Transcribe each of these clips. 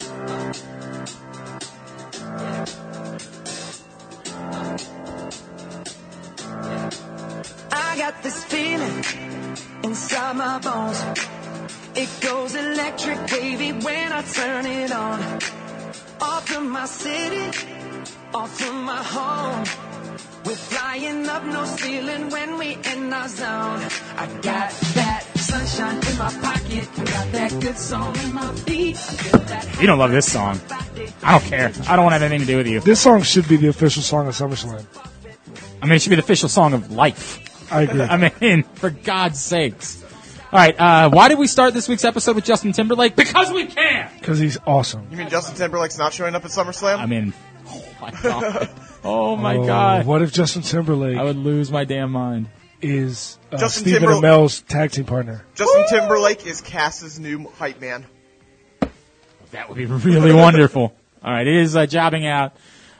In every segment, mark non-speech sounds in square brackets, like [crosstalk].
Oh. got this feeling inside my bones. It goes electric, wavy when I turn it on. Off from my city, off from my home. We're flying up, no ceiling when we in our zone. I got that sunshine in my pocket, got that good song in my feet. I feel that You don't love this song. I don't care. I don't want to have anything to do with you. This song should be the official song of SummerSlam. I mean, it should be the official song of life. I agree. [laughs] I mean, for God's sakes. All right, uh, why did we start this week's episode with Justin Timberlake? Because we can. Because he's awesome. You mean Justin Timberlake's not showing up at SummerSlam? [laughs] I mean, oh my god, oh my Oh, god, What if Justin Timberlake I would lose my damn mind. is uh, Justin Stephen Timberl- Amell's tag team partner? Justin Timberlake is Cass's new hype man. That would be really wonderful. All right, it is uh, jobbing out.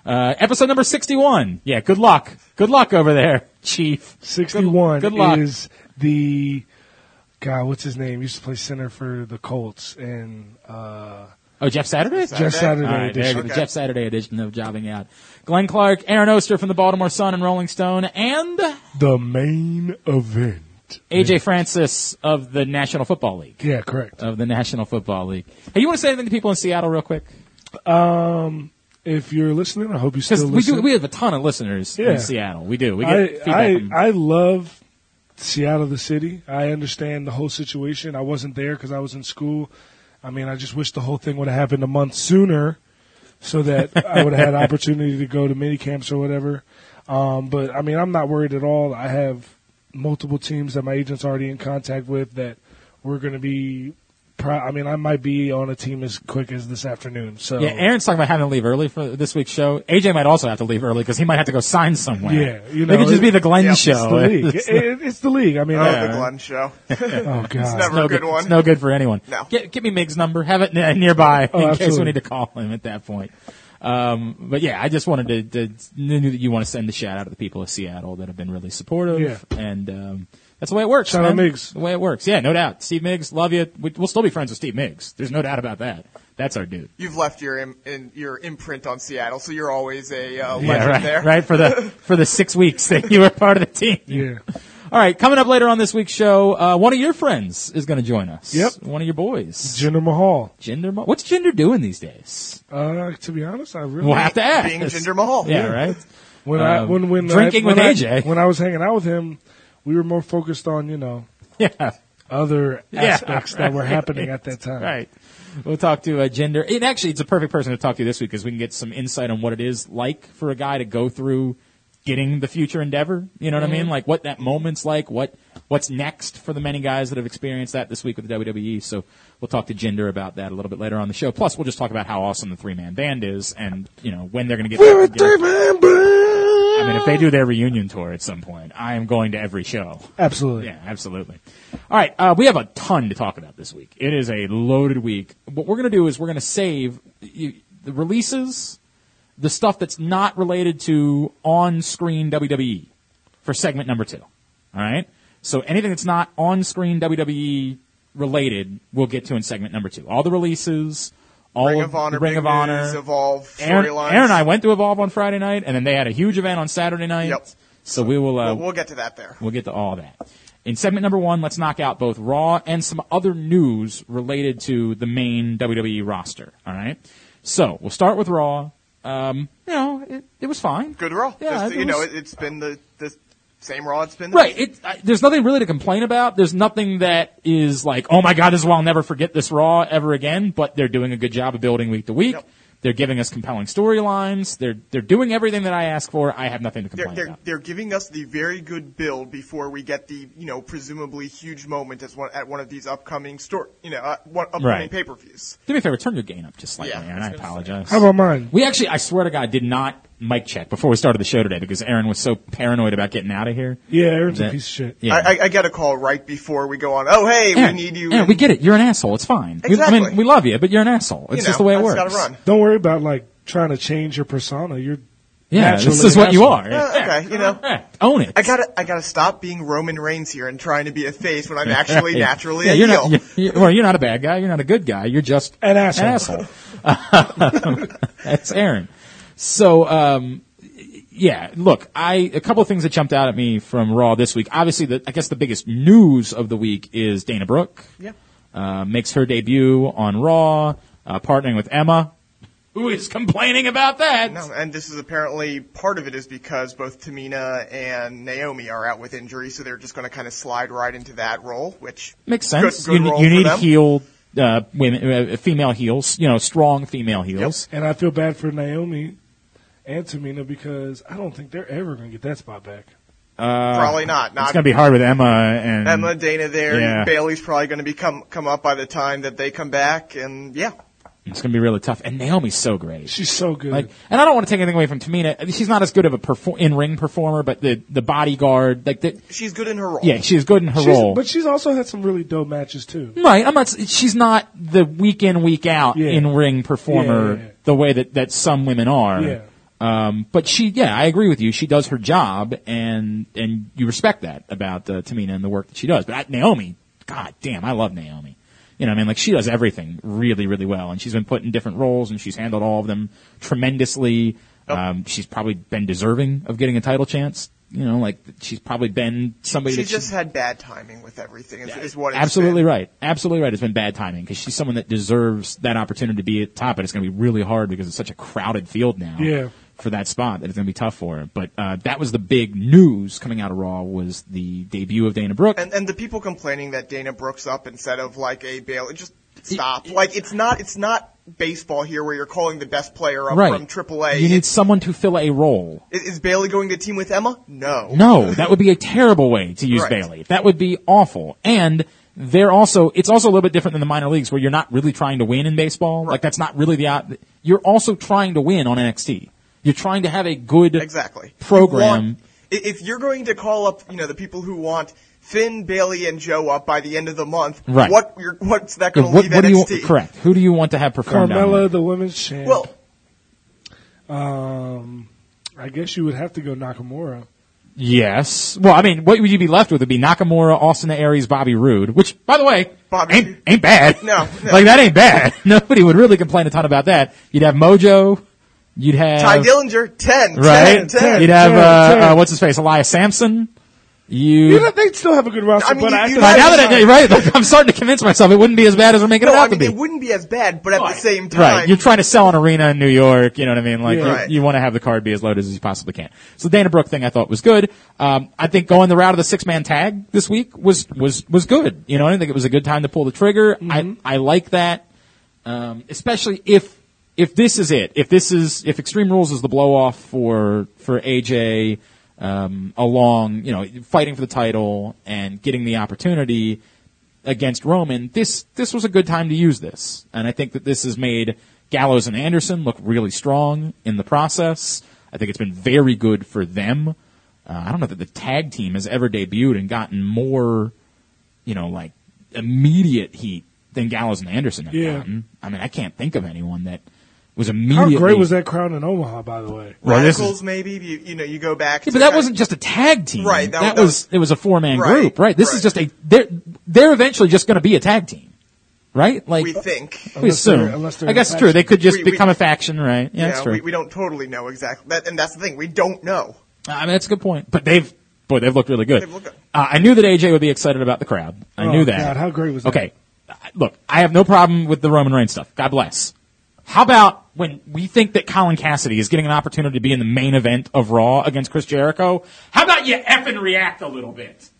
Uh, episode number sixty-one. Yeah, good luck. Good luck over there, Chief. 61 Good luck. is the guy, what's his name? He used to play center for the Colts and uh, Oh, Jeff Saturday. Jeff Saturday All right, there you edition. go. Okay. Jeff Saturday edition of Jobbing Out. Glenn Clark, Aaron Oster from the Baltimore Sun and Rolling Stone, and The main event. AJ Francis of the National Football League. Yeah, correct. Of the National Football League. Hey, you want to say anything to people in Seattle real quick? Um, If you're listening, I hope you Because still we listen. do, we have a ton of listeners Yeah. in Seattle. We do. We get I, feedback. I, from- I love Seattle, the city. I understand the whole situation. I wasn't there because I was in school. I mean, I just wish the whole thing would have happened a month sooner so that I would have had [laughs] opportunity to go to mini camps or whatever. Um, but I mean, I'm not worried at all. I have multiple teams that my agent's already in contact with that we're going to be. Pro- I mean, I might be on a team as quick as this afternoon. So yeah, Aaron's talking about having to leave early for this week's show. AJ might also have to leave early because he might have to go sign somewhere. Yeah, you it know, could just be the Glenn yeah, it's show. it's the league. [laughs] It- it- it's the league. I mean, Oh, I- the Glenn show. [laughs] oh god, never- no a good good. one. It's no good for anyone. No. Get, get me Mig's number. Have it n- [laughs] nearby in case we Oh, absolutely. need to call him at that point. Um, but yeah, I just wanted to, to knew that you want to send a shout out to the people of Seattle that have been really supportive. Yeah. And, um, that's the way it works. Shout out man. Miggs. The way it works. Yeah, no doubt. Steve Miggs, love you. We, we'll still be friends with Steve Miggs. There's no doubt about that. That's our dude. You've left your Im- in, your imprint on Seattle, so you're always a uh, legend Yeah, right, there. right for the for the six weeks that you were part of the team. Yeah. All right, coming up later on this week's show, uh, one of your friends is going to join us. Yep. one of your boys, Jinder Mahal. Jinder. Mo- What's Jinder doing these days? Uh, to be honest, I really We'll have to ask. Being Jinder Mahal. Yeah, right. [laughs] when I Um, when when drinking I, when with I- AJ. when I was hanging out with him, we were more focused on you know Yeah, other [laughs] Yeah, aspects that were right. happening at that time. right. We'll talk to uh, Jinder. And actually, it's a perfect person to talk to this week because we can get some insight on what it is like for a guy to go through getting the future endeavor. You know what I Mm-hmm. mean? Like what that moment's like. What what's next for the many guys that have experienced that this week with the WWE. So we'll talk to Jinder about that a little bit later on the show. Plus, we'll just talk about how awesome the three man band is and you know when they're going to get. We're a back together. three-man band. I mean, if they do their reunion tour at some point, I am going to every show. Absolutely. Yeah, absolutely. All right, uh, we have a ton to talk about this week. It is a loaded week. What we're going to do is we're going to save you, the releases, the stuff that's not related to on-screen WWE for segment number two. All right. So anything that's not on-screen WWE related, we'll get to in segment number two. All the releases, all Ring of, of Honor, Ring Big of Honor, News, Evolve, Aaron, storylines. Aaron and I went to Evolve on Friday night, and then they had a huge event on Saturday night. Yep. So we will. Uh, But we'll get to that there. We'll get to all that. In segment number one, let's knock out both Raw and some other news related to the main WWE roster. All right. So we'll start with Raw. Um, you know, it, it was fine. Good Raw. Yeah, Just, it you know, was- it, it's been the, the same Raw it's been. this Right. week. It, I, there's nothing really to complain about. There's nothing that is like, oh my God, this is why I'll never forget this Raw ever again. But they're doing a good job of building week to week. Yep. They're giving us compelling storylines. They're they're doing everything that I ask for. I have nothing to They're, complain they're, about. they're giving us the very good build before we get the, you know, presumably huge moment as one, at one of these upcoming store, you know, uh, one, upcoming Right. pay-per-views. Do me a favor, turn your gain up just slightly, Yeah, I Aaron. was I gonna say. apologize. How about mine? We actually, I swear to God, did not mic check before we started the show today because Aaron was so paranoid about getting out of here. Yeah, Aaron's That- a piece of shit. Yeah. I, I, I get a call right before we go on. Oh, hey, Aaron, we need you. Aaron, in- we get it. You're an asshole. It's fine. We- Exactly. I mean, we love you, but you're an asshole. It's you just know, the way it I just works. Gotta run. Don't worry about like trying to change your persona. You're Yeah, naturally this is an what you asshole. Uh, are. [laughs] Yeah, Uh, okay, you know. Correct. Own it. I gotta, I gotta stop being Roman Reigns here and trying to be a face [laughs] when I'm actually Right. naturally yeah, a you're heel. not, [laughs] you're, you're- well, you're not a bad guy. You're not a good guy. You're just An asshole. [laughs] An asshole. That's Aaron. So, um, yeah, look, I a couple of things that jumped out at me from Raw this week. Obviously, the, I guess the biggest news of the week is Dana Brooke Yeah. uh, makes her debut on Raw, uh, partnering with Emma, who is complaining about that. No, and this is apparently part of it is because both Tamina and Naomi are out with injury, so they're just going to kind of slide right into that role, which Makes sense. Good, good you role you for need them. heel uh, women, uh, female heels, you know, strong female heels. And I feel bad for Naomi and Tamina because I don't think they're ever going to get that spot back. Probably not. Uh, It's Not gonna be hard with Emma and Emma Dana there. Yeah. Bailey's probably going to be come come up by the time that they come back, and yeah, It's gonna be really tough. And Naomi's so great. She's so good. Like, and I don't want to take anything away from Tamina. She's not as good of a perfor- in-ring performer, but the the bodyguard, like the, she's good in her role. yeah, she's good in her She's- role. But she's also had some really dope matches too. right, I'm not. s- She's not the week in week out Yeah. in-ring performer Yeah, yeah, yeah. the way that that some women are. Yeah. Um, but she, yeah, I agree with you. She does her job, and and you respect that about uh, Tamina and the work that she does. But I, Naomi, god damn, I love Naomi. You know, what I mean, like she does everything really, really well, and she's been put in different roles, and she's handled all of them tremendously. Um, she's probably been deserving of getting a title chance. You know, like she's probably been somebody She that just she, had bad timing with everything. Is, is what it's absolutely been. right, absolutely right. It's been bad timing because she's someone that deserves that opportunity to be at top, and it's going to be really hard because it's such a crowded field now Yeah. for that spot that it's going to be tough for her. But uh, that was the big news coming out of Raw was the debut of Dana Brooke. And and the people complaining that Dana Brooks up instead of like a Bailey, just stop. like it's not it's not baseball here where you're calling the best player up right from AAA. you need It's- someone to fill a role. is, is Bailey going to team with Emma? No. No, that would be a terrible way to use Right. Bailey. That would be awful. And they're also, it's also a little bit different than the minor leagues where you're not really trying to win in baseball. Like that's not really the, op- you're also trying to win on NXT. You're trying to have a good Exactly. program. You want- i- if you're going to call up, you know, the people who want Finn, Bailey, and Joe up by the end of the month, Right. what you're, what's that Yeah, going to what, leave what do you NXT? correct? Who do you want to have perform? down there? Carmella, the women's champ. Well, um, I guess you would have to go Nakamura. Yes. Well, I mean, what would you be left with? Would be Nakamura, Austin Aries, Bobby Roode, which, by the way, Bobby- ain't, ain't bad. [laughs] No, no. like that ain't bad. [laughs] Nobody would really complain a ton about that. You'd have Mojo. You'd have Ty Dillinger, 10, 10, right. 10. You'd have uh, ten. uh, what's his face, Elias Sampson. You. You know, they still have a good roster, I mean, but you- I you feel have- Right, now that Sorry. I, right, [laughs] like, I'm starting to convince myself it wouldn't be as bad as we're making No, it out I mean, to it be. wouldn't be as bad, but at the same time, Right, you're trying to sell an arena in New York. You know what I mean? Like Yeah. you, Right. want to have the card be as loaded as you possibly can. So the Dana Brooke thing I thought was good. Um, I think going the route of the six man tag this week was was was good. You know, I think it was a good time to pull the trigger. Mm-hmm. I I like that, um, especially if if this is it. If this is if Extreme Rules is the blow off for for AJ um, along, you know, fighting for the title and getting the opportunity against Roman, this this was a good time to use this, and I think that this has made Gallows and Anderson look really strong in the process. I think it's been very good for them. Uh, I don't know that the tag team has ever debuted and gotten more, you know, like immediate heat than Gallows and Anderson have Yeah. gotten. I mean, I can't think of anyone that was how immediately. great was that crowd in Omaha, by the way? Well, this radicals is- maybe, you, you know, you go back. Yeah, to but that kind- wasn't just a tag team. Right, that- That, that was was- it was a four man Right, group. Right. This is right. just a they're they're eventually just going to be a tag team. Right. Like We think. We Unless they're- assume. unless they're I in guess a it's true. faction. They could just We- we- become a faction, right? Yeah, You that's know, true. we, we don't totally know exactly. That, and that's the thing. We don't know. I mean, that's a good point. But they've, boy, they've looked really good. They've looked good. Uh, I knew that AJ would be excited about the crowd. I Oh, knew that. God, how great was that? Okay, Uh, look, I have no problem with the Roman Reigns stuff. God bless. How about when we think that Colin Cassidy is getting an opportunity to be in the main event of Raw against Chris Jericho? How about you effing react a little bit?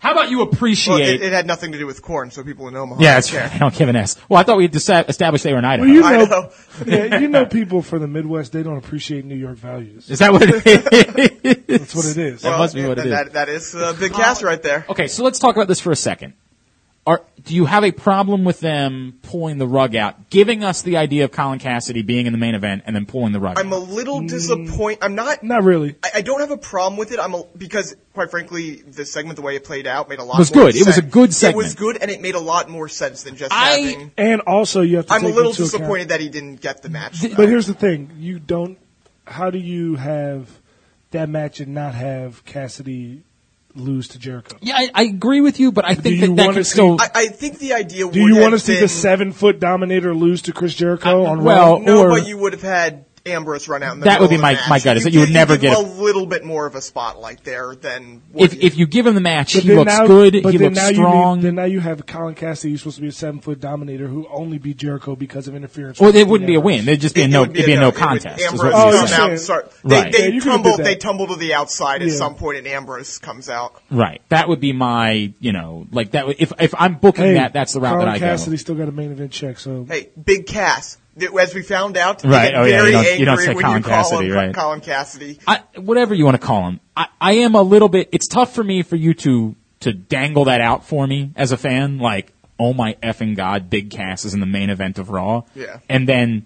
How about you appreciate? Well, it, it had nothing to do with corn, so people in Omaha. yeah, don't that's care. right. [laughs] I don't give an S. Well, I thought we had desa- established they were in Idaho. You I know, know. yeah, you know, people from the Midwest they don't appreciate New York values. Is that what it is? That's what it is. That must be yeah, what it is. Oh. that, That, that is uh, big cast right there. Okay, so let's talk about this for a second. Are, do you have a problem with them pulling the rug out, giving us the idea of Colin Cassidy being in the main event and then pulling the rug I'm out? a little Mm. disappointed. I'm not. Not really. I, I don't have a problem with it. I'm a, because, quite frankly, the segment, the way it played out, made a lot. It was more good. It was a sense. good It was segment. good, and it made a lot more sense than just I- having. And also, you have to. I'm a take little into account- disappointed that he didn't get the match. though. But here's the thing: you don't. How do you have that match and not have Cassidy lose to Jericho? yeah, I, I agree with you, but I think you that that wanna could see- still. I, I think the idea. Do would you have want to see been- Uh, the seven foot Dominator lose to Chris Jericho I- on well, Raw? No, or- but you would have had Ambrose run out. In the That would middle be of the my- my match. gut is that you would give- never give get a- a little bit more of a spotlight there than what If you- if you give him the match, But he then looks now- good. But He then looks now You strong. need, then now you have Colin Cassidy, who's supposed to be a seven foot dominator, who only beat Jericho because of interference. Well, from it Dean wouldn't be a Ambrose. win. It'd just be it- a it no. would It'd be a no- no it would- contest. is Ambrose what you're Oh, comes saying. saying. out. Sorry, they, Right. Yeah, they you could have tumble. did They that. tumble to the outside at Yeah. some point, and Ambrose comes out. Right. That would be my. You know, like that. would- If if I'm booking Hey, that, that's the route Colin that I Cassidy go. still got a main event check, so Hey, big Cass. Th- As we found out, they Right. get Oh, yeah, you very don't- you angry don't say when Colin you call Cassidy, him right. Colin Cassidy. I, whatever you want to call him. I I am a little bit. It's tough for me for you to to dangle that out for me as a fan. Like, oh my effing god, Big Cass is in the main event of Raw. Yeah. And then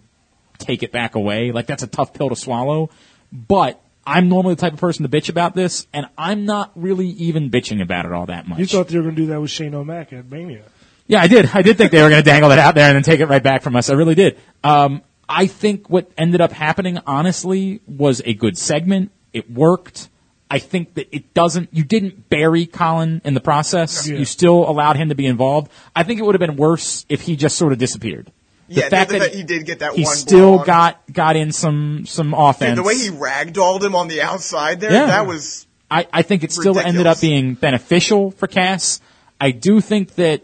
take it back away. Like that's a tough pill to swallow. But I'm normally the type of person to bitch about this, and I'm not really even bitching about it all that much. you thought they were going to do that with Shane O'Mac at Mania. Yeah, I did. I did think they were going to dangle that out there and then take it right back from us. I really did. Um, I think what ended up happening, honestly, was a good segment. It worked. I think that it doesn't, you didn't bury Colin in the process. Yeah. You still allowed him to be involved. I think it would have been worse if he just sort of disappeared. The Yeah, fact the- that the- he did get that he one still blow on. got, got in some, some offense. Dude, the way he ragdolled him on the outside there, Yeah. that was I, I think it still ended Ridiculous. up being beneficial for Cass. I do think that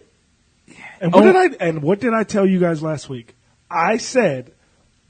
And what Oh. did I and what did I tell you guys last week? I said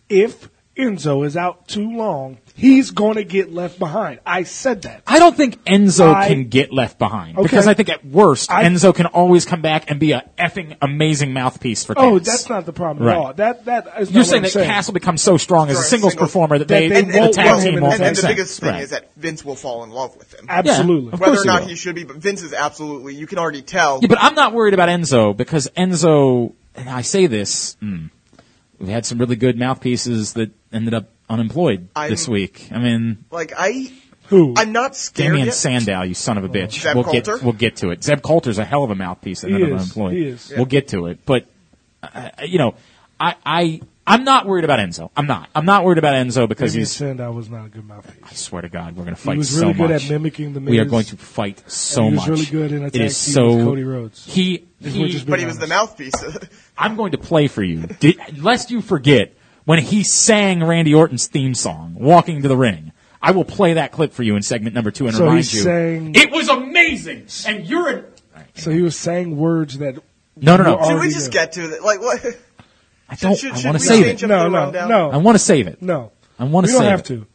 if Enzo is out too long, he's going to get left behind. I said that. I don't think Enzo I- can get left behind Okay. because I think at worst I- Enzo can always come back and be a effing amazing mouthpiece for Cass. Oh, that's not the problem Right. at all. That that is not You're what saying I'm that Cass will become so strong as a Right, singles, singles. performer that That they, they and, the won't and, tag want well, team him in won't and, make and that the sense. biggest thing Right. is that Vince will fall in love with him. Absolutely. Of Whether course or he not will. he should be, but Vince is absolutely. You can already tell. Yeah, but I'm not worried about Enzo because Enzo, and I say this, mm, we had some really good mouthpieces that ended up unemployed I'm- this week. I mean, Like I, Who? I'm not scared. Damian yet. Sandow, you son of Oh. a bitch. Zeb we'll get Coulter? we'll get to it. Zeb Coulter's a hell of a mouthpiece and He another is. unemployed. He is. We'll get to it, but uh, you know, I I I'm not worried about Enzo. I'm not. I'm not worried about Enzo because Damian he's. Sandow was not a good I mouthpiece. swear to God, we're going to fight was so really good much. at mimicking The We are Miz, going to fight so and he was much. really good in a It tag is team so with Cody Rhodes. He, If he- we're just being But he was the honest. mouthpiece. [laughs] I'm going to play for you, Did, lest you forget when he sang Randy Orton's theme song, "Walking to the Ring." I will play that clip for you in segment number two and So remind he you sang- it was amazing. And you're an So he was saying words that no, no, you no. are- Should we already just knew. get to that? Like what? I don't. should- I should want to we save change it. up- no, the no, rundown. no, I want to save it. no. I want We to don't save have it. to.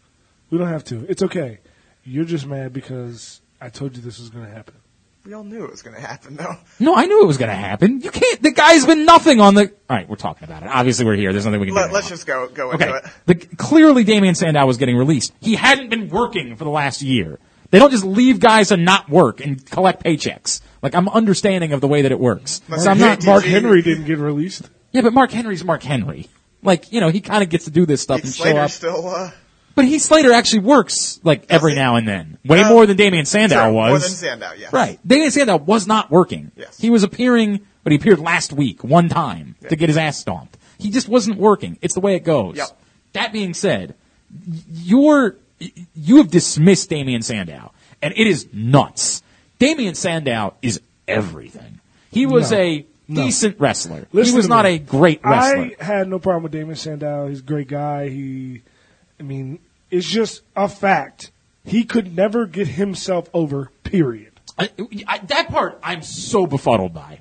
We don't have to. It's okay. You're just mad because I told you this was going to happen. We all knew it was going to happen, though. No, I knew it was going to happen. You can't. The guy's been nothing on the. All right, we're talking about it. Obviously, we're here. There's nothing we can do. Let, right let's now. just go go Okay. into it. The, clearly, Damian Sandow was getting released. He hadn't been working for the last year. They don't just leave guys and not work and collect paychecks. Like I'm understanding of the way that it works. Must So I'm be not JTG. Mark. Mark Henry didn't get released. Yeah, but Mark Henry's Mark Henry. Like you know, he kind of gets to do this stuff Heath and show Slater's up. still uh, But Heath Slater actually works like every he? now and then, way Uh, more than Damian Sandow sure, was. more than Sandow. Yeah, Right. Damian Sandow was not working. Yes. He was appearing, but he appeared last week one time to get his ass stomped. He just wasn't working. It's the way it goes. Yep. That being said, y- you're, y- you have dismissed Damian Sandow, and it is nuts. Damian Sandow is everything. He was No. a No. decent wrestler. Listen he was to not me. a great wrestler. I had no problem with Damon Sandow. He's a great guy. He, I mean, it's just a fact. He could never get himself over. Period. I, I, that part I'm so befuddled by.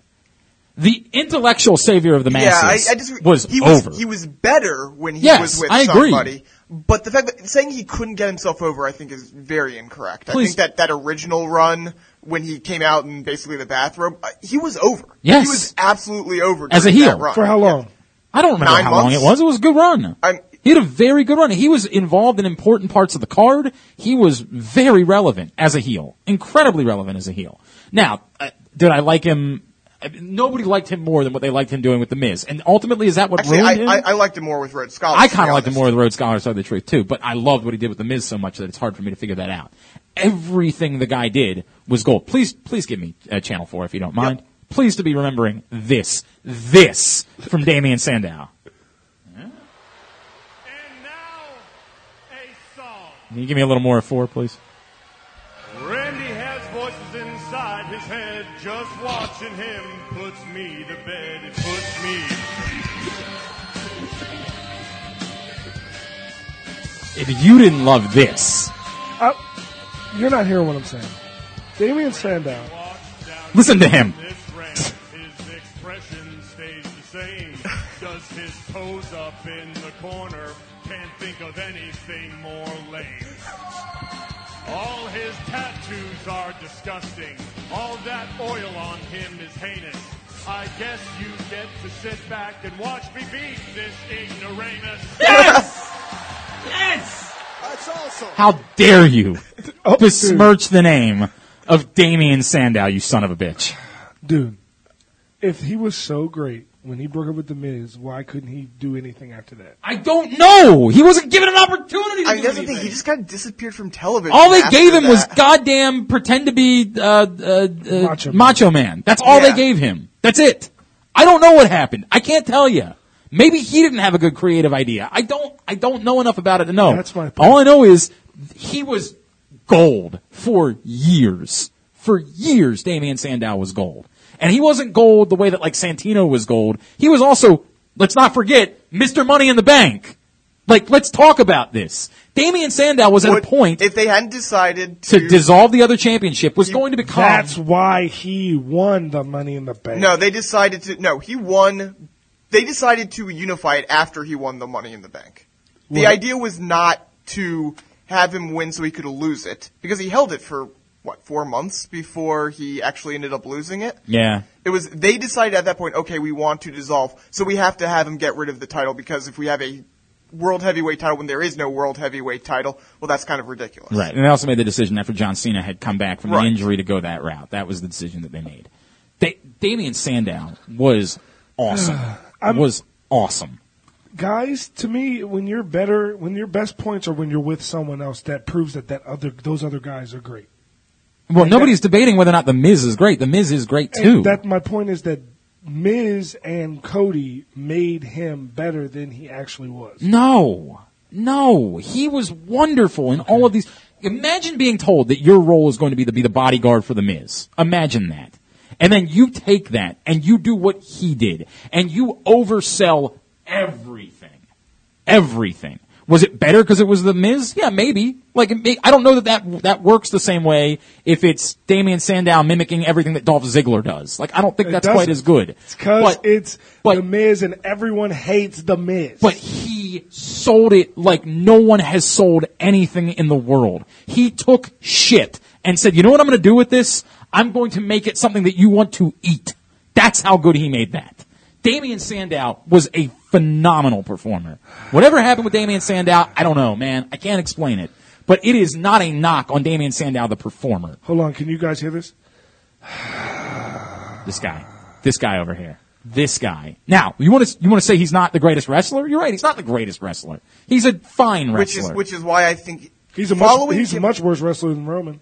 The intellectual savior of the Yeah, I, masses I just was he over. Was, he was better when he Yes, was with I agree. somebody. But the fact that saying he couldn't get himself over, I think, is very incorrect. I Please. think that that original run when he came out in basically the bathrobe, uh, he was over. Yes. he was absolutely over As a during that heel. run. For how long? I don't remember Nine how long months? it was. It was a good run. I'm- he had a very good run. He was involved in important parts of the card. He was very relevant as a heel, incredibly relevant as a heel. Now, uh, did I like him? I- Nobody liked him more than what they liked him doing with the Miz. And ultimately, is that what Actually, ruined him? I, I, I liked him more with Red Scholar. I to be kind of like him honest. more of the Rhodes Scholar side of the truth too, but I loved what he did with the Miz so much that it's hard for me to figure that out. Everything the guy did was gold. Please, please give me uh, Channel Four if you don't mind. Please to be remembering this, this from Damian Sandow. And now, a song. Can you give me a little more of four, please? Randy has voices inside his head. Just watching him puts me to bed. It puts me. if you didn't love this, I, you're not hearing what I'm saying. Damian Sandow. listen to him. This rant, his expression stays the same. Does his pose up in the corner? Can't think of anything more lame. All his tattoos are disgusting. All that oil on him is heinous. I guess you get to sit back and watch me beat this ignoramus. That's awesome. How dare you Oh, besmirch the name of Damian Sandow, you son of a bitch. Dude, if he was so great when he broke up with The Miz, why couldn't he do anything after that? I don't know. He wasn't given an opportunity to I mean, do that's the thing. He anything. just kind of disappeared from television. All they after gave him was that. goddamn pretend to be uh, uh, uh, Macho macho, Man. man. That's all Yeah. they gave him. That's it. I don't know what happened. I can't tell you. Maybe he didn't have a good creative idea. I don't. I don't know enough about it to know. That's my point. All I know is he was gold for years. For years, Damian Sandow was gold, and he wasn't gold the way that like Santino was gold. He was also, let's not forget, Mister Money in the Bank. Like, let's talk about this. Damian Sandow was at Would- a point If they hadn't decided to dissolve the other championship was going to become That's why he won the Money in the Bank. No, they decided to. No, he won. They decided to unify it after he won the Money in the Bank. The What? idea was not to have him win so he could lose it because he held it for what four months before he actually ended up losing it. yeah It was they decided at that point. Okay, we want to dissolve, so we have to have him get rid of the title because if we have a world heavyweight title when there is no world heavyweight title, well, that's kind of ridiculous. right. And they also made the decision after John Cena had come back from the Right. injury to go that route. That was the decision that they made. Da- Damian Sandow was [sighs] awesome. was awesome. Guys, to me, when you're better, when your best points are when you're with someone else, that proves that that other those other guys are great. Well, nobody's debating whether or not the Miz is great. The Miz is great And too. That my point is that Miz and Cody made him better than he actually was. No, no, he was wonderful in all of these. Imagine being told that your role is going to be to be the bodyguard for the Miz. Imagine that, and then you take that and you do what he did, and you oversell everything. Everything was it better because it was the Miz? Yeah, maybe. Like it may, I don't know that, that that works the same way if it's Damian Sandow mimicking everything that Dolph Ziggler does. Like I don't think It that's quite doesn't. as good. It's because But- it's but- the Miz, and everyone hates the Miz. but he sold it like no one has sold anything in the world. He took shit and said, you know what I'm going to do with this? I'm going to make it something that you want to eat. That's how good he made that. Damian Sandow was a phenomenal performer. Whatever happened with Damian Sandow, I don't know, man. I can't explain it. But it is not a knock on Damian Sandow, the performer. hold on, can you guys hear this? This guy. This guy over here. This guy. Now, you want to you want to say he's not the greatest wrestler? You're right. He's not the greatest wrestler. He's a fine wrestler. Which is which is why I think He's a much, following he's a him- much worse wrestler than Roman.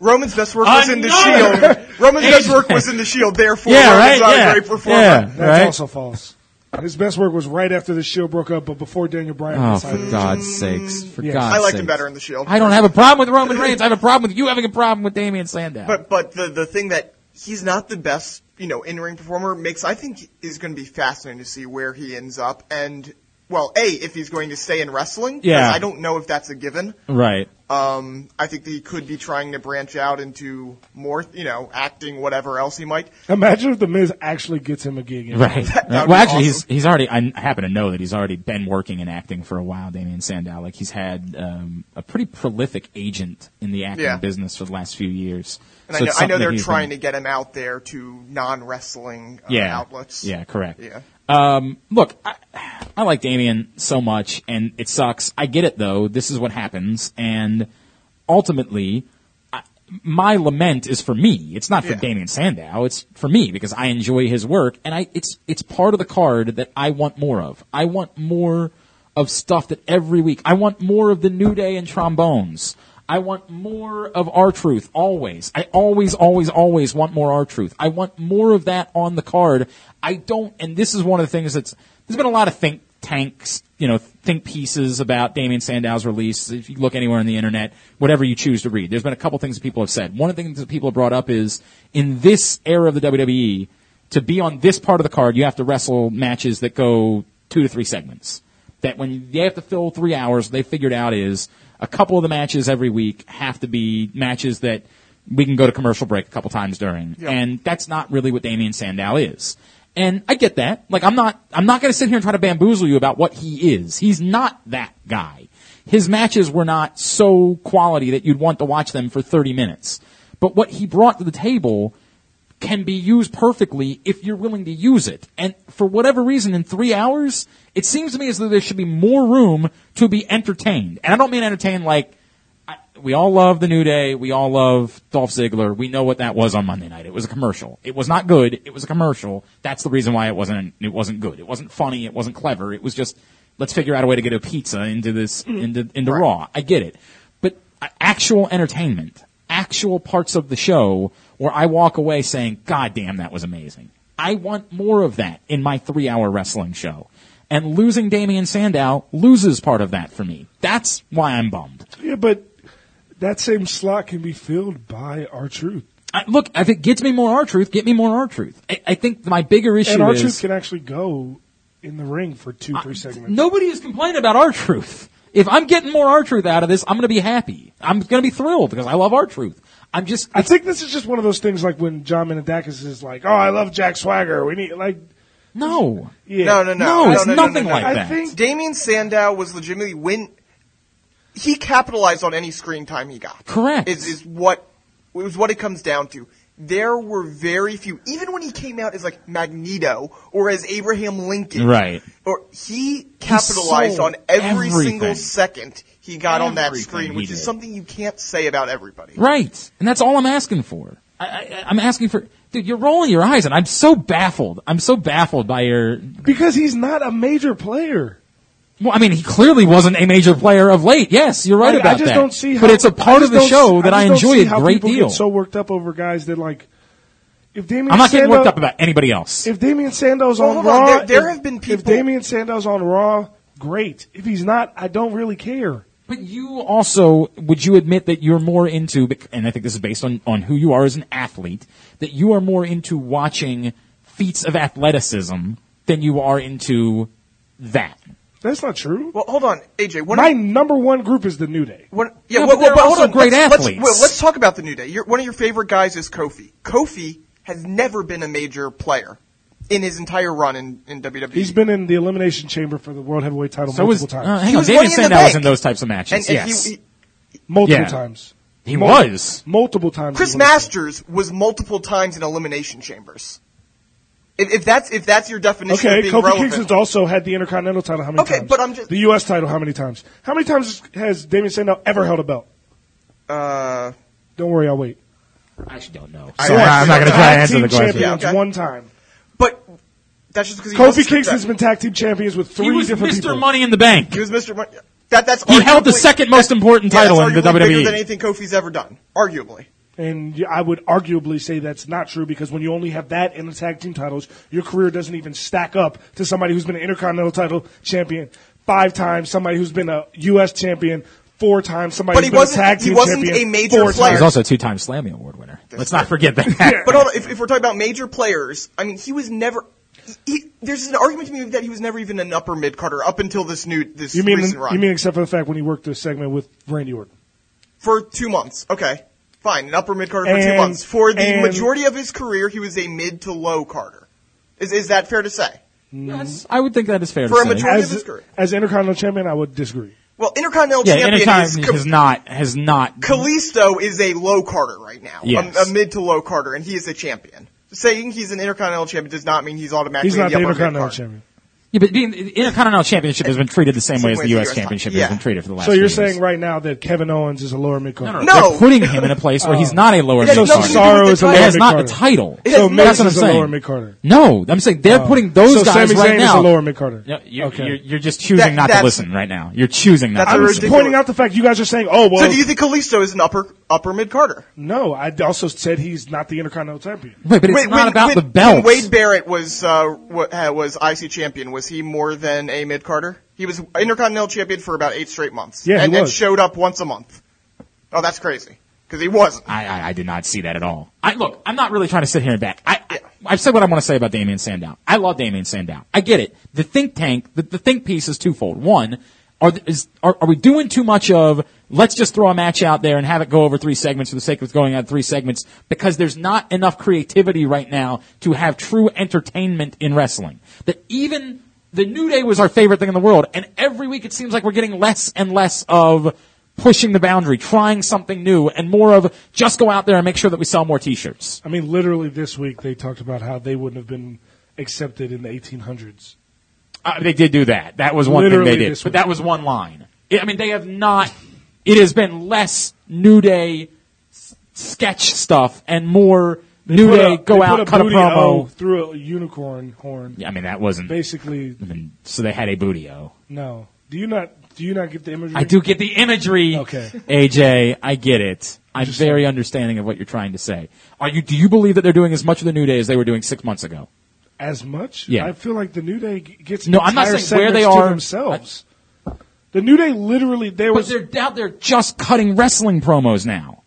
Roman's best work was in the Another- Shield. [laughs] [laughs] Roman's best work was in the Shield. Therefore, Yeah, Roman's right, not yeah, a great performer. yeah. That's Right. also false. His best work was right after the Shield broke up, but before Daniel Bryan. Oh, decided for to- God's sakes! For Yes. God's I liked sakes. him better in the Shield. Mm, I don't have a problem with Roman Reigns. I have a problem with you having a problem with Damian Sandow. But but the the thing that he's not the best, you know, in ring performer makes I think is going to be fascinating to see where he ends up and. Well, a if he's going to stay in wrestling, 'cause Yeah. I don't know if that's a given. right. Um, I think that he could be trying to branch out into more, you know, acting, whatever else he might. Imagine if the Miz actually gets him a gig. in- Right. That- that would well, be actually, he's awesome. he's already. I n- happen to know that he's already been working and acting for a while. Damian Sandow, like he's had um, a pretty prolific agent in the acting Yeah. business for the last few years. And So I know, it's I something know that they're he's trying been- to get him out there to non-wrestling uh, yeah. outlets. Yeah, correct. Yeah. Um, look, I, I like Damien so much, and it sucks. I get it though. This is what happens, and ultimately, I, my lament is for me. It's not for Yeah. Damien Sandow. It's for me because I enjoy his work, and I it's it's part of the card that I want more of. I want more of stuff that every week. I want more of the New Day and trombones. I want more of our truth always. I always, always, always want more our truth. I want more of that on the card. I don't, and this is one of the things that's there's been a lot of think tanks, you know, think pieces about Damien Sandow's release. If you look anywhere on the internet, whatever you choose to read, there's been a couple things that people have said. One of the things that people have brought up is in this era of the E, WWE, to be on this part of the card, you have to wrestle matches that go two to three segments. that when they have to fill three hours, they figured out is a couple of the matches every week have to be matches that we can go to commercial break a couple times during. And that's not really what Damian Sandow is. And I get that. Like I'm not, I'm not going to sit here and try to bamboozle you about what he is. He's not that guy. His matches were not so quality that you'd want to watch them for 30 minutes. But what he brought to the table can be used perfectly if you're willing to use it. And for whatever reason, in three hours, it seems to me as though there should be more room to be entertained. And I don't mean entertained like I, we all love the New Day. We all love Dolph Ziggler. We know what that was on Monday night. It was a commercial. It was not good. It was a commercial. That's the reason why it wasn't. It wasn't good. It wasn't funny. It wasn't clever. It was just let's figure out a way to get a pizza into this into into Raw. I get it, but uh, actual entertainment, actual parts of the show where I walk away saying, "God damn, that was amazing." I want more of that in my three-hour wrestling show. And losing Damian Sandow loses part of that for me. That's why I'm bummed. Yeah, but that same slot can be filled by our truth, I, look, if it gets me more R truth, get me more R truth. I, I think my bigger issue and our is truth can actually go in the ring for two, three segments. nobody is complaining about our truth. If I'm getting more R truth out of this, I'm going to be happy. I'm going to be thrilled because I love our truth. I'm just I think this is just one of those things like when John Menadakis is like, "Oh, I love Jack Swagger. We need like no, yeah, No, no, no. no, it's no, no, nothing no, no. like I that. think- Damien Sandow was legitimately when he capitalized on any screen time he got. Correct. Is is what is what it comes down to. There were very few, even when he came out as like Magneto or as Abraham Lincoln, Right. Or he capitalized sold on every everything. single second he got on that Everything screen, he which is did. something you can't say about everybody. Right. And that's all I'm asking for. I, I, I'm asking for, dude, you're rolling your eyes and I'm so baffled. I'm so baffled by your, because he's not a major player. well, I mean, he clearly wasn't a major player of late. Yes, you're right I, about I just that. don't see. How, but it's a I part just of the don't- show that I, just don't enjoy see a how great people deal. Get so worked up over guys that like if Damien I'm not getting worked Sandow- up about anybody else. If Damian Sandow's Well, on Oh, hold Raw, on. There- there if- have been If people- Damian Sandow's on Raw, great. If he's not, I don't really care. But you also, would you admit that you're more into, bec- and I think this is based on, on who you are as an athlete, that you are more into watching feats of athleticism than you are into that. That's not true. Well, hold on, AJ. One of- My number one group is the New Day. One, yeah, Yeah, well, but they're well, hold also on. great let's, athletes. Let's, well, let's talk about the New Day. Your, one of your favorite guys is Kofi. Kofi has never been a major player in his entire run in, E. in WWE. E. He's been in the Elimination Chamber for the World Heavyweight title So multiple was, uh, times. hang He on, was David winning the Sandow was bank. in those types of matches, and, and yes. he, he, multiple yeah. times. He Mul- was. multiple times. Chris he was. Masters was multiple times in elimination chambers. If, if that's if that's your definition of Okay, being Kofi relevant, Kingston's also had the Intercontinental title how many Okay, times? but I'm just- the U.S. title how many times? How many times has Damien Sandow ever held a belt? uh, Don't worry, I'll wait. I actually don't know. I So actually I'm not going to don't try to Tag answer team the question. champions Yeah, okay. one time. but that's just because he was- Kofi Kingston's been tag team champions with three He was different Mr. people. Money in the Bank. He was Mr. Mon- That that's He held the arguably- second most important Oh, yeah, title that's in the E. arguably WWE. bigger than anything Kofi's ever done, arguably. And y- I would arguably say that's not true because when you only have that and the tag team titles, your career doesn't even stack up to somebody who's been an intercontinental title champion five times, somebody who's been a U.S. champion four times, somebody But who's he been wasn't- a tag he team wasn't champion a major four player. He was times. also a two-time Slammy Award winner. Let's not [laughs] forget that. But hold on, if, if we're talking about major players, I mean, he was never. He, there's an argument to me that he was never even an upper mid Carter up until this new this You mean recent run you mean except for the fact when he worked the segment with Randy Orton? for two months. Okay, fine, an upper mid Carter for two And- months. For the and- majority of his career, he was a mid to low Carter. Is is that fair to say? Yes, I would think that is fair For a to say. majority- Randy was As, great. as intercontinental champion, I would disagree. Well, Intercontinental yeah, Champion anytime is. has not has not Kalisto is a low Carter right now, a- Yes. a, mid to low Carter, and he is a champion. Saying he's an Intercontinental Champion does not mean he's automatically He's not the the upper intercontinental mid-card. champion. Yeah, but the the Intercontinental Championship has been treated the same way as the U.S. Championship Yeah. has been treated for the last. So you're few years. saying right now that Kevin Owens is a lower mid card? No. They're putting him in a place where Oh. he's not a lower It has mid So nothing to do card. Cesaro with is a the It lower has mid not the card. title. It has So nothing That's Miz what I'm is a lower saying. mid carder. No, I'm saying they're putting those so guys Sami right Zayn now. is a lower mid carder. No, You're, okay. you're, you're just choosing That- not to that's- listen right now. You're choosing not that's a to I'm listen. just ridiculous- pointing out the fact you guys are saying, "Oh well." So do you think Kalisto is an upper upper mid Carter? no, I also said he's not the Intercontinental Champion. Wait, but it's Wait, not when- about when- the belt. When Wade Barrett was uh, wa- uh, was IC champion, was he more than a mid Carter? He was Intercontinental champion for about eight straight months. Yeah, he and, was. and showed up once a month. Oh, that's crazy. because he wasn't. I, I, I did not see that at all. I look, I'm not really trying to sit here and back. I, I I've said what I want to say about Damian Sandow. I love Damian Sandow. I get it. The think tank, the, the think piece is twofold. One, are, th- is, are are we doing too much of let's just throw a match out there and have it go over three segments for the sake of going out three segments because there's not enough creativity right now to have true entertainment in wrestling. That even the New Day was our favorite thing in the world, and every week it seems like we're getting less and less of pushing the boundary, trying something new, and more of just go out there and make sure that we sell more t-shirts. I mean, literally this week they talked about how they wouldn't have been accepted in the 1800s. Uh, they did do that. That was one Literally thing they did, this but week. that was one line. I I mean, they have not. It has been less New Day s- sketch stuff and more New Put Day a- go they out, put cut a booty O promo. through a unicorn horn. Yeah, I mean, that wasn't. Basically, I mean, so they had a booty o. no. Do you not? Do you not get the imagery? I do get the imagery. [laughs] Okay. AJ, I get it. I'm Just- very understanding of what you're trying to say. Are you? Do you believe that they're doing as much of the New Day as they were doing six months ago? as much. Yeah. I feel like the New Day g- gets No, I'm not entire saying where they segments to are. themselves. the New Day literally they were But they're out there just cutting wrestling promos now.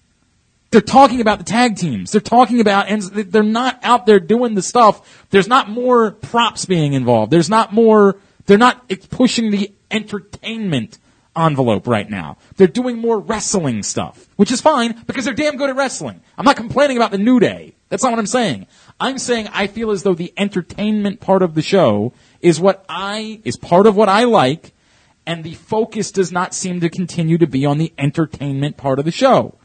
They're talking about the tag teams. They're talking about, and they're not out there doing the stuff. There's not more props being involved. There's not more, they're not it's pushing the entertainment envelope right now. They're doing more wrestling stuff, which is fine because they're damn good at wrestling. I'm not complaining about the New Day. That's not what I'm saying. I'm saying I feel as though the entertainment part of the show is what I, is part of what I like and the focus does not seem to continue to be on the entertainment part of the show.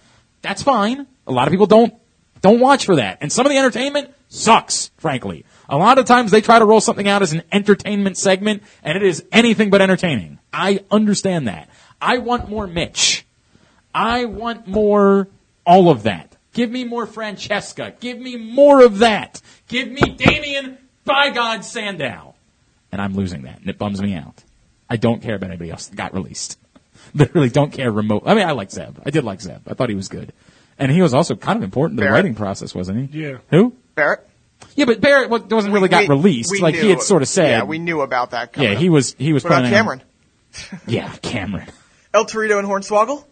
That's fine. A lot of people don't don't watch for that, and some of the entertainment sucks, frankly. A lot of times they try to roll something out as an entertainment segment, and it is anything but entertaining. I understand that. I want more Mitch. I want more all of that. Give me more Francesca. Give me more of that. Give me Damien, by God, Sandow. And I'm losing that, and it bums me out. I don't care about anybody else that got released. [laughs] Literally don't care remote. I mean, I like Zeb. I did like Zeb. I thought he was good. And he was also kind of important to the Barrett. writing process, wasn't he? Yeah. Who? Barrett Yeah, but Barrett wa- wasn't really got We- released. we Like he knew- had sort of said. Yeah, we knew about that. Coming Yeah, up. he was. He was What about planning on- Cameron? [laughs] yeah, Cameron. El Torito and Hornswoggle.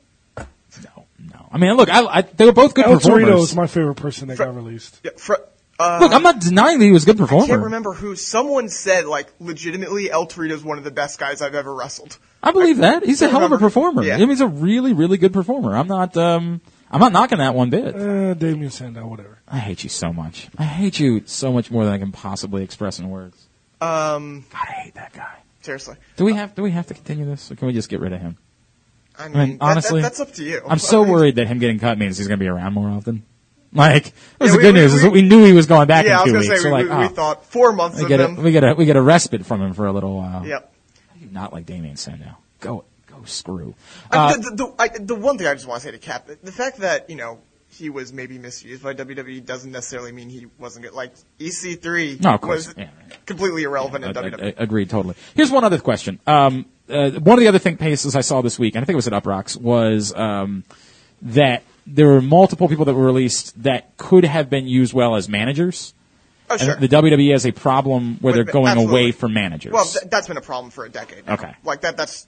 No, no. I mean, look, I, I, they were both good El performers. Torito is my favorite person that got released. Yeah, Fre- uh, Look, I'm not denying that he was a good performer. I can't remember who. Someone said, like, legitimately, El Torito's one of the best guys I've ever wrestled. I believe that. He's a hell of a remember. performer. Yeah. I mean, he's a really, really good performer. I'm not, um, I'm not knocking that one bit. Uh, Damien Sandow, whatever. I hate you so much. I hate you so much more than I can possibly express in words. Um, God, I hate that guy. seriously. Do we have, do we have to continue this or can we just get rid of him? I mean, I mean, that- that- honestly, that's up to you. I'm so worried that him getting cut means he's going to be around more often. Like, that's Yeah, the we- good we- news is we- that we knew he was going back Yeah, I in was two gonna weeks. say so we, like, we, oh, we thought four months we of get a, them. we get a, we get a respite from him for a little while. yep. Not like Damien Sandow. Go, go screw. I- Uh, the, the, the, I, the one thing I just want to say to Cap, the- the fact that you know he was maybe misused by WWE doesn't necessarily mean he wasn't good. Like EC3 No, of course. was Yeah, yeah. uh, completely irrelevant in E. Ag- ag- WWE. agreed totally. Here's one other question. Um, uh, one of the other think pieces I saw this week, and I think it was at Uprocks, was um, that there were multiple people that were released that could have been used well as managers. oh And sure. the WWE has a problem where With- they're going absolutely. away from managers. well, th- that's been a problem for a decade. now. Okay. Like that. That's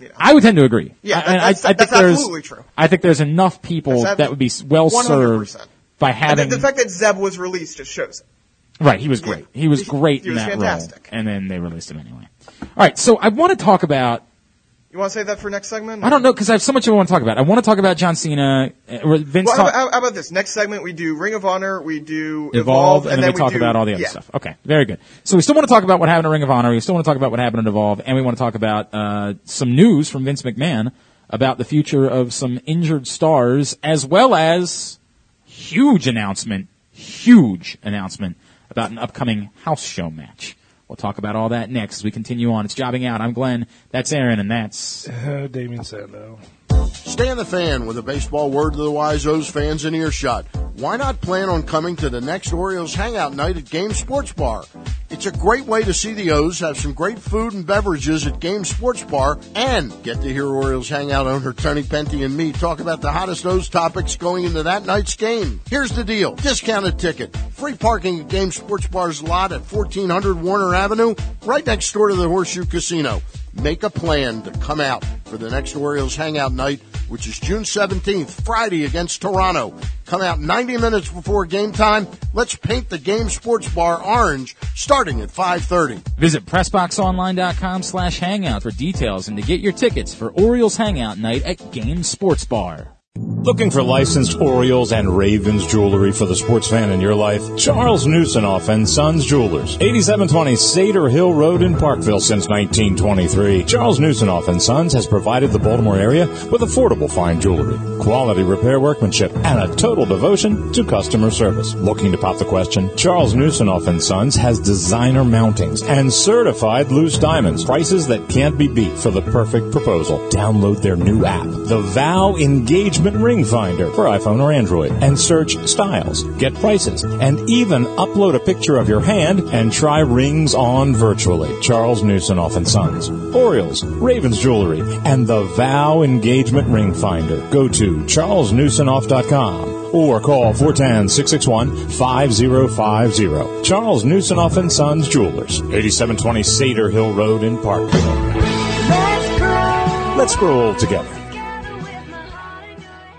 you know. I would tend to agree. Yeah, I- that- I, I, that's- I think that's there's, absolutely true. I think there's enough people That's ab- that would be s- well 100%. served by And having the, the fact that Zeb was released just shows. it. Right, he was great. Yeah. He was He- great he in was that fantastic. role, and then they released him anyway. All right, so I want to talk about You want to save that for next segment? I don't know because I have so much I want to talk about. I want to talk about John Cena. uh, Or Vince Well, how, talk- about- how, how about this? Next segment, we do Ring of Honor, we do Evolve, and, then we then talk do- about all the other yeah. stuff. Okay, very good. So we still want to talk about what happened at Ring of Honor. We still want to talk about what happened at Evolve, and we want to talk about uh, some news from Vince McMahon about the future of some injured stars, as well as huge announcement, huge announcement about an upcoming house show match. We'll talk about all that next as we continue on. It's jobbing out. I'm Glenn. That's Aaron, and that's. Uh, Damien Sandow. Stay on the fan with a baseball word to the wise O's fans in earshot. Why not plan on coming to the next Orioles hangout night at Game Sports Bar? It's a great way to see the O's, have some great food and beverages at Game Sports Bar, and get to hear Orioles hangout owner Tony Penty and me talk about the hottest O's topics going into that night's game. Here's the deal. Discounted ticket. Free parking at Game Sports Bar's lot at 1400 Warner Avenue, right next door to the Horseshoe Casino. Make a plan to come out for the next Orioles hangout night which is June 17th, Friday against Toronto. Come out 90 minutes before game time. Let's paint the game sports bar orange starting at 5.30. Visit PressBoxOnline.com slash hangout for details and to get your tickets for Orioles Hangout Night at Game Sports Bar. Looking for licensed Orioles and Ravens jewelry for the sports fan in your life? Charles Newsonoff and Sons Jewelers, 8720 Seder Hill Road in Parkville since 1923. Charles Newsonoff and Sons has provided the Baltimore area with affordable fine jewelry, quality repair workmanship, and a total devotion to customer service. Looking to pop the question? Charles Newsonoff and Sons has designer mountings and certified loose diamonds, prices that can't be beat for the perfect proposal. Download their new app, the Vow Engagement. Engagement Ring Finder for iPhone or Android and search styles, get prices, and even upload a picture of your hand and try rings on virtually. Charles Newsonoff and Sons, Orioles, Ravens Jewelry, and the Vow Engagement Ring Finder. Go to charlesnewsonoff.com or call 410-661-5050. Charles Newsonoff and Sons Jewelers, 8720 Seder Hill Road in Parkville. Let's grow old together.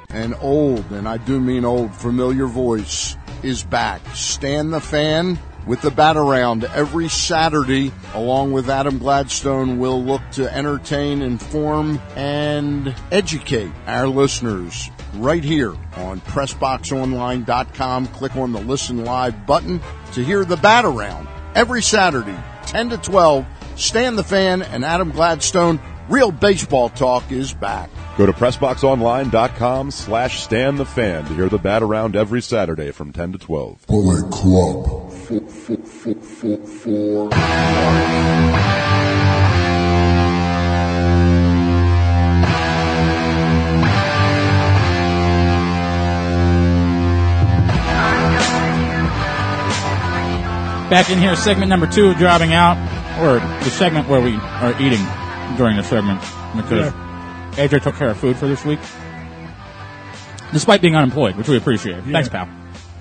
An old, and I do mean old, familiar voice is back. Stan the Fan with the bat around every Saturday, along with Adam Gladstone, will look to entertain, inform, and educate our listeners right here on PressBoxOnline.com. Click on the Listen Live button to hear the bat around every Saturday, 10 to 12. Stan the Fan and Adam Gladstone. Real baseball talk is back. Go to PressBoxOnline.com slash Stan the Fan to hear the bat around every Saturday from 10 to 12. Bullet Club. Four, four, four, four, four. Back in here, segment number two of Driving Out, or the segment where we are eating during the segment because AJ took care of food for this week, despite being unemployed, which we appreciate. Thanks, pal.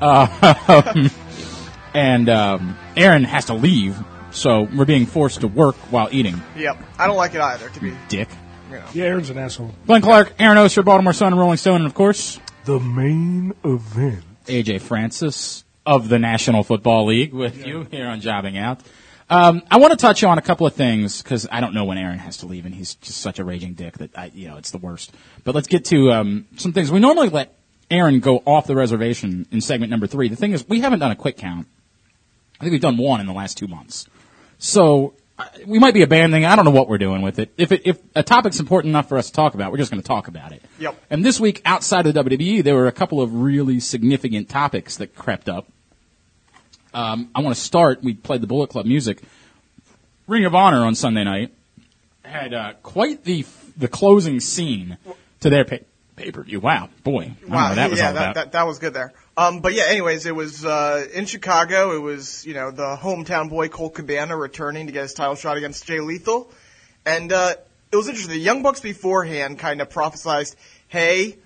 Uh, [laughs] and um, Aaron has to leave, so we're being forced to work while eating. Yep. I don't like it either, to be, you Dick. know. Yeah, Aaron's an asshole. Glenn Clark, Aaron Oster, Baltimore Sun, and Rolling Stone, and of course, The main event. AJ Francis of the National Football League with you here on Jobbing Out. Um, I want to touch on a couple of things because I don't know when Aaron has to leave, and he's just such a raging dick that I, you know, it's the worst. But let's get to um, some things. We normally let Aaron go off the reservation in segment number three. The thing is, we haven't done a quick count. I think we've done one in the last two months. So I- we might be abandoning. I don't know what we're doing with it. If it, if a topic's important enough for us to talk about, we're just going to talk about it. Yep. And this week, outside of the WWE, there were a couple of really significant topics that crept up. Um, I want to start. We played the Bullet Club music. Ring of Honor on Sunday night had uh, quite the the closing scene to their pay per view. Wow, boy, I don't know what that was yeah, all that, about. That, that was good there. Um, but yeah, anyways, it was uh, in Chicago. It was you know the hometown boy Cole Cabana returning to get his title shot against Jay Lethal, and uh, it was interesting. The Young Bucks beforehand kind of prophesized, "Hey,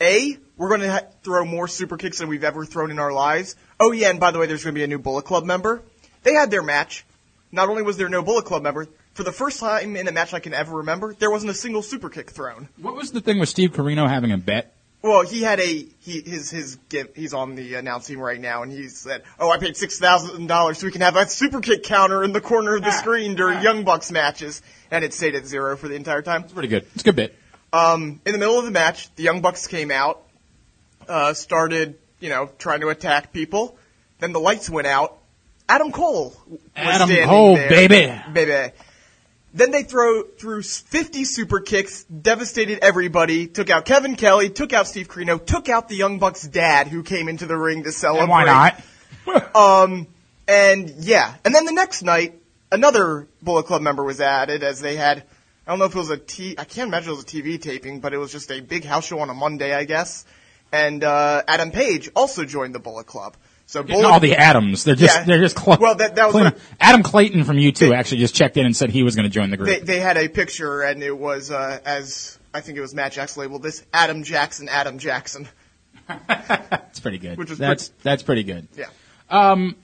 a we're going to ha- throw more super kicks than we've ever thrown in our lives. Oh yeah, and by the way, there's going to be a new Bullet Club member. They had their match. Not only was there no Bullet Club member, for the first time in a match I can ever remember, there wasn't a single super kick thrown. What was the thing with Steve Carino having a bet? Well, he had a he his his gift. He's on the announcing right now, and he said, "Oh, I paid six thousand dollars so we can have a super kick counter in the corner of the screen during Young Bucks matches." And it stayed at zero for the entire time. Pretty good. It's a good bit. Um, in the middle of the match, the Young Bucks came out, uh, started you know trying to attack people. Then the lights went out. Adam Cole. Was Adam standing Cole, there. baby. baby. Then they throw threw 50 super kicks, devastated everybody, took out Kevin Kelly, took out Steve Carino, took out the Young Bucks' dad who came into the ring to celebrate. And why not? [laughs] Um, And yeah, and then the next night, another Bullet Club member was added as they had, I don't know if it was a T, I can't imagine it was a TV taping, but it was just a big house show on a Monday, I guess. And uh, Adam Page also joined the Bullet Club. So Bullet, all the Adams. They're just Yeah. they're just close. Well, that- that was what- Adam Clayton from U2 actually just checked in and said he was going to join the group. they, they had a picture, and it was uh, as I think it was Matt Jackson labeled this Adam Jackson, Adam Jackson. that's pretty good. Which is that's that's pretty good. Yeah, Y- Um,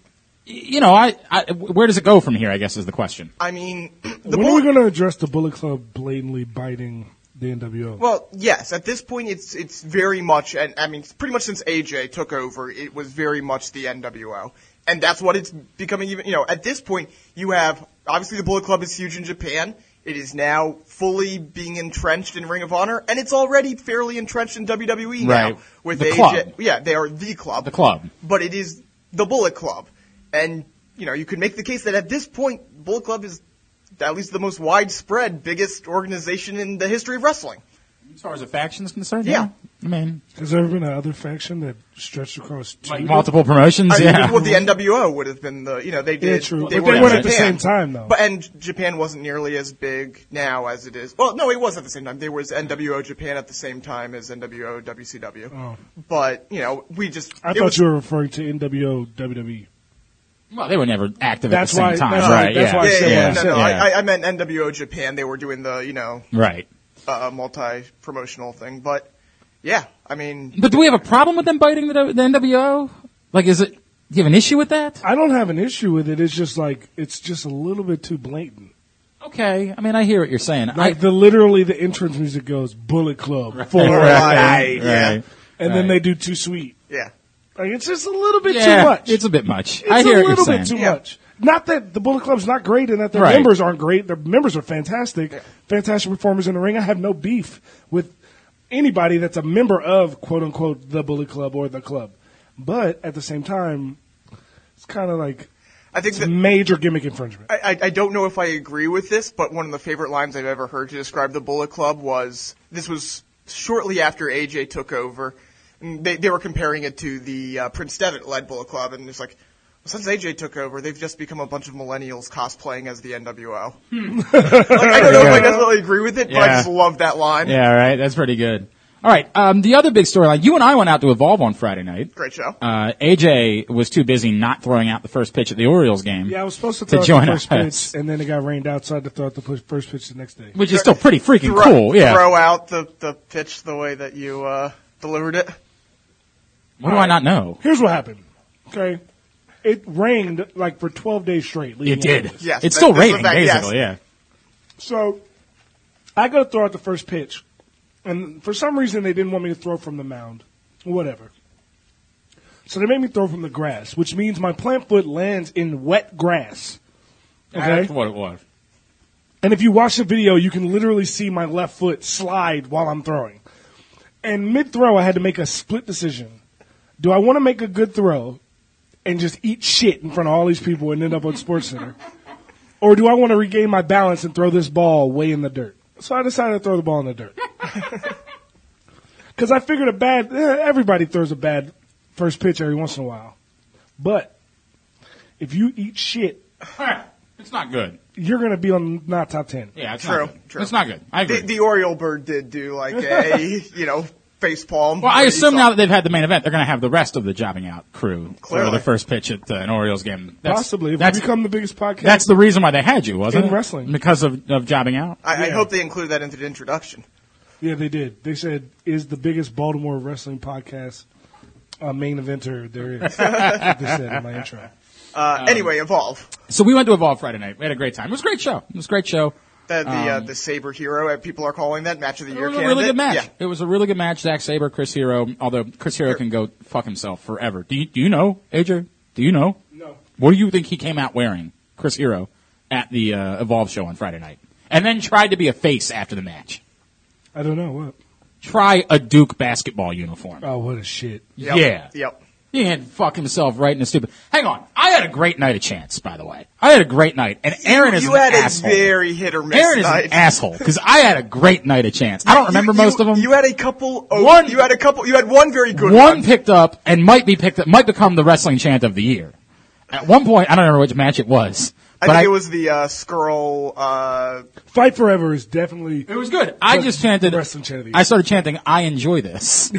You know, I, I where does it go from here? I guess is the question. I mean, [clears throat] the when are we Bullet, going to address the Bullet Club blatantly biting the NWO. Well, yes. At this point, it's it's very much, and I mean, pretty much since AJ took over, it was very much the NWO, and that's what it's becoming. Even you know, at this point, you have obviously the Bullet Club is huge in Japan. It is now fully being entrenched in Ring of Honor, and it's already fairly entrenched in WWE Right. now with The AJ. club. Yeah, they are the club. The club. But it is the Bullet Club, and you know, you could make the case that at this point, Bullet Club is at least the most widespread, biggest organization in the history of wrestling. As far as the faction's concerned, Yeah. I mean, Has there ever been another faction that stretched across two? like multiple promotions, I mean, yeah. well, the NWO would have been the, you know, they Yeah, did. true. They But were they in weren't at the same Japan. time, though. But and Japan wasn't nearly as big now as it is. Well, no, it was at the same time. There was NWO Japan at the same time as NWO WCW. Oh. But you know, we just. I it thought was- you were referring to NWO WWE. well, Oh, they were never active at the That's same why- time, that's why- right? that's yeah. why I Yeah, yeah, said yeah. what no, no. Yeah. I, I meant NWO Japan. They were doing the, you know, right. uh, multi-promotional thing. But yeah, I mean, But do we have a problem with them biting the, the NWO? Like, is it? Do you have an issue with that? I don't have an issue with it. It's just like it's just a little bit too blatant. Okay, I mean, I hear what you're saying. Like I, the literally the entrance music goes Bullet Club for Right, yeah. right. and Right. then they do Too Sweet. yeah. Like it's just a little bit Yeah, too much. It's a bit much. It's I hear a what you're little saying. bit too Yeah. much. Not that the Bullet Club's not great and that their Right. members aren't great. Their members are fantastic, fantastic performers in the ring. I have no beef with anybody that's a member of quote unquote the Bullet Club or the club. But at the same time, it's kind of like I think it's that major gimmick infringement. I, I, I don't know if I agree with this, but one of the favorite lines I've ever heard to describe the Bullet Club was this was shortly after AJ took over. And they, they were comparing it to the uh, Prince Devitt led Bullet Club, and it's like, since AJ took over, they've just become a bunch of millennials cosplaying as the NWO. like, I [laughs] don't know if I necessarily agree with it, but I Hmm. Yeah. just love that line. Yeah, right. That's pretty good. All right. Um, the other big storyline. You and I went out to Evolve on Friday night. Great show. Uh, AJ was too busy not throwing out the first pitch at the Orioles game. Yeah, I was supposed to To throw out join the first us. pitch, and then it got rained out, so I had to throw out the push, first pitch the next day. which is still pretty freaking throw, cool. Yeah. Throw out the, the pitch the way that you uh, delivered it. What do I not know? Here's what happened. Okay, it rained like for 12 days straight. leading It up to did. this. Yes, it's that- still that's a raining, fact, yes. basically. Yeah. So I go to throw out the first pitch, and for some reason they didn't want me to throw from the mound, whatever. So they made me throw from the grass, which means my plant foot lands in wet grass. Okay, what it was. and if you watch the video, you can literally see my left foot slide while I'm throwing. And mid throw, I had to make a split decision: do I want to make a good throw and just eat shit in front of all these people and end up on Sports Center, or do I want to regain my balance and throw this ball way in the dirt? So I decided to throw the ball in the dirt [laughs] because I figured a bad eh, everybody throws a bad first pitch every once in a while, but if you eat shit, it's not good. you're gonna be on not top ten. Yeah, it's True, not good. true. It's not good. I agree. The, the Oriole bird did do like a, [laughs] you know, face palm. well, I where you assume saw- now that they've had the main event, they're going to have the rest of the jobbing out crew Clearly. for the first pitch at uh, an Orioles game. That's, Possibly. If That's, we become the biggest podcast. that's the reason why they had you, wasn't In it? wrestling. Because of, of jobbing out. I, I Yeah. hope they include that into [laughs] the introduction. yeah, they did. They said, is the biggest Baltimore wrestling podcast uh, main eventer there [laughs] is. they said in my intro. Uh, anyway, evolve. So we went to Evolve Friday night. We had Um, a great time. It was a great show. It was a great show. The the, uh, the saber hero, uh, people are calling that match of the It year. was a really good match. candidate. It was a really good match. Zack Saber, Chris Hero. Although Chris Hero can go fuck himself forever. Do you, do you know AJ? Do you know? No. What do you think he came out wearing, Chris Hero, at the uh, Evolve show on Friday night, and then tried to be a face after the match? I don't know what. Try a Duke basketball uniform. Oh, what a shit. Yeah. Yep. Yeah. Yep. He had fuck himself right in the stupid. Hang on, I had a great night of chance, by the way. I had a great night, and Aaron is you an had asshole. a very hit or miss Aaron is night. an asshole because I had a great night of chance. I don't remember You- most you- of them. You had a couple. Oh, One- You had a couple. You had one very good one one. picked up and might be picked up, might become the wrestling chant of the year. At one point, I don't remember which match it was, I but think it was the uh, Skrull. Uh, Fight Forever is definitely. it was good. I was just chanted. wrestling chant of the year. I started chanting, "I enjoy [laughs] this," and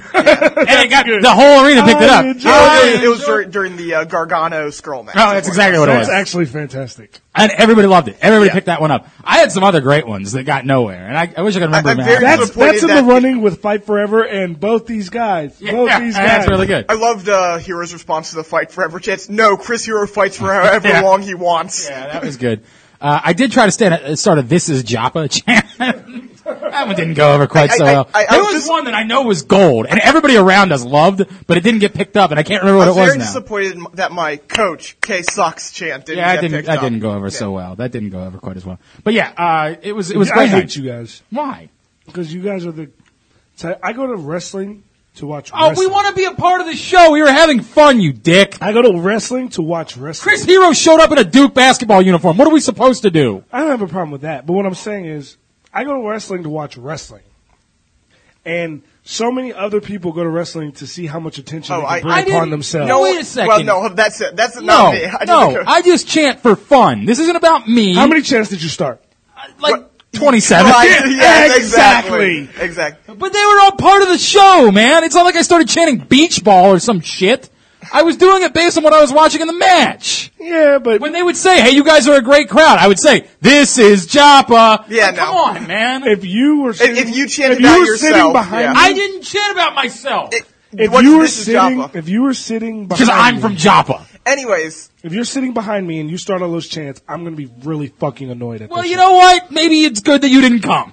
[laughs] it got the whole arena picked it I up. enjoy I Oh, it was enjoy- during, during the uh, Gargano Skrull match. Oh, that's exactly what it That's was. actually fantastic. and everybody loved it. Everybody Yeah. picked that one up. I had some other great ones that got nowhere, and I, I wish I could remember. I'm them. very That's disappointed that's in that- the running with Fight Forever and both these guys. Both Yeah, these guys. [laughs] that's really good. I loved uh, Hero's response to the fight forever chance. No, Chris Hero fights [laughs] for however Yeah. long he wants. Yeah, that was good. Uh, I did try to stand at, start a "This is Joppa" [laughs] chant. That one didn't go over quite I- so I- well. I- I there was was just- one that I know was gold, and everybody around us loved, but it didn't get picked up, and I can't remember what I it was was very now. disappointed that my coach K sucks chant didn't yeah, get I didn't. picked That up. didn't go over Yeah. so well. That didn't go over quite as well. But yeah, uh, it was. It was. I great hate night. you guys Why? because you guys are the. ty- I go to wrestling to watch. Oh, wrestling. we want to be a part of the show. We were having fun, you dick. I go to wrestling to watch wrestling. Chris Hero showed up in a Duke basketball uniform. What are we supposed to do? I don't have a problem with that, but what I'm saying is, I go to wrestling to watch wrestling, and so many other people go to wrestling to see how much attention Oh, they I- can bring I upon didn't- themselves. No, wait a second. Well, no, that's it. That's No, not me. I no, didn't- I just chant for fun. This isn't about me. Uh, How many chants did you start? Like twenty-seven. Right, Yeah, yes, exactly. Exactly. But they were all part of the show, man. It's not like I started chanting beach ball or some shit. I was doing it based on what I was watching in the match. Yeah, but When they would say, "Hey, you guys are a great crowd," I would say, "This is Joppa." Yeah, Like, no. come on, man. if you were sitting, if you chanted if you out were yourself, sitting behind, yeah. I didn't chant about myself if What's- you were this is sitting, Joppa. if you were sitting behind, because I'm me- from Joppa. Anyways, If you're sitting behind me and you start all those chants, I'm going to be really fucking annoyed at Well, this you one. know what? Maybe it's good that you [laughs] didn't come.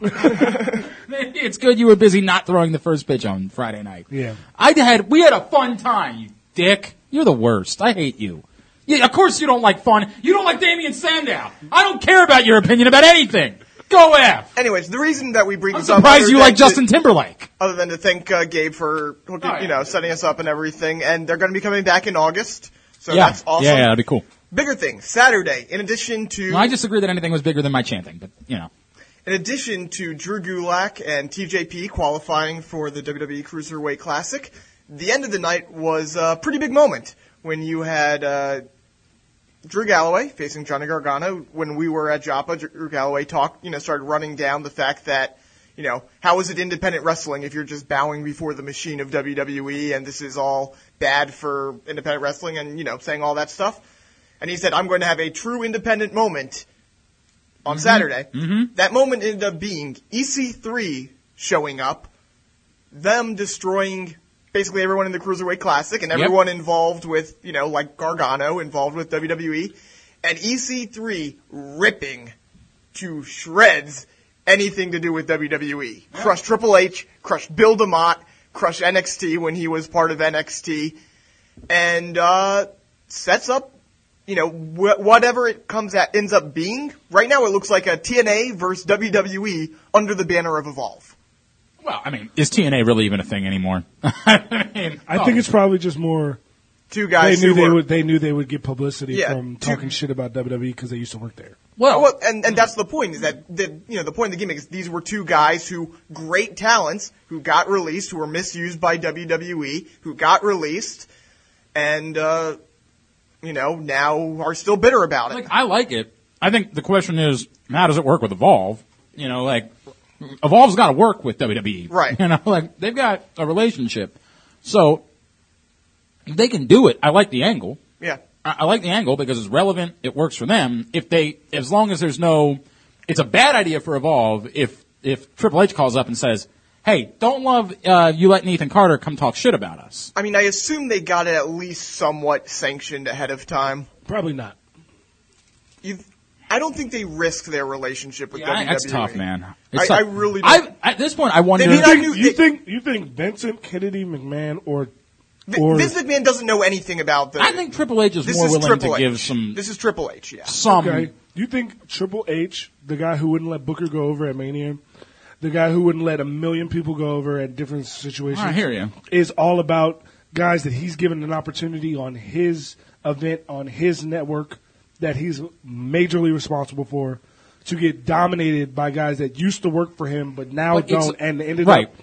[laughs] Maybe it's good you were busy not throwing the first pitch on Friday night. Yeah. I had we had a fun time, you dick. You're the worst. I hate you. Yeah, of course you don't like fun. You don't like Damian Sandow. I don't care about your opinion about anything. Go F. anyways, the reason that we bring I'm this up surprised other you than like to- Justin Timberlake. other than to thank uh, Gabe for hooking, Oh, yeah. you know setting us up and everything. And they're going to be coming back in August, so that's awesome. Yeah, yeah, that'd be cool. Bigger thing Saturday. In addition to Well, I disagree that anything was bigger than my chanting, but you know. in addition to Drew Gulak and TJP qualifying for the WWE Cruiserweight Classic, the end of the night was a pretty big moment when you had. Uh, Drew Galloway facing Johnny Gargano. When we were at Joppa, Drew Galloway talked, you know, started running down the fact that, you know, how is it independent wrestling if you're just bowing before the machine of WWE and this is all bad for independent wrestling and, you know, saying all that stuff. And he said, I'm going to have a true independent moment on Saturday. Mm-hmm. That moment ended up being EC3 showing up, them destroying basically everyone in the Cruiserweight Classic and Yep. everyone involved with, you know, like Gargano involved with WWE, and EC3 ripping to shreds anything to do with WWE. Crush Triple H, crush Bill DeMott, crush NXT when he was part of NXT, and uh, sets up, you know, wh- whatever it comes at ends up being. Right now, it looks like a TNA versus WWE under the banner of Evolve. Well, I mean, is TNA really even a thing anymore? I, mean, I think it's probably just more Two they guys knew who they were- would they knew they would get publicity Yeah, from two- talking shit about WWE because they used to work there. well, Well, and, and that's the point is that the you know the point of the gimmick is these were two guys who great talents who got released who were misused by WWE who got released and uh, you know now are still bitter about it. Like I like it. I think the question is, how does it work with Evolve? You know, like Evolve's got to work with WWE, Right. [laughs] You know, like they've got a relationship, so they can do it. I like the angle. yeah, I, I like the angle because it's relevant. It works for them. If they, as long as there's no, it's a bad idea for Evolve if if Triple H calls up and says, "Hey, don't love uh, you letting Ethan Carter come talk shit about us." I mean I assume they got it at least somewhat sanctioned ahead of time. Probably not. You, I don't think they risk their relationship with Yeah, WWE. I- that's tough, man. I- tough. I really don't- I've, at this point, I wonder. mean, I knew- You It- think you think Vincent Kennedy McMahon or Th- or Vince McMahon doesn't know anything about the. I think Triple H is this more is willing Triple to H. give some This is Triple H. Yeah. some. okay, you think Triple H, the guy who wouldn't let Booker go over at Mania, the guy who wouldn't let a million people go over at different situations, I hear you. is all about guys that he's given an opportunity on his event on his network that he's majorly responsible for to get dominated by guys that used to work for him but now But it's- don't and ended right. up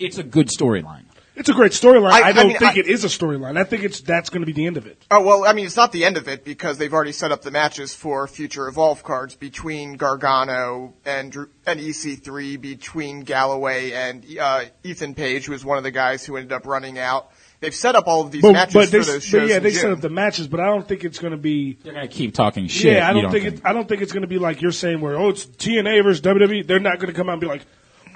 It's a good storyline. It's a great storyline. I- I, I don't mean, think I- it is a storyline. I think it's that's going to be the end of it. Oh well, I mean it's not the end of it because they've already set up the matches for future Evolve cards between Gargano and Drew- and EC3, between Galloway and uh, Ethan Page, who is one of the guys who ended up running out. They've set up all of these But, matches but, they, for those but shows. yeah, in they June. set up the matches, but I don't think it's going to be. They're gonna keep talking shit. yeah, I you don't, think, it, I don't think it's going to be like you're saying E. where oh it's TNA versus WWE. They're not going to come out and be like,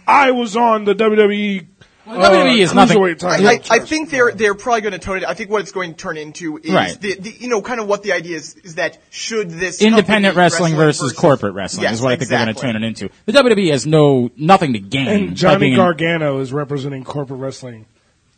I was on the WWE WWE E is nothing. cruiserweight title. I, I, I think they're they're probably going to tone it. I think what it's going to turn into is Right. the, the you know kind of what the idea is is that should this Independent company wrestling versus, corporate wrestling Yes, is what I think exactly. they're going to turn it into. The WWE has no nothing to gain. by And Johnny being- Gargano is representing corporate wrestling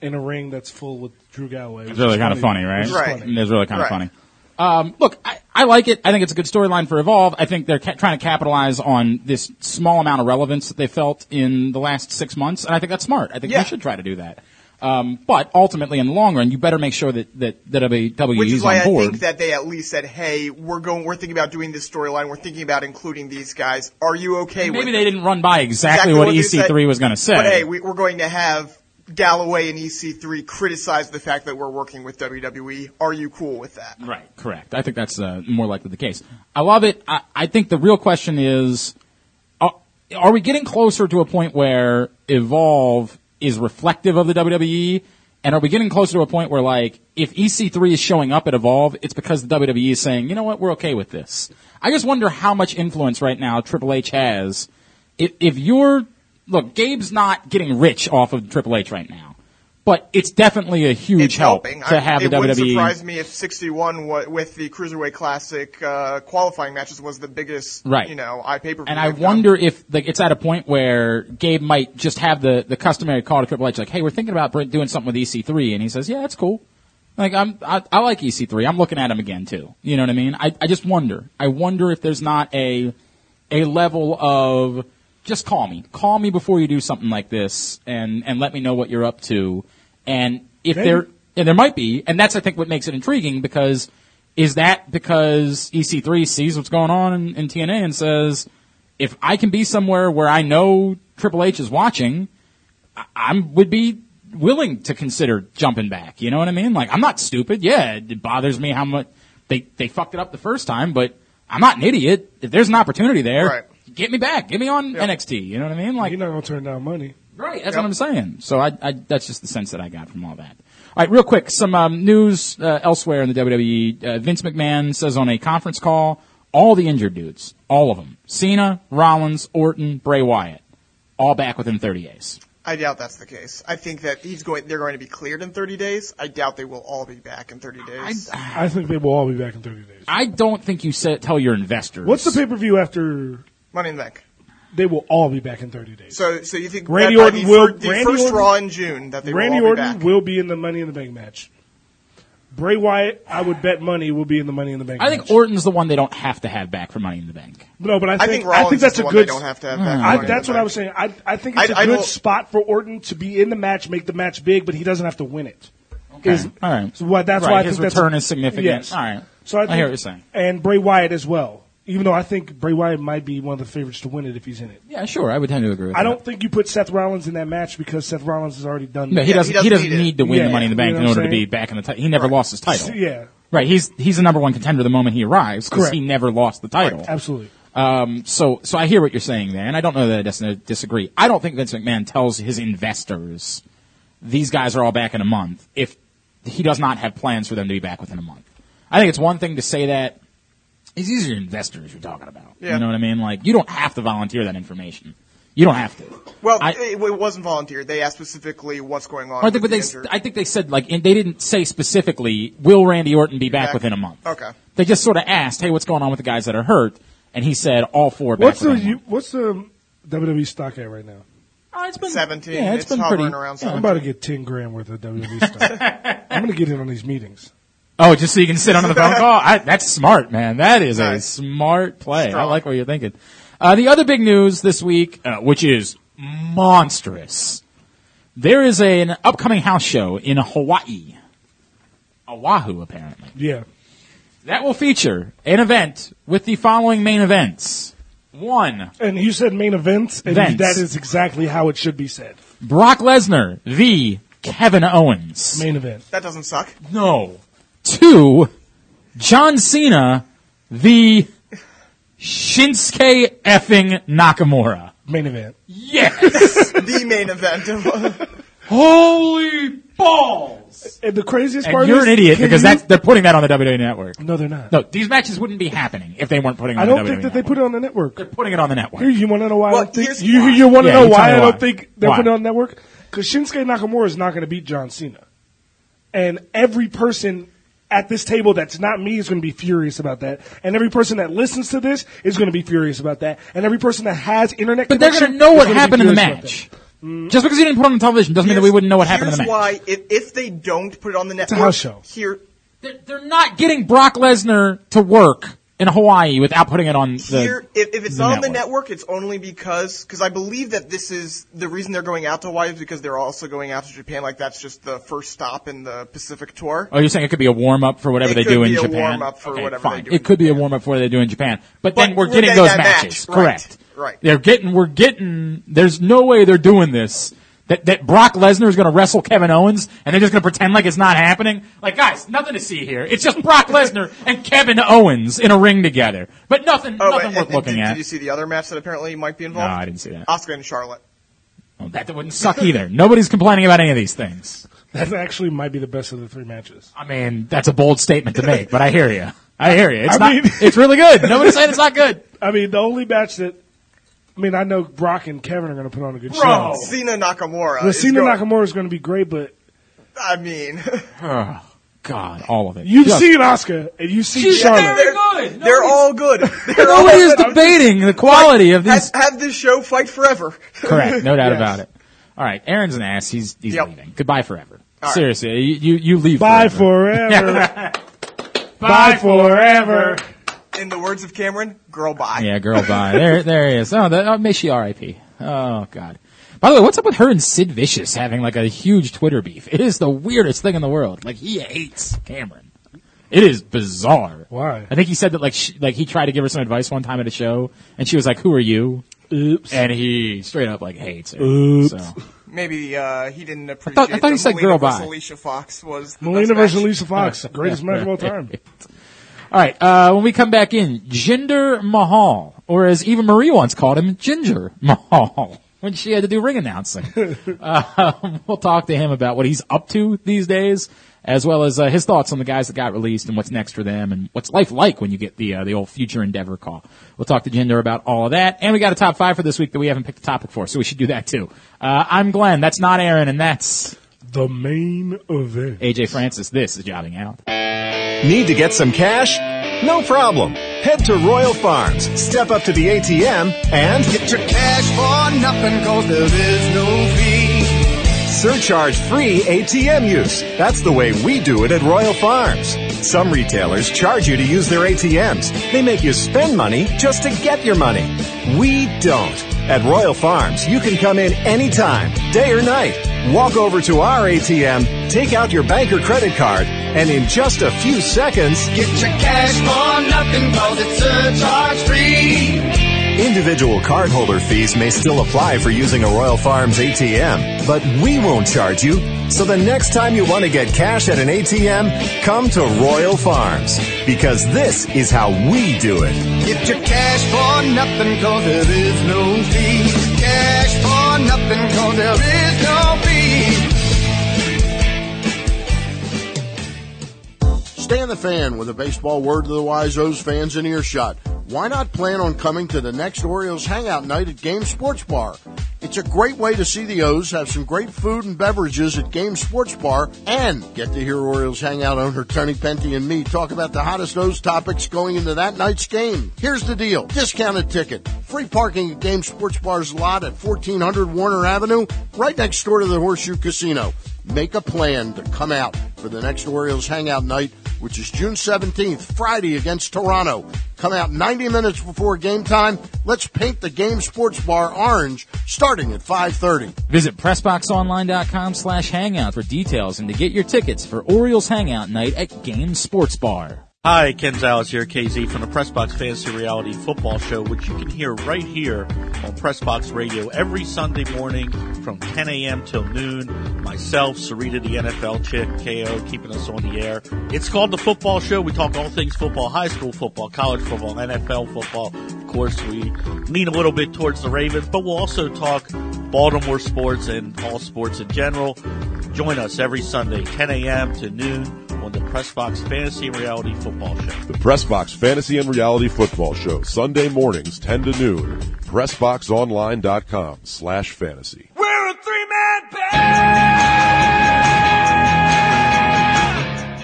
in a ring that's full with Drew Galloway. It's really kind of funny, right? Right. funny. It's really kind of Right. funny. Um, look, I, I like it. I think it's a good storyline for Evolve. I think they're ca- trying to capitalize on this small amount of relevance that they felt in the last six months, and I think that's smart. I think Yeah. they should try to do that. Um, but ultimately, in the long run, you better make sure that that, that WWE Which is, is why on I board. think that they at least said, "Hey, we're going. We're thinking about doing this storyline. We're thinking about including these guys. Are you okay with Maybe it?" they didn't run by exactly, what you EC3 said. was going to say. But hey, we, we're going to have Galloway and EC3 criticize the fact that we're working with WWE. Are you cool with that? Right, correct. I think that's uh, more likely the case. I love it. I, I think the real question is, are, are we getting closer to a point where Evolve is reflective of the WWE? And are we getting closer to a point where, like, if EC3 is showing up at Evolve, it's because the WWE is saying, you know what, we're okay with this. I just wonder how much influence right now Triple H has. If, if you're, look, Gabe's not getting rich off of Triple H right now, but it's definitely a huge It's help helping. to I- have it the E wouldn't WWE. surprise me if 61 wa- with the Cruiserweight Classic uh, qualifying matches was the biggest, Right. you know, I pay per view. And I wonder if like it's at a point where Gabe might just have the, the customary call to Triple H, like, "Hey, we're thinking about br- doing something with EC3," and he says, "Yeah, that's cool." Like I'm, I, I like EC3. I'm looking at him again too. You know what I mean? I, I just wonder. I wonder if there's not a a level of just call me, call me before you do something like this, and and let me know what you're up to. And if Maybe. there and there might be, and that's I think what makes it intriguing because is that because EC3 sees what's going on in, in TNA and says, if I can be somewhere where I know Triple H is watching, I I'm- would be willing to consider jumping back. You know what I mean? Like I'm not stupid. Yeah, it bothers me how much they they fucked it up the first time, but I'm not an idiot. If there's an opportunity there, Right. get me back, get me on NXT. You know what I mean? Like You're not gonna turn down money. Right, that's what I'm saying. So I, I, that's just the sense that I got from all that. All right, real quick, some um, news uh, elsewhere in the WWE. Uh, Vince McMahon says on a conference call, all the injured dudes, all of them, Cena, Rollins, Orton, Bray Wyatt, all back within 30 days. I doubt that's the case. I think that he's going. They're going to be cleared in 30 days. I doubt they will all be back in 30 days. I think they will all be back in 30 days. I don't think you said tell your investors. What's the pay per view after? Money in the bank. They will all be back in 30 days. So, so you think Randy that by Orton the, will- fir- the Randy first Orton- Raw in June that they Randy will all be Orton back. will be in the Money in the Bank match. Bray Wyatt, I would bet money will be in the Money in the Bank. I think match. Orton's the one they don't have to have back for Money in the Bank. no, but I I think think Rollins think that's is the a one good. they don't have to have Hmm. back. in I, Money in that's the what I Bank. was saying. I, I think it's a I- I good don't- spot for Orton to be in the match, make the match big, but he doesn't have to win it. Is- All right. So why- that's Right, why I his think that's return a- is significant. Yes. All right. So I, think, hear what you're saying. And Bray Wyatt as well. Even though I think Bray Wyatt might be one of the favorites to win it if he's in it. Yeah, sure. I would tend to agree with I that. don't think you put Seth Rollins in that match because Seth Rollins has already done No, that. he, doesn't, he doesn't. need it. need to win Yeah, the Money in the you Bank know in what order I'm to be saying? back in the title. He never lost his title. Yeah, Right, he's he's the number one contender the moment he arrives because Correct. he never lost the title. absolutely. Um, so so I hear what you're saying there, and I don't know that I dis- disagree. I don't think Vince McMahon tells his investors these guys are all back in a month if he does not have plans for them to be back within a month. I think it's one thing to say that. It's these are your investors you're talking about. Yeah. You know what I mean? Like you don't have to volunteer that information. You don't have to. Well, I- it, it wasn't volunteer. They asked specifically what's going on. I think, with but they, the injured. I think they said like, and they didn't say specifically, will Randy Orton be back, back? within a month? Okay. They just sort of asked, hey, what's going on with the guys that are hurt? And he said, all four are back What's the within a you, month. what's the WWE stock at right now? Oh, it's been 17. Yeah, It's been hovering pretty. around I'm 17. about to get ten grand worth of [laughs] WWE stock. I'm going to get in on these meetings. Oh, just so you can sit on the phone [laughs] call? I, that's smart, man. That is a Nice. smart play. I Strong. like what you're thinking. Uh, the other big news this week, uh, which is monstrous, there is a, an upcoming house show in Hawaii. Oahu, apparently. Yeah, That will feature an event with the following main events. One, and you said main events, and Events. that is exactly how it should be said. Brock Lesnar v. Kevin Owens. Main event. that doesn't suck. No. Two, John Cena v. Shinsuke effing Nakamura. Main event. [laughs] Yes! the main event. of- [laughs] Holy balls! And the craziest part And you're is an idiot can because you- that's, they're putting that on the WWE Network. no, they're not. No, these matches wouldn't be happening if they weren't putting it I on don't the WWE think that they Network. put it on the network. They're putting it on the network. Here, you want to know why? I Well, don't think, here's you why. you want to Yeah, know you tell why me I why. don't think they're Why? putting it on the network? because Shinsuke Nakamura is not going to beat John Cena, and every person at this table that's not me is going to be furious about that, and every person that listens to this is going to be furious about that, and every person that has internet. But they're going to know what happened in the match. Just because you didn't put it on television doesn't mean that we Mm-hmm. Here's- wouldn't know what happened in the Here's why, match. if, if they don't put it on the network, a house show. Here, They're, they're not getting Brock Lesnar to work in Hawaii without putting it on the. here, if, if it's the not on the network, it's only because because I believe that this is the reason they're going out to Hawaii is because they're also going out to Japan. Like that's just the first stop in the Pacific tour. Oh, you're saying it could be a warm up for whatever It they could do in be a Japan. warm-up for okay, whatever fine. they do it in could be a Japan. warm up for what they do in Japan. But, But then we're we're getting getting those that match, matches, right, correct? right. They're getting. We're getting. There's no way they're doing this. That that Brock Lesnar is going to wrestle Kevin Owens and they're just going to pretend like it's not happening. Like guys, nothing to see here. It's just Brock Lesnar and Kevin Owens in a ring together. But nothing, Oh, nothing and- worth and looking did, at. Did you see the other match that apparently might be involved? No, I didn't see that. Oscar and Charlotte. Well, that wouldn't [laughs] suck either. Nobody's complaining about any of these things. That actually might be the best of the three matches. I mean, that's a [laughs] bold statement to make, but I hear you. I hear you. It's I not. mean- it's really good. Nobody's [laughs] saying it's not good. I mean, the only match that I mean, I know Brock and Kevin are going to put on a good Bro. show. Cena Nakamura. The is Cena going- Nakamura is going to be great, but I mean, [laughs] Oh, God, all of it. you've Just- seen Oscar and you've seen She's Charlotte. very good. they're [laughs] all good. They're all Nobody is good. I'm just- debating the quality of Have, these. have this show fight forever. [laughs] Correct, no [laughs] doubt Yes. about it. All right, Aaron's an ass. He's he's Yep. leaving. Goodbye forever. All right. Seriously, you you, you leave. Bye forever. [laughs] forever. Bye forever. In the words of Cameron, girl, bye. Yeah, girl, bye. there, there he is. Oh, that, oh, may she R.I.P. Oh God. By the way, what's up with her and Sid Vicious having like a huge Twitter beef? It is the weirdest thing in the world. Like he hates Cameron. It is bizarre. Why? I think he said that like she, like he tried to give her some advice one time at a show, and she was like, "Who are you?" Oops. And he straight up like hates her. Oops. So. Maybe uh, he didn't appreciate. thought- I thought he that said Melina girl, versus bye. Alicia Fox was the Melina best versus match. Lisa Fox, [laughs] greatest match of all time. All right. Uh, when we come back in, Jinder Mahal, or as Eva Marie once called him, Ginger Mahal, when she had to do ring announcing. [laughs] uh, [laughs] we'll talk to him about what he's up to these days, as well as uh, his thoughts on the guys that got released and what's next for them, and what's life like when you get the uh, the old future endeavor call. We'll talk to Jinder about all of that, and we got a top five for this week that we haven't picked a topic for, so we should do that too. Uh, I'm Glenn. That's not Aaron, and that's The main event. AJ Francis. This is jobbing out. Need to get some cash? No problem. Head to Royal Farms, step up to the ATM, and get your cash for nothing cause there is no fee. Surcharge free ATM use. That's the way we do it at Royal Farms. Some retailers charge you to use their ATMs. They make you spend money just to get your money. We don't. At Royal Farms, you can come in anytime, day or night. Walk over to our ATM, take out your bank or credit card, and in just a few seconds, get your cash for nothing cause it's surcharge free. Individual cardholder fees may still apply for using a Royal Farms ATM, but we won't charge you. So the next time you want to get cash at an ATM, come to Royal Farms because this is how we do it. Get your cash for nothing cause there is no fee. Cash for nothing cause there is no fee. Stan the Fan with a baseball word to the wise O's fans in earshot. Why not plan on coming to the next Orioles hangout night at Game Sports Bar? It's a great way to see the O's, have some great food and beverages at Game Sports Bar, and get to hear Orioles hangout owner Tony Penty and me talk about the hottest O's topics going into that night's game. Here's the deal. Discounted ticket. Free parking at Game Sports Bar's lot at 1400 Warner Avenue, right next door to the Horseshoe Casino. Make a plan to come out for the next Orioles hangout night, which is June 17th, Friday against Toronto. Come out 90 minutes before game time. Let's paint the game sports bar orange starting at 5:30. Visit PressBoxOnline.com slash hangout for details and to get your tickets for Orioles Hangout Night at Game Sports Bar. Hi, Ken Zales here, KZ, from the Pressbox Fantasy Reality Football Show, which you can hear right here on Pressbox Radio every Sunday morning from 10 a.m. till noon. Myself, Sarita, the NFL chick, KO, keeping us on the air. It's called the Football Show. We talk all things football, high school football, college football, NFL football. Of course, we lean a little bit towards the Ravens, but we'll also talk Baltimore sports and all sports in general. Join us every Sunday, 10 a.m. to noon on the Pressbox Fantasy Reality Football Show. The Pressbox Fantasy and Reality Football Show, Sunday mornings, 10 to noon. PressboxOnline.com slash fantasy. We're a three man band.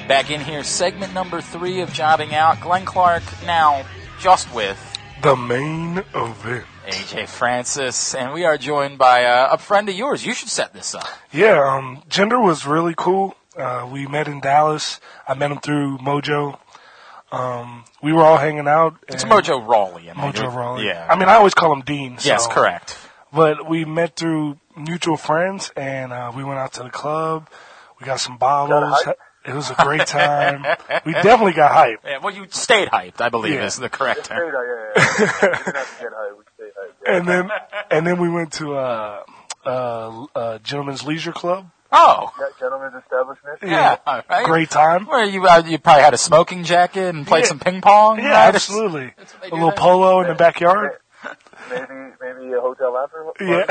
Back in here, segment number three of Jobbing Out. Glenn Clark now just with The main event. AJ Francis, and we are joined by uh, a friend of yours. You should set this up. Yeah, um, Gender was really cool. Uh, we met in Dallas. I met him through Mojo. Um, we were all hanging out. It's and- Mojo Rawley. I mean, Mojo it- Raleigh. Yeah. I mean, I always call him Dean. So. Yes, correct. But we met through mutual friends, and uh, we went out to the club. We got some bottles. It was a great [laughs] time. we definitely got hype. Yeah, well, you stayed hyped, I believe, Yeah. is the correct term. and then and then we went to uh, uh, uh, Gentleman's Leisure Club. Oh. Gentlemen's establishment. Yeah. all right. Great time. Where you uh, you probably had a smoking jacket and played Yeah. some ping pong. Yeah, right? absolutely. A little polo in the backyard. Maybe maybe a hotel after. [laughs] Yeah,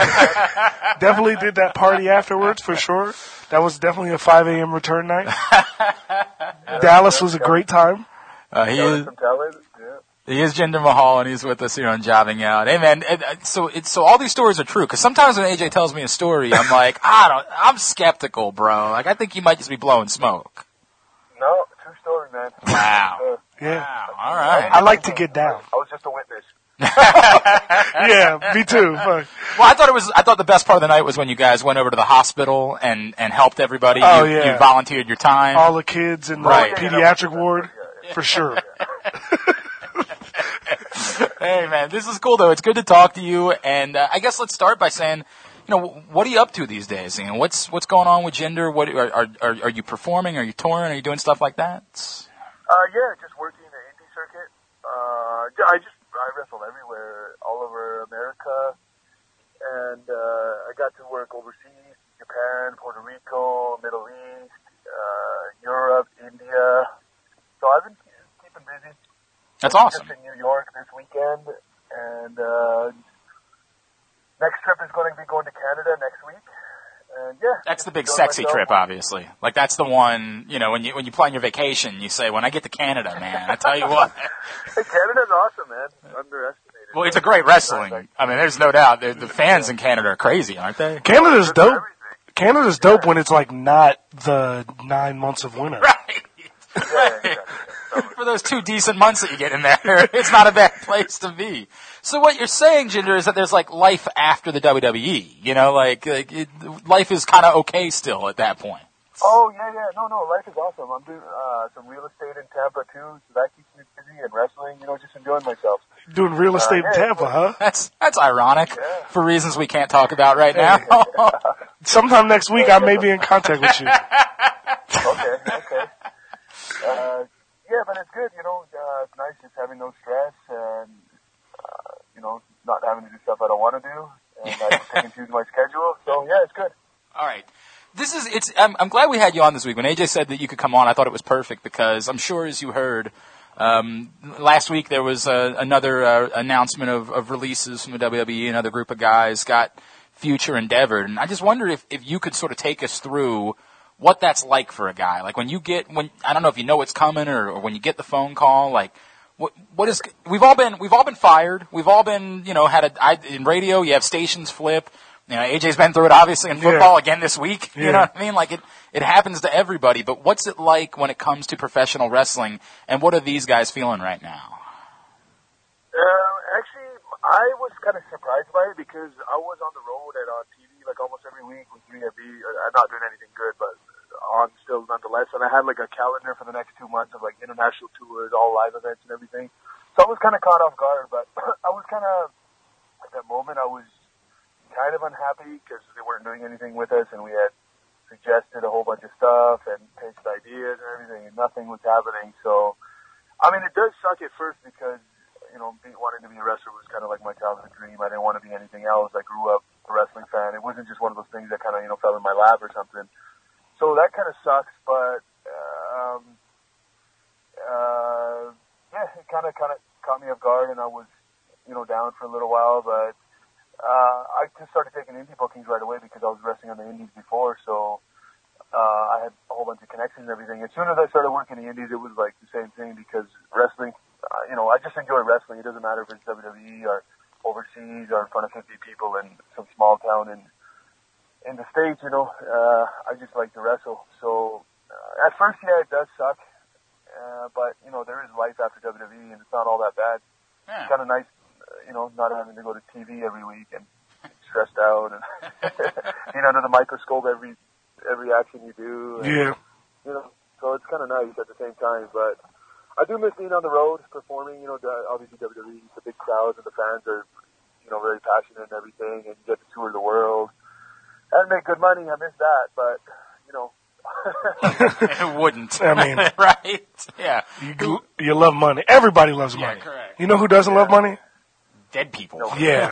definitely did that party afterwards for sure. That was definitely a 5 a.m. return [laughs] night. Dallas was a great time. Uh, he is Talent. he is Jinder Mahal and he's with us here on Jobbing Out. Hey man, and, uh, so it's so all these stories are true because sometimes when AJ tells me a story, I'm like, I don't, I'm skeptical, bro. Like I think you might just be blowing smoke. No, true story, man. Wow. Yeah. all right. I like to get [laughs] down. I was just [laughs] a witness. Uh, yeah, me too. Fuck. Well, I thought it was. I thought the best part of the night was when you guys went over to the hospital and and helped everybody. Oh, you, yeah. you volunteered your time. All the kids in the Right. pediatric ward, for sure. hey man, this is cool though. It's good to talk to you. And uh, I guess let's start by saying, you know, wh- what are you up to these days? You know, what's what's going on with gender? What are are are, are you performing? Are you touring? Are you doing stuff like that? Uh, yeah, just working the indie circuit. Uh, I just I wrestled everywhere, all over America, and uh, I got to work overseas, Japan, Puerto Rico, Middle East, uh, Europe, India. So I've been ke- keeping busy. That's awesome. Just in New York this weekend, and uh, next trip is going to be going to Canada next week. And yeah, That's the big enjoying sexy myself. trip, obviously. Like that's the one. You know, when you when you plan your vacation, you say, when I get to Canada, man, I tell you what. [laughs] Canada's awesome, man. Underestimated. Well, it's a great wrestling. I mean, there's no doubt. The the fans in Canada are crazy, aren't they? Canada's dope. Canada's dope when it's like not the nine months of winter. [laughs] for those two decent months that you get in there, [laughs] it's not a bad place to be. So what you're saying, Jinder, is that there's like life after the WWE. You know, like, like it, life is kind of okay still at that point. Oh yeah, yeah. No, no. Life is awesome. I'm doing uh, some real estate in Tampa too, so that keeps me busy and wrestling. You know, just enjoying myself. Uh, Doing real estate in Tampa, huh? That's that's ironic for reasons we can't talk about right now. [laughs] [laughs] Sometime next week, I may be in contact [laughs] with you. [laughs] Okay, okay. Uh, yeah, but it's good. You know, uh, it's nice just having no stress and uh, you know not having to do stuff I don't want to do, and I can pick and choose my schedule. So yeah, it's good. All right. This is it's. I'm, I'm glad we had you on this week. When AJ said that you could come on, I thought it was perfect because I'm sure, as you heard, um, last week there was uh, another uh, announcement of, of releases from the WWE. Another group of guys got Future Endeavored, and I just wonder if, if you could sort of take us through what that's like for a guy. Like when you get when I don't know if you know what's coming or, or when you get the phone call, like what what is we've all been we've all been fired. We've all been you know had a I, in radio. You have stations flip. You know AJ's been through it obviously in football again this week. [laughs] You Yeah. know what I mean? Like it it happens to everybody. But what's it like when it comes to professional wrestling? And what are these guys feeling right now? Um, actually, I was kind of surprised by it because I was on the road and on TV like almost every week with 3FB. Uh, I'm not doing anything good, but on still nonetheless. And I had like a calendar for the next two months of like international tours, all live events and everything. So I was kind of caught off guard, but [laughs] I was kind of at that moment I was kind of unhappy because they weren't doing anything with us, and we had suggested a whole bunch of stuff and pitched ideas and everything, and nothing was happening. So, I mean, it does suck at first because you know being, wanting to be a wrestler was kind of like my childhood dream. I didn't want to be anything else. I grew up a wrestling fan. It wasn't just one of those things that kind of you know fell in my lap or something. So that kind of sucks, but um, uh, yeah, it kind of kind of caught me off guard, and I was you know down for a little while, but uh, I just started taking indie bookings right away because I was wrestling on the indies before, so uh, I had a whole bunch of connections and everything. As soon as I started working the indies, it was like the same thing because wrestling, uh, you know, I just enjoy wrestling. It doesn't matter if E it's WWE or overseas or in front of 50 people in some small town in in the states, you know, uh, I just like to wrestle. So uh, at first, yeah, it does suck, uh, but you know, there is life after WWE, and it's not all that bad. It's kind of nice, uh, you know, not having to go to TV every week and stressed out and [laughs] being under the microscope every every action you do. And, [laughs] Yeah. You know, so it's kind of nice at the same time, but. I do miss being on the road performing. You know, the- obviously WWE, the big crowds and the fans are, you know, very passionate and everything, and you get to tour the world and make good money. I miss that, but you [laughs] know, it wouldn't. I mean, [laughs] [laughs] right? Yeah. You, gl- you love money. Everybody loves money. correct. You know who doesn't love money? Dead people. [laughs] [laughs] Yeah.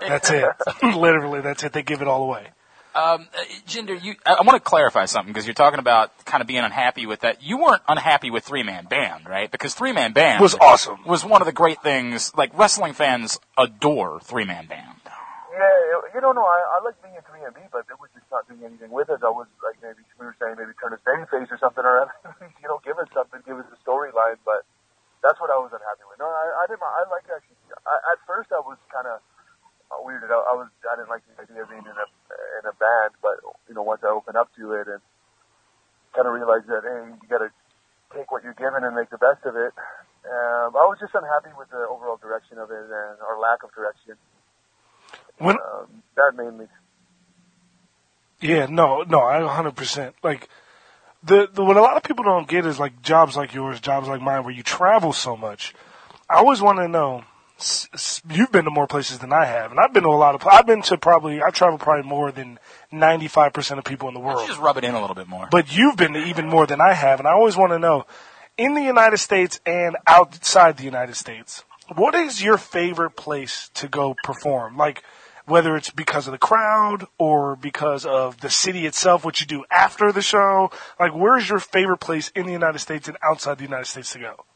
that's it. [laughs] Literally, that's it. They give it all away. [laughs] Um, uh, Jinder, you, I, I want to clarify something because you're talking about kind of being unhappy with that. You weren't unhappy with Three Man Band, right? Because Three Man Band Was awesome. Was one of the great things. Like wrestling fans adore Three Man Band. yeah, you don't know. I, I like being in 3MB, but they were just not doing anything with us. I was like, maybe we were saying maybe turn us babyface or something, or [laughs] you know, give us something, give us a storyline. But that's what I was unhappy with. No, I, I didn't. I like actually. I, at first, I was kind of weirded out. I was. I didn't like the idea of being in a in a band, but you know, once I opened up to it and kind of realized that hey, you got to take what you're given and make the best of it. Um, I was just unhappy with the overall direction of it and or lack of direction. When Um, that mainly. Yeah, no, no, I 100%. Like, the, the what a lot of people don't get is like jobs like yours, jobs like mine, where you travel so much. I always want to know. s- s- You've been to more places than I have, and I've been to a lot of. pla- I've been to probably. I travel probably more than ninety five percent of people in the Why don't world. you just rub it in a little bit more. But you've been to even more than I have, and I always want to know, in the United States and outside the United States, what is your favorite place to go perform? Like, whether it's because of the crowd or because of the city itself, what you do after the show. Like, where's your favorite place in the United States and outside the United States to go?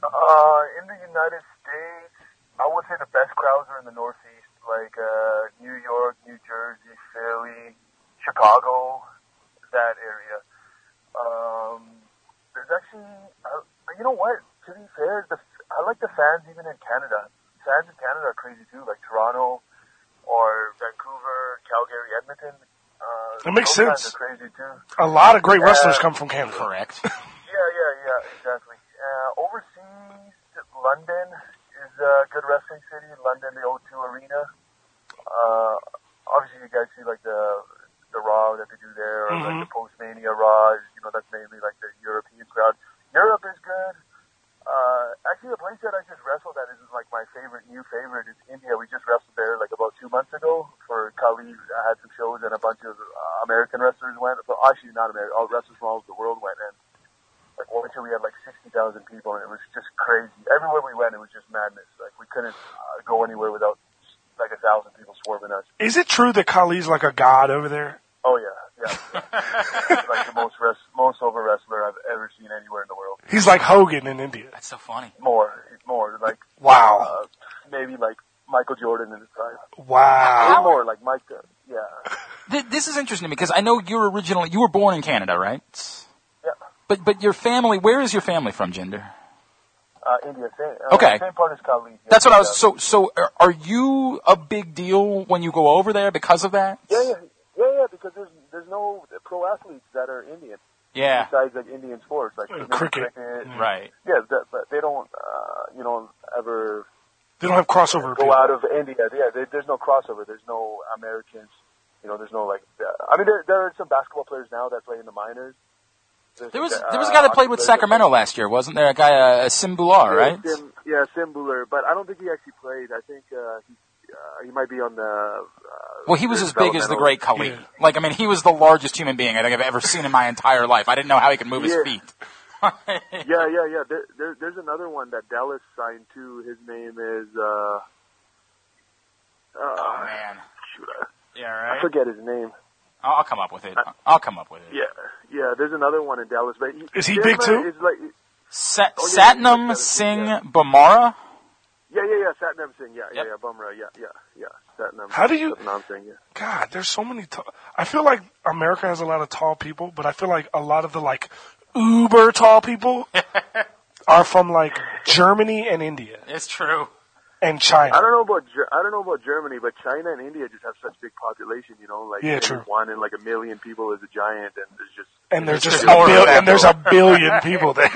Uh, in the United States, I would say the best crowds are in the Northeast, like uh, New York, New Jersey, Philly, Chicago, that area. Um, there's actually, uh, you know what? To be fair, the, I like the fans even in Canada. Fans in Canada are crazy too, like Toronto or Vancouver, Calgary, Edmonton. Uh, That makes those fans sense. are crazy too. A lot of great wrestlers Uh, come from Canada. Correct. Yeah, yeah, yeah, exactly. Uh, overseas, London is a good wrestling city. London, the O2 Arena. Uh, obviously, you guys see like the the Raw that they do there, or like the Postmania Raw. You know, that's mainly like the European crowd. Europe is good. Uh, actually, the place that I just wrestled at is like my favorite, new favorite. is India. We just wrestled there like about two months ago for Kali. I had some shows and a bunch of uh, American wrestlers went. Well, actually, not American. All wrestlers from all over the world went. And like one show we had like 60,000 people and it was just crazy. Everywhere we went, it was just madness. Like we couldn't uh, go anywhere without like a thousand people swarming us. [laughs] Is it true that Kali's like a god over there? Oh yeah, yeah. yeah. like the most rest, most over wrestler I've ever seen anywhere in the world. He's like Hogan in India. That's so funny. More, more like Wow. Uh, maybe like Michael Jordan in his time. Wow. Way more like Mike. uh, Yeah. Th- this is interesting to me because I know you're originally you were born in Canada, right? Yeah. But but your family, where is your family from, Jinder? Uh, India, same, uh, Okay. same part as Kali. yeah, That's what I yeah. was. So so are- are you a big deal when you go over there because of that? Yeah, yeah, yeah, yeah. Because there's there's no pro athletes that are Indian. Yeah. Besides like Indian sports like maybe cricket. Mm. Right. Yeah, that, but they don't uh, you know ever They don't have crossover go appeal. out of India. Yeah, they, there's no crossover. There's no Americans. You know, there's no like. Uh, I mean, there, there are some basketball players now that play in the minors. There's, There was there was a guy that played with Sacramento last year, wasn't there? A guy, uh, Simbular, right? Yeah, Sim, yeah, Sim Buller, but I don't think he actually played. I think uh, he uh, he might be on the. Uh, Well, he was as big as the great Khalid. Like, I mean, he was the largest human being I think I've ever seen in my entire life. I didn't know how he could move his Yeah. feet. [laughs] yeah, yeah, yeah. There, there, there's another one that Dallas signed too. His name is. Uh, oh man. Shoot, Yeah, I, right. I forget his name. I'll I'll come up with it. I'll come up with it. Yeah, yeah. There's another one in Dallas, but he, Is he yeah, big man, too? It's like, Sa- Oh, yeah, yeah, Satnam Singh Bamara. yeah, yeah, yeah. Satnam Singh. Yeah, yeah, yeah. Bumrah. Yeah, yeah, yeah. Satnam. How do you- Satnam Singh. Yeah. God, there's so many. T- I feel like America has a lot of tall people, but I feel like a lot of the like [laughs] uber tall people are from like Germany and India. It's true. and China. I don't know about Ger- I don't know about Germany, but China and India just have such big population. You know, like Yeah, maybe true. one in like a million people is a giant, and there's just And there's it's just a bill- and there's [laughs] a billion people there.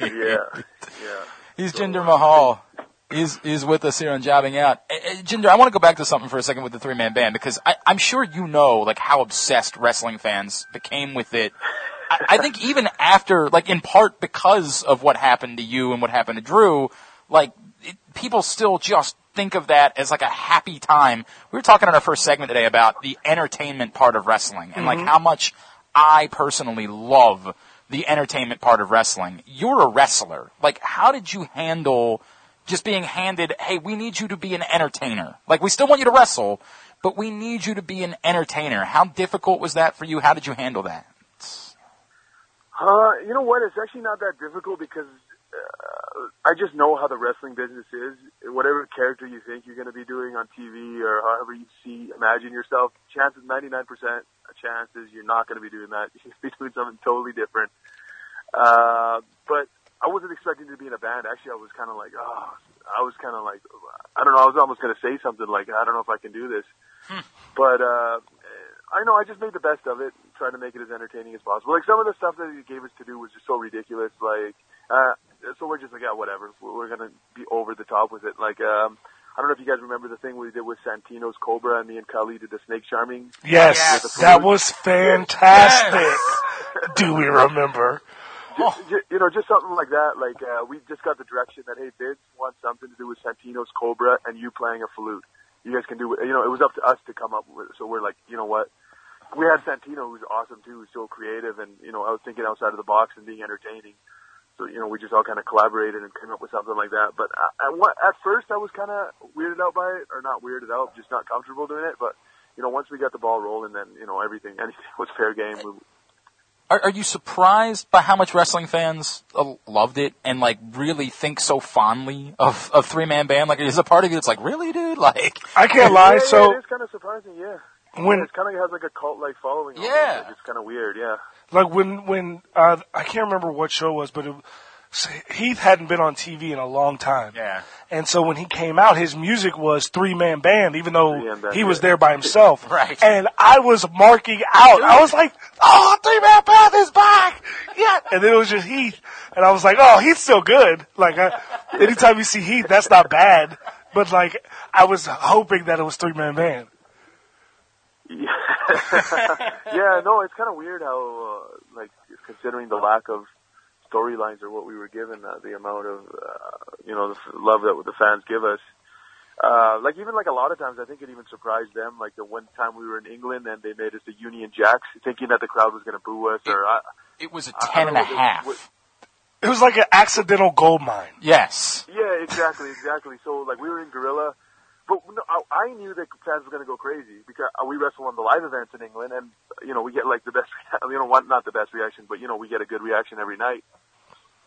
yeah, yeah. He's Jinder Mahal. He's, he's with us here on Jobbing Out. Eh, eh, Jinder, I want to go back to something for a second with the three man band because I, I'm sure you know like how obsessed wrestling fans became with it. I, I think even after, like in part because of what happened to you and what happened to Drew, like it, people still just think of that as like a happy time. We were talking in our first segment today about the entertainment part of wrestling and like Mhm. how much I personally love the entertainment part of wrestling. You're a wrestler. Like, how did you handle just being handed, hey, we need you to be an entertainer? Like, we still want you to wrestle, but we need you to be an entertainer. How difficult was that for you? How did you handle that? Uh, you know what? It's actually not that difficult because uh, I just know how the wrestling business is. Whatever character you think you're going to be doing on TV or however you see, imagine yourself. Chances 99% chances you're not going to be doing that. [laughs] You're going to be doing something totally different. Uh, but I wasn't expecting to be in a band. Actually, I was kind of like, oh, I was kind of like, I don't know. I was almost going to say something like, I don't know if I can do this. But uh, I know I just made the best of it, trying to make it as entertaining as possible. Like some of the stuff that he gave us to do was just so ridiculous. Like uh, so we're just like, yeah, whatever. We're we're gonna be over the top with it. Like um, I don't know if you guys remember the thing we did with Santino's Cobra and me and Kali did the snake charming. Yes, With the that food. was fantastic. [laughs] Do we remember? Ju- ju- you know, just something like that. Like uh, we just got the direction that hey, Vince wants something to do with Santino's Cobra and you playing a flute. You guys can do it. You know, it was up to us to come up with. So we're like, you know what? We had Santino, who's awesome too, who's so creative, and you know, I was thinking outside of the box and being entertaining. So you know, we just all kind of collaborated and came up with something like that. But I, I, wa- at first, I was kind of weirded out by it, or not weirded out, just not comfortable doing it. But you know, once we got the ball rolling, then you know, everything, [laughs] anything was fair game. We, Are, are you surprised by how much wrestling fans uh, loved it and like really think so fondly of, of three man band? Like, is a part of you that's like, really, dude? [laughs] Like, I can't Yeah, lie. yeah, so it is kind of surprising, yeah. When- yeah, it kind of has like a cult like following. Yeah, it's kind of weird. Yeah, like when when uh, I can't remember what show it was, but it, Heath hadn't been on TV in a long time. Yeah. And so when he came out, his music was three man band, even though Three-man band, he was yeah. there by himself. [laughs] Right. And I was marking out. I was like, "Oh, three man band is back!" Yeah. And then it was just Heath, and I was like, "Oh, Heath's still good." Like, I, anytime you see Heath, that's not bad. But like, I was hoping that it was three man band. [laughs] yeah. No, it's kind of weird how uh, like considering the lack of storylines or what we were given, uh, the amount of uh, you know the f- love that the fans give us. Uh, like even like a lot of times, I think it even surprised them. Like the one time we were in England and they made us the Union Jacks, thinking that the crowd was going to boo us. Or I, it was a ten and a half. It was like an accidental gold mine. Yes. Yeah, exactly, exactly. So like we were in Gorilla, but no, I, I knew that fans were going to go crazy because uh, we wrestle on the live events in England, and you know we get like the best, [laughs] you know, one, not the best reaction, but you know we get a good reaction every night.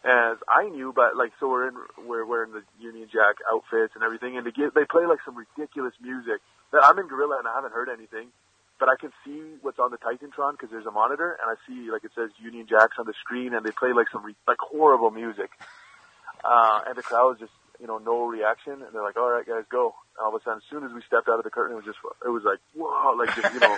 As I knew, but like so we're in we're wearing the Union Jack outfits and everything, and they get they play like some ridiculous music. Now, I'm in Gorilla and I haven't heard anything, but I can see what's on the Titantron because there's a monitor, and I see like it says Union Jacks on the screen, and they play like some re- like horrible music uh, and the crowd was just you know no reaction, and they're like, "All right, guys, go!" And all of a sudden, as soon as we stepped out of the curtain, it was just it was like, "Wow!" Like just, you know,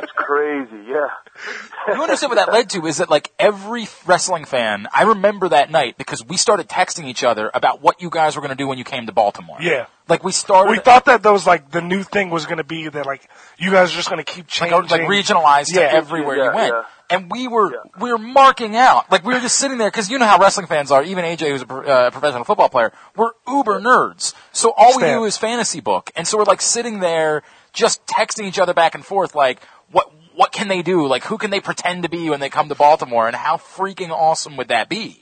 it's crazy, yeah. [laughs] you understand what that led to is that like every wrestling fan, I remember that night because we started texting each other about what you guys were going to do when you came to Baltimore. Yeah. Like we started We thought that that was like the new thing was going to be that like you guys are just going to keep like, changing, uh, like regionalized to everywhere you went. And we were we were marking out like we were just sitting there because you know how wrestling fans are. Even AJ, who's a pro- uh, professional football player, we're uber nerds. So all we Stan. do is fantasy book, and so we're like sitting there just texting each other back and forth, like what what can they do? Like who can they pretend to be when they come to Baltimore? And how freaking awesome would that be?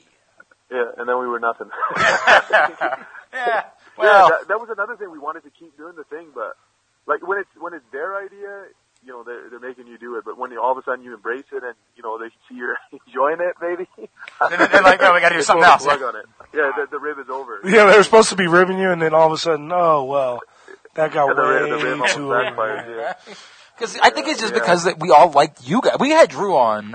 Yeah, and then we were nothing. [laughs] [laughs] yeah. Well, that, that was another thing we wanted to keep doing the thing, but like when it's when it's their idea, you know, they're they're making you do it. But when you, all of a sudden you embrace it and you know they see you're [laughs] enjoying it, maybe they're like, "Oh, we gotta do They something pull the else." plug on it. Yeah, the, the rib is over. Yeah, they were supposed to be ribbing you, and then all of a sudden, oh well, that got Yeah, the rib, the rib way almost too. backfired, yeah. Because I think it's just um, because that we all liked you guys. We had Drew on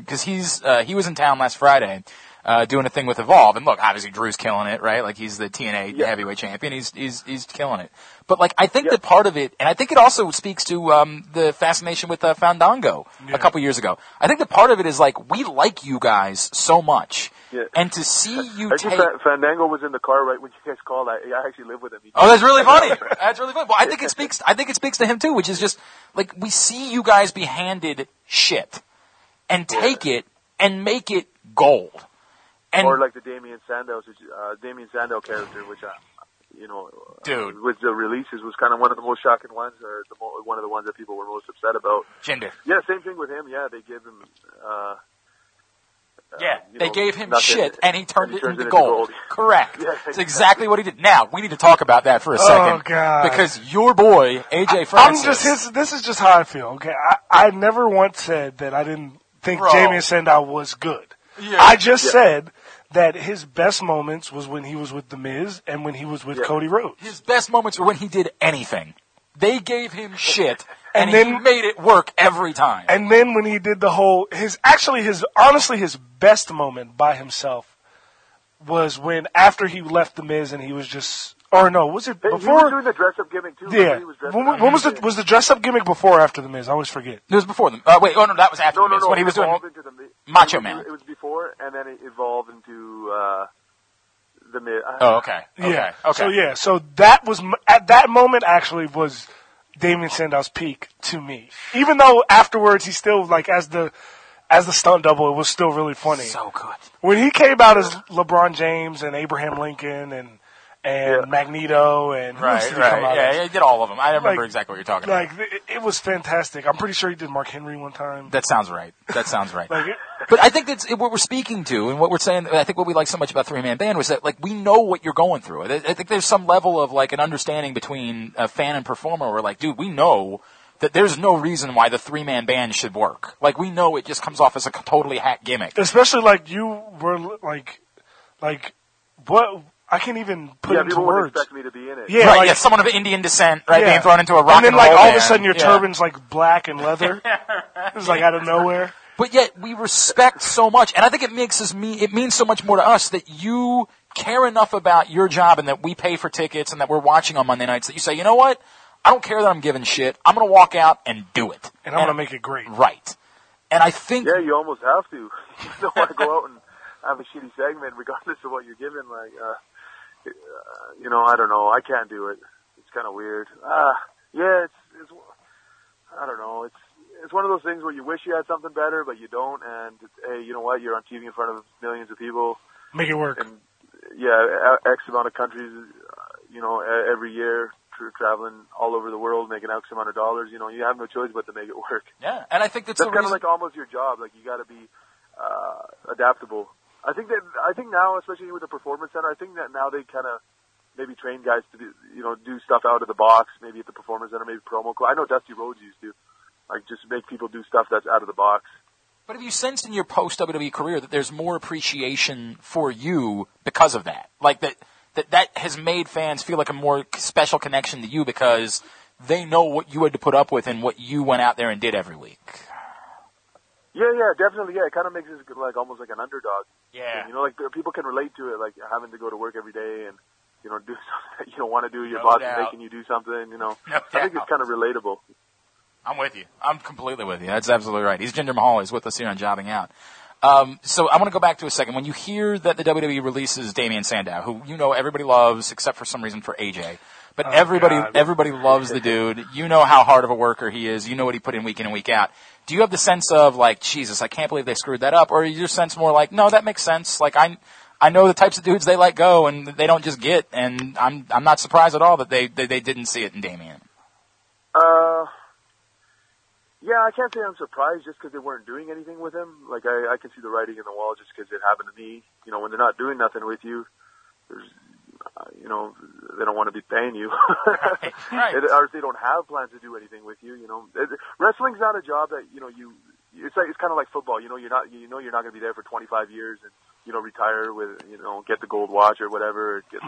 because he's uh, he was in town last Friday, uh, doing a thing with Evolve. And look, obviously Drew's killing it, right? Like he's the TNA heavyweight champion. He's he's he's killing it. But like I think that part of it, and I think it also speaks to um, the fascination with uh, Fandango a couple years ago. I think that part of it is like we like you guys so much, Yeah. and to see you Actually, take. Fa- Fandango was in the car right when you guys called. I, I actually live with him. [laughs] He- Oh, that's really [laughs] funny. That's really funny. Well, I think it speaks. I think it speaks to him too, which is just like we see you guys be handed shit and take it and make it gold. And or like the Damien Sandow, situ- uh, Damien Sandow character, which I, you know, uh, Dude. with the releases was kind of one of the most shocking ones, or the mo- one of the ones that people were most upset about. Jinder. Yeah, same thing with him. Yeah, they gave him. Uh, Yeah, you they know, gave him nothing. shit, and he turned it And he turns into it into gold. [laughs] gold. Correct. Yeah, That's exactly what he did. Now we need to talk about that for a Oh, second, God. because your boy AJ I'm Francis. just his, this is just how I feel. Okay, I, I never once said that I didn't think Bro. Jamie Sandow was good. Yeah. I just Yeah. said that his best moments was when he was with The Miz and when he was with Cody Rhodes. His best moments were when he did anything. They gave him shit, [laughs] And and, he then- made it work every time. And then when he did the whole his actually his honestly his best moment by himself was when after he left the Miz and he was just or no was it He was before doing the dress up gimmick too. remember? yeah He was dressed when, up. when was the was the dress up gimmick before or after the Miz I always forget it was before them uh, wait oh no that was after the No, no, Miz no. when he it was doing evolved into the Mi- Macho it was- Man. It was before, and then it evolved into uh, the Miz. Oh, okay. yeah okay. so yeah so that was m- at that moment actually was Damien Sandow's peak to me even though afterwards he still like as the as the stunt double it was still really funny so good when he came out as LeBron James and Abraham Lincoln and and Magneto and who else Right, did he come right, out yeah, as? yeah, he did all of them. I remember Like- exactly what you're talking Like about. it, it was fantastic. I'm pretty sure he did Mark Henry one time. That sounds right. That sounds [laughs] right. Like it, but I think that's it- what we're speaking to, and what we're saying. I think what we like so much about Three Man Band was that like we know what you're going through. I I think there's some level of like an understanding between a fan and performer. Where like, dude, we know that there's no reason why the Three Man Band should work. Like we know it just comes off as a totally hack gimmick. especially like you were like like what I can't even put yeah, into people would words. expect me to be in it. Yeah, right, like- yeah, someone of Indian descent, right, Yeah. being thrown into a rock and then and, like roll all of a band. sudden your Yeah. turban's like black and [laughs] leather. [laughs] it's like out of nowhere. But yet we respect so much, and I think it makes us me. It means so much more to us that you care enough about your job, and that we pay for tickets, and that we're watching on Monday nights. That you say, you know what? I don't care that I'm giving shit. I'm gonna walk out and do it, And I'm gonna make it great. right. And I think Yeah, you almost have to. [laughs] you don't want to go out and have a shitty segment, regardless of what you're given. Like, uh, uh, you know, I don't know. I can't do it. It's kind of weird. Uh, yeah, it's, it's. I don't know. It's it's one of those things where you wish you had something better, but you don't. And hey, you know what? You're on TV in front of millions of people. Make it work. And yeah, a- X amount of countries, uh, you know, e- every year, tra- traveling all over the world, making X amount of dollars. You know, you have no choice but to make it [laughs] work. Yeah, and I think that's, the kind of reason- like almost your job. Like you got to be uh, adaptable. I think that I think now, especially with the performance center, I think that now they kind of maybe train guys to do, you know do stuff out of the box. Maybe at the performance center, maybe promo. cl- I know Dusty Rhodes used to like just make people do stuff that's out of the box. But have you sensed in your post WWE career that there's more appreciation for you because of that? Like that that that has made fans feel like a more special connection to you because they know what you had to put up with and what you went out there and did every week. Yeah, yeah, definitely. Yeah, it kind of makes us like almost like an underdog. Yeah. you know, like there- people can relate to it, like having to go to work every day and you know [laughs] do something that you don't want to do. Your No boss doubt. is making you do something. You know, [laughs] No I think doubt. it's kind of relatable. I'm with you. I'm completely with you. That's absolutely right. He's Jinder Mahal. He's with us here on Jobbing Out. Um, so I want to go back to a second. When you hear that the WWE releases Damian Sandow, who you know everybody loves, except for some reason for AJ, but Oh, everybody God. everybody loves the dude. You know how hard of a worker he is. You know what he put in week in and week out. Do you have the sense of like Jesus? I can't believe they screwed that up, or is your sense more like no, that makes sense. Like I I know the types of dudes they let go and they don't just get, and I'm I'm not surprised at all that they they, they didn't see it in Damian. Uh, yeah, I can't say I'm surprised just because they weren't doing anything with him. Like I, I can see the writing in the wall just because it happened to me. You know, when they're not doing nothing with you, there's, uh, you know, they don't want to be paying you, [laughs] [laughs] right. It, or if they don't have plans to do anything with you. You know, It- wrestling's not a job that you know you. It's like it's kind of like football. You know, you're not you know you're not going to be there for 25 years and you know retire with you know get the gold watch or whatever. Get,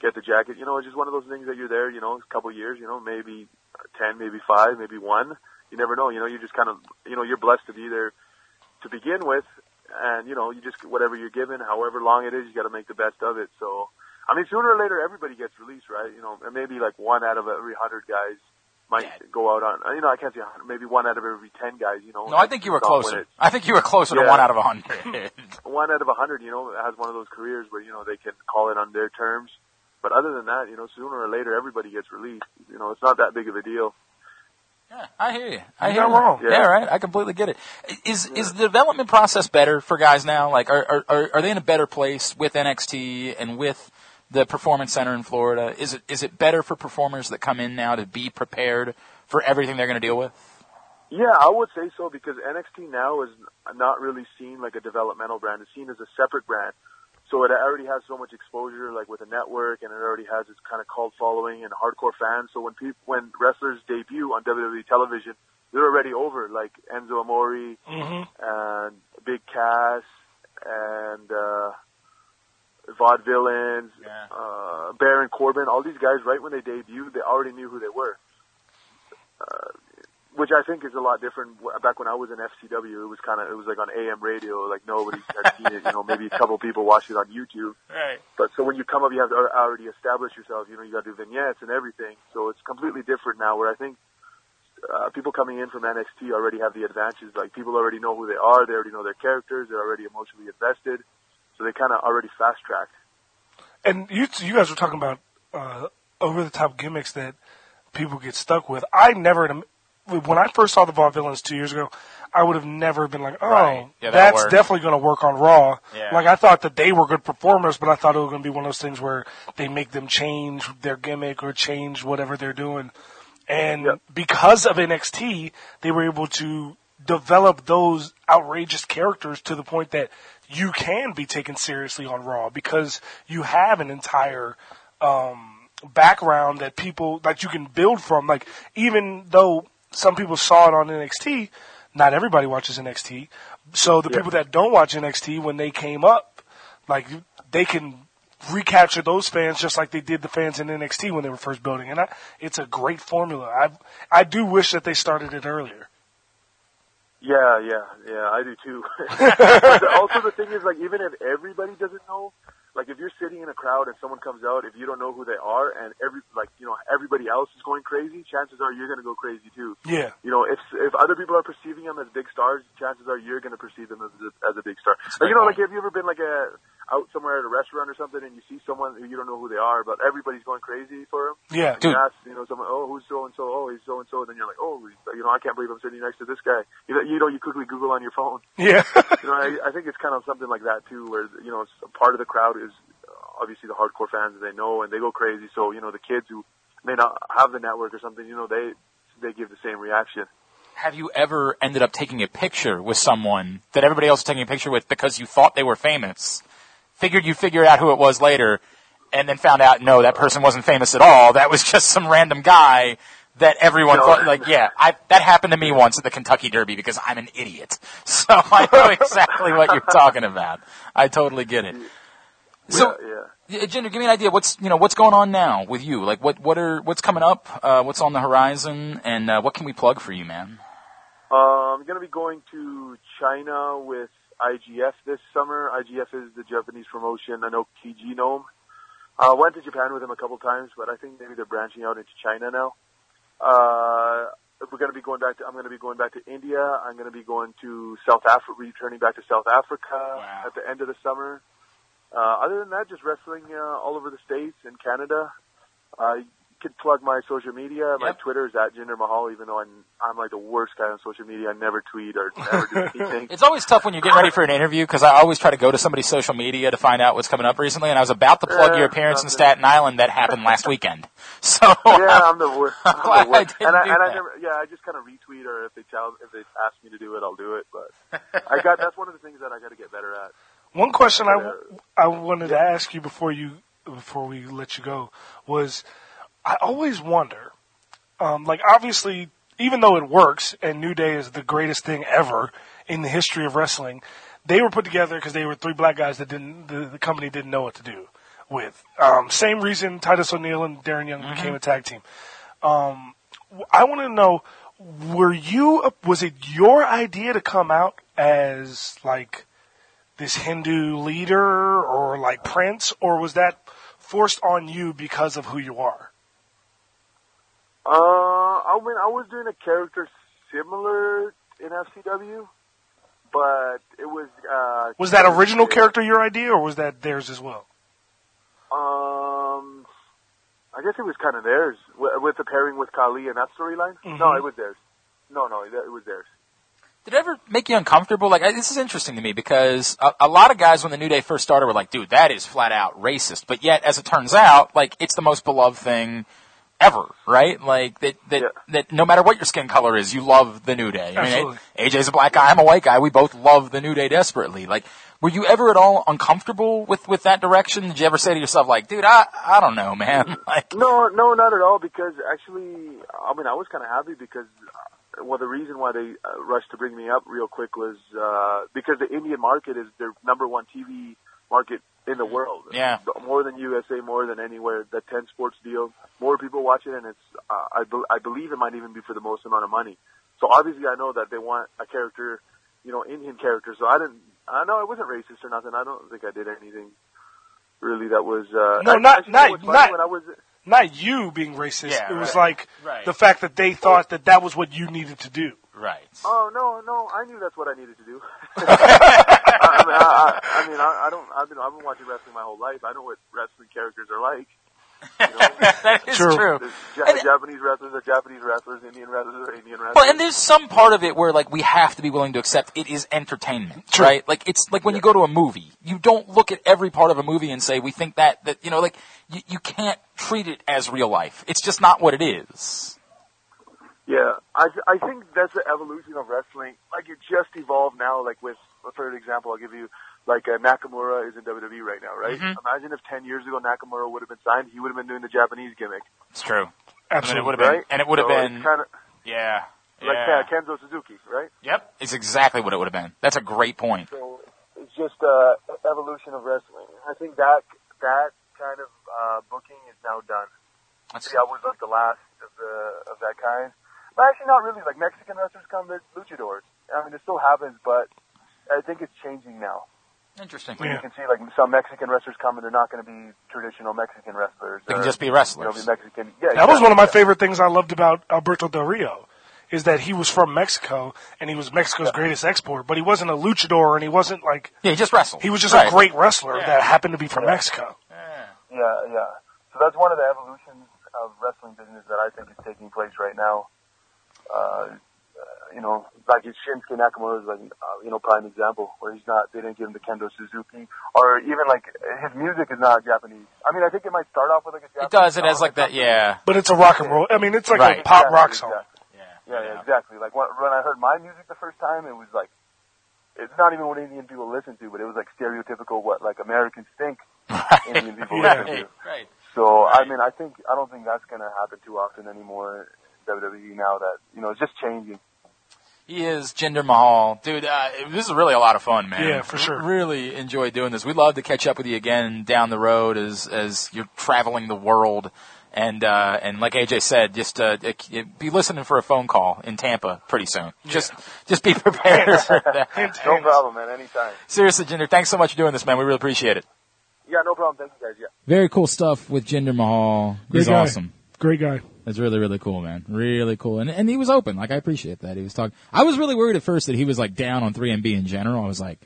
get the jacket. You know, it's just one of those things that you're there, you know, a couple of years, you know, maybe 10, maybe 5, maybe 1. You never know. You know, you're just kind of, you know, you're blessed to be there to begin with. and you know you just get whatever you're given, however long it is, you got to make the best of it. So, I mean, sooner or later everybody gets released, right? You know, and maybe like one out of every hundred guys might go out on. You know, I can't say 100, maybe one out of every ten guys. You know, No, I think you were go out when closer. it's- I think you were closer to Yeah. one out of a hundred. [laughs] one out of a hundred, you know, has one of those careers where you know they can call it on their terms. But other than that, you know, sooner or later everybody gets released. You know, it's not that big of a deal. I hear you. I You're hear not you. wrong. Yeah. Yeah. right. I completely get it. Is is the development process better for guys now? Like, are are- are are they in a better place with NXT and with the Performance Center in Florida? Is it is it better for performers that come in now to be prepared for everything they're going to deal with? Yeah, I would say so because NXT now is not really seen like a developmental brand. It's seen as a separate brand. So it already has so much exposure, like with a network, and it already has its kind of cult following and hardcore fans. So when people, when wrestlers debut on WWE television, they're already over, like Enzo Amore Mm-hmm. and Big Cass and uh, Vaudevillains, uh, Baron Corbin. All these guys, right when they debuted, they already knew who they were. Uh, which I think is a lot different. W- Back when I was in FCW, it was kind of it was like on AM radio, like nobody had seen it. You know, maybe a couple people watched it on YouTube. Right. But so when you come up, you have to al- already establish yourself. You know, you got to do vignettes and everything. So it's completely different now. Where I think uh, people coming in from NXT already have the advantages. Like people already know who they are. They already know their characters. They're already emotionally invested. So they kind of already fast tracked. And you you guys were talking about uh, over the top gimmicks that people get stuck with. I never in a- when I first saw the Vaudevillains two years ago, I would have never been like, oh, Right. Yeah, that'll that's work. definitely going to work on Raw. Yeah. Like I thought that they were good performers, but I thought it was going to be one of those things where they make them change their gimmick or change whatever they're doing. And because of NXT, they were able to develop those outrageous characters to the point that you can be taken seriously on Raw because you have an entire um, background that people that you can build from. Like even though some people saw it on NXT, not everybody watches NXT. So the people that don't watch NXT when they came up, like they can recapture those fans just like they did the fans in NXT when they were first building. And I, it's a great formula. I I do wish that they started it earlier. Yeah, yeah, yeah, I do too. [laughs] but the- also, the thing is, like, even if everybody doesn't know, like, if you're sitting in a crowd and someone comes out, if you don't know who they are, and every, like, you know, everybody else is going crazy, chances are you're gonna go crazy too. Yeah. You know, if if other people are perceiving them as big stars, chances are you're gonna perceive them as a, as a big star. That's a Like, you great know, like, have you ever been like a out somewhere at a restaurant or something, and you see someone who you don't know who they are, but everybody's going crazy for them? Yeah. You Dude. ask, you know, someone, oh, who's so and so? Oh, he's so and so. And then you're like, oh, he's- you know, I can't believe I'm sitting next to this guy. You know, you, know, you quickly Google on your phone. Yeah. [laughs] you know, I, I think it's kind of something like that too, where you know, it's- part of the crowd is uh, obviously the hardcore fans that they know, and they go crazy. So you know, the kids who may not have the network or something, you know, they they give the same reaction. Have you ever ended up taking a picture with someone that everybody else was taking a picture with because you thought they were famous? Figured you figure out who it was later, and then found out no, that person wasn't famous at all. That was [laughs] just some random guy that everyone No. thought like, yeah, I, that happened to me once at the Kentucky Derby because I'm an idiot. [laughs] So I know exactly what you're talking about. I totally get it. So, yeah, Jinder, give me an idea. What's you know what's going on now with you? Like what what are what's coming up? Uh, what's on the horizon? And uh, what can we plug for you, man? Uh, I'm going to be going to China with IGF this summer. IGF is the Japanese promotion, Anoki Genome. uh, went to Japan with them a couple times, but I think maybe they're branching out into China now. Uh, we're going to be going back to, I'm going to be going back to India. I'm going to be going to South Africa, returning back to South Africa at the end of the summer. Uh, other than that, just wrestling uh, all over the States and Canada. Uh, you could plug my social media. My Twitter is at Jinder Mahal, even though I'm, I'm like the worst guy on social media. I never tweet or never do [laughs] anything. It's always tough when you're getting ready for an interview because I always try to go to somebody's social media to find out what's coming up recently. And I was about to plug Yeah, your appearance in Staten Island that happened last weekend. [laughs] So yeah, I'm the worst. I'm glad the I worst. didn't and I, do and I that. never, yeah, I just kind of retweet or if they tell, if they ask me to do it, I'll do it. But I got that's one of the things that I got to get better at. One question I, w- I wanted to ask you before you before we let you go was I always wonder, um, like obviously, even though it works and New Day is the greatest thing ever in the history of wrestling, they were put together because they were three black guys that didn't the, the company didn't know what to do with. Um, same reason Titus O'Neil and Darren Young Mm-hmm. became a tag team. Um, w- I want to know: Were you? Was it your idea to come out as like this Hindu leader or like Prince, or was that forced on you because of who you are? Uh, I mean, I was doing a character similar in FCW, but it was. Uh, Was that original character your idea, or was that theirs as well? Um, I guess it was kind of theirs with, with the pairing with Kali and that storyline. No, Mhm. it was theirs. No, no, it, it was theirs. Did it ever make you uncomfortable? Like, I- this is interesting to me because a, a lot of guys when the New Day first started were like, dude, that is flat out racist. But yet, as it turns out, like, it's the most beloved thing ever, right? Like, that, that, that no matter what your skin color is, you love the New Day. Absolutely. I mean, AJ's a black guy, I'm a white guy, we both love the New Day desperately. Like, were you ever at all uncomfortable with, with that direction? Did you ever say to yourself, like, dude, I, I don't know, [laughs] man? Mm-hmm. Like, No, no, not at all. Because actually, I mean, I was kind of happy because uh, well, the reason why they uh, rushed to bring me up real quick was uh, because the Indian market is their number one TV market in the world. Yeah. more than USA, more than anywhere. The Ten Sports deal, more people watch it, and it's uh, I, bel I believe it might even be for the most amount of money. So obviously, I know that they want a character, you know, Indian character. So I didn't. I know I wasn't racist or nothing. I don't think I did anything really that was. Uh, No, I- not- actually, you know not- what's funny? not- when I was Not you being racist. Yeah, it was right. like Right. the fact that they thought that that was what you needed to do. Right. Oh no, no! I knew that's what I needed to do. [laughs] I, mean, I, I, I mean, I, I don't. I've been I've been watching wrestling my whole life. I know what wrestling characters are like. You know? [laughs] That is True. true. There's Ja- Japanese wrestlers are Japanese wrestlers. Indian wrestlers are Indian wrestlers. Well, and there's some part of it where like we have to be willing to accept it is entertainment, right? Like it's like when you go to a movie, you don't look at every part of a movie and say we think that that you know like you, you can't treat it as real life. It's just not what it is. Yeah, I th- I think that's the evolution of wrestling. Like it just evolved now. Like with for example, I'll give you like uh, Nakamura is in WWE right now, right? Mhm. Imagine if ten years ago Nakamura would have been signed, he would have been doing the Japanese gimmick. It's true. Absolutely. And it would have been. Right? And it would have So been. it's kinda, yeah. like yeah. uh, Kenzo Suzuki, right? Yep. It's exactly what it would have been. That's a great point. So it's just uh, evolution of wrestling. I think that that kind of uh, booking is now done. That's- yeah, I was like the last of the of that kind. But actually, not really. Like Mexican wrestlers come, there's luchadors. I mean, it still happens, but I think it's changing now. Interesting. You can see like some Mexican wrestlers come, and they're not going to be traditional Mexican wrestlers. They can or, just be You know, wrestlers. be Mexican. Yeah, that was exactly. one of my favorite things I loved about Alberto Del Rio, is that he was from Mexico and he was Mexico's greatest export, but he wasn't a luchador and he wasn't like Yeah, he just wrestled. he was just Right. a great wrestler Yeah. that happened to be from Yeah. Mexico. Yeah, yeah. So that's one of the evolutions of wrestling business that I think is taking place right now. Uh, uh, you know, like Shinsuke Nakamura is like, uh, you know, prime example where he's not, they didn't give him the Kendo Suzuki or even like his music is not Japanese. I mean, I think it might start off with like a Japanese. It does. It has like that. Yeah. But it's a rock and roll. I mean, it's like a Right. pop Exactly, rock song. exactly. Yeah, yeah, exactly. Like when, when I heard my music the first time, it was like, it's not even what Indian people listen to, but it was like stereotypical what like Americans think Indian people Right, listen to. right. So I mean, I think I don't think that's gonna happen too often anymore. in WWE now that you know it's just changing. [laughs] He is Jinder Mahal, dude. Uh, this is really a lot of fun, man. Yeah, for sure. Really enjoy doing this. We'd love to catch up with you again down the road as as you're traveling the world, and uh, and like AJ said, just uh, be listening for a phone call in Tampa pretty soon. Just just be [laughs] prepared for that. [laughs] no problem, man. Anytime. Seriously, Jinder, thanks so much for doing this, man. We really appreciate it. Yeah, no problem. Thank you guys. Yeah. Very cool stuff with Jinder Mahal. Great He's guy. awesome. [laughs] Great guy. That's really, really cool, man. Really cool. And, and he was open. Like, I appreciate that. He was talking. I was really worried at first that he was like down on 3MB in general. I was like,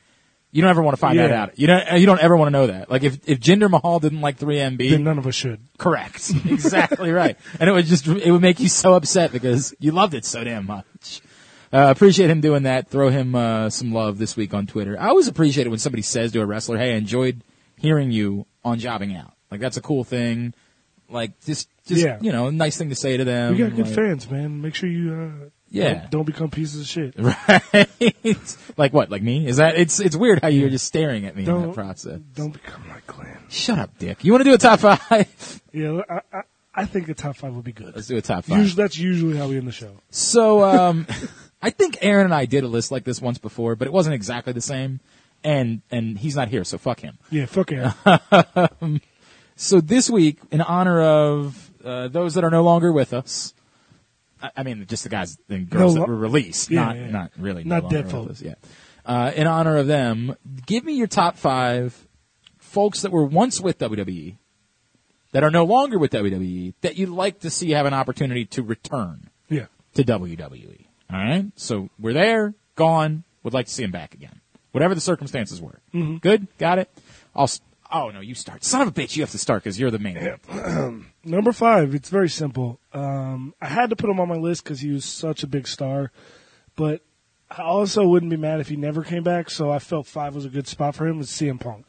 you don't ever want to find that Yeah. out. You don't, you don't ever want to know that. Like, if, if Jinder Mahal didn't like 3MB. Then none of us should. Correct. exactly right. And it would just, it would make you so upset because you loved it so damn much. Uh, appreciate him doing that. Throw him, uh, some love this week on Twitter. I always appreciate it when somebody says to a wrestler, Hey, I enjoyed hearing you on jobbing out. Like that's a cool thing. Like just, just, Yeah. you know, nice thing to say to them. we got good Um, Like- fans, man. Make sure you uh, Yeah. don't, don't become pieces of shit. [laughs] Right. like what? Like me? Is that? It's it's weird how you're just staring at me in Don't- that process. Don't become like Glenn. Shut up, Dick. You want to do a top five? Yeah, I, I, I think a top five would be good. Let's do a top five. Usually, that's usually how we end the show. So um, [laughs] I think Aaron and I did a list like this once before, but it wasn't exactly the same. And and he's not here, so fuck him. Yeah, fuck it. Um, so this week, in honor of uh, those that are no longer with us, I, I mean, just the guys and girls No lo- that were released, Yeah, not yeah. not really, Not no longer dead folk. with us, Yeah. uh, in honor of them, give me your top five folks that were once with WWE that are no longer with WWE that you'd like to see have an opportunity to return Yeah. to WWE. All right, so we're there, gone. Would like to see him back again, whatever the circumstances were. Mhm. Good, got it. I'll. s oh no, you start. Son of a bitch, you have to start because you're the main. Number five, it's very simple. Um, I had to put him on my list because he was such a big star, but I also wouldn't be mad if he never came back. So I felt five was a good spot for him. Was CM Punk?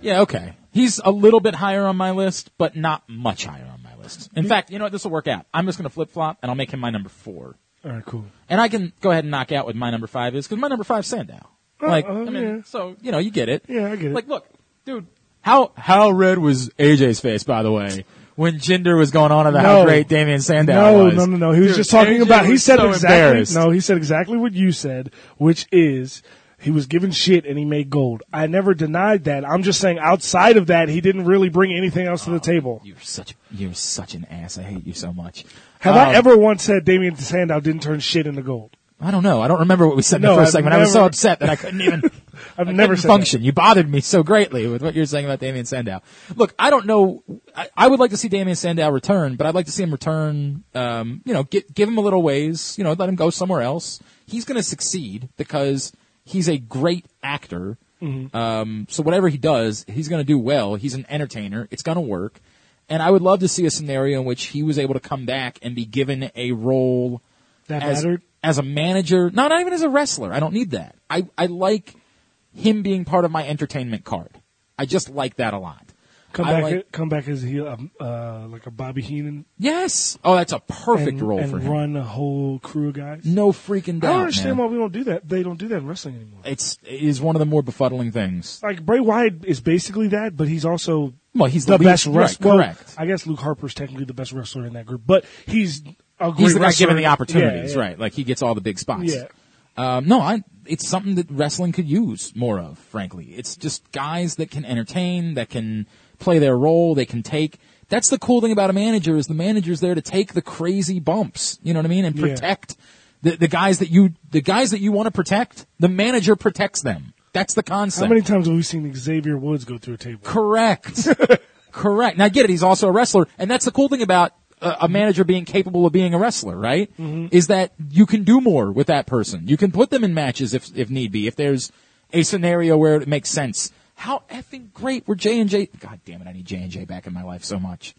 Yeah, okay. He's a little bit higher on my list, but not much higher on my list. In fact, you know what? This will work out. I'm just going to flip flop, and I'll make him my number four. All right, cool. And I can go ahead and knock out what my number five is because my number five Sandow. Like, Uh, uh, I mean, yeah. so you know, you get it. Yeah, I get it. Like, look, dude, how how red was AJ's face, by the way, when Jinder was going on about how No. great Damian Sandow no, was? no, no, no. He was Dude, just talking AJ about. He was said so embarrassed. exactly. No, he said exactly what you said, which is he was given shit and he made gold. I never denied that. I'm just saying outside of that, he didn't really bring anything else Oh, to the table. You're such you're such an ass. I hate you so much. Have Um, I ever once said Damian Sandow didn't turn shit into gold? I don't know. I don't remember what we said in the No, 1st I've segment. I was so never- upset that I couldn't even. [laughs] I've I never couldn't said that. function. You bothered me so greatly with what you were saying about Damian Sandow. Look, I don't know. I, I would like to see Damian Sandow return, but I'd like to see him return. Um, you know, get, give him a little ways. You know, let him go somewhere else. He's going to succeed because he's a great actor. Mhm. Mm-hmm. Um, so whatever he does, he's going to do well. He's an entertainer. It's going to work. And I would love to see a scenario in which he was able to come back and be given a role That as, mattered? as a manager. No, not even as a wrestler. I don't need that. I, I like him being part of my entertainment card. I just like that a lot. [laughs] Come I back, like- come back as he, um, uh, like a Bobby Heenan. yes. Oh, that's a perfect and, role and for him. run a whole crew of guys. No freaking I doubt, don't understand man. why we don't do that. They don't do that in wrestling anymore. It's it is one of the more befuddling things. Like Bray Wyatt is basically that, but he's also Well, he's the the best lead- right, wrestler. well, correct. I guess Luke Harper's technically the best wrestler in that group, but he's a great He's the guy wrestler. given the opportunities, Yeah, yeah. right? Like he gets all the big spots. Yeah. Um, no, I, it's something that wrestling could use more of, frankly. It's just guys that can entertain, that can play their role, they can take. That's the cool thing about a manager is the manager's there to take the crazy bumps, you know what I mean, and Yeah. protect the, the guys that you the guys that you want to protect. The manager protects them. That's the concept. How many times have we seen Xavier Woods go through a table? [laughs] Correct. Correct. Now, get it. He's also a wrestler, and that's the cool thing about a, a manager being capable of being a wrestler, right? Mm-hmm. Mhm. Is that you can do more with that person. You can put them in matches if if need be. If there's a scenario where it makes sense. How effing great were J and J? God damn it! I need J and J back in my life so much.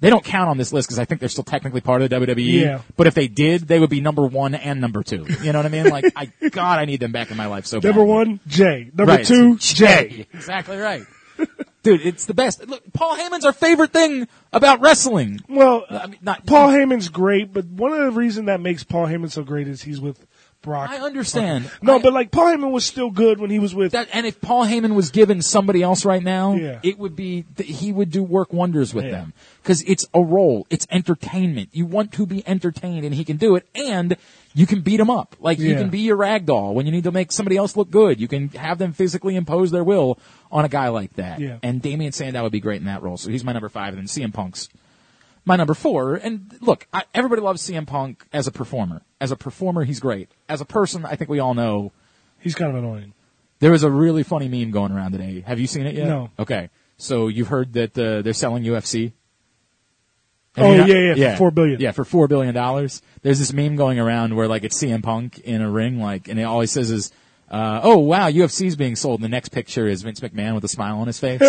They don't count on this list because I think they're still technically part of the WWE. Yeah. But if they did, they would be number one and number two. You know what I mean? Like, I God, I need them back in my life so bad. Number one, Jay. Number Right. [laughs] two, Jay. [laughs] Exactly right. Dude, it's the best. Look, Paul Heyman's our favorite thing about wrestling. Well, I mean, not Paul Heyman's great, but one of the reason that makes Paul Heyman so great is he's with Brock. I understand. No, but like Paul Heyman was still good when he was with. That, and [laughs] if Paul Heyman was given somebody else right now, Yeah. it would be th- he would do work wonders with Yeah. them because it's a role, it's entertainment. You want to be entertained, and he can do it. And you can beat him up, like you Yeah. can be your ragdoll when you need to make somebody else look good. You can have them physically impose their will on a guy like that. Yeah. And Damian Sandow would be great in that role. So he's my number five, and then CM Punk's my number four. And look, I, everybody loves CM Punk as a performer. As a performer, he's great. As a person, I think we all know he's kind of annoying. There was a really funny meme going around today. Have you seen it yet? No. Okay. So you've heard that uh, they're selling UFC. Oh, you not- yeah, yeah, for $4 billion. Yeah, for four billion dollars. There's this meme going around where like it's CM Punk in a ring, like, and it always says is, uh, "Oh wow, UFC's being sold." And the next picture is Vince McMahon with a smile on [laughs] his face.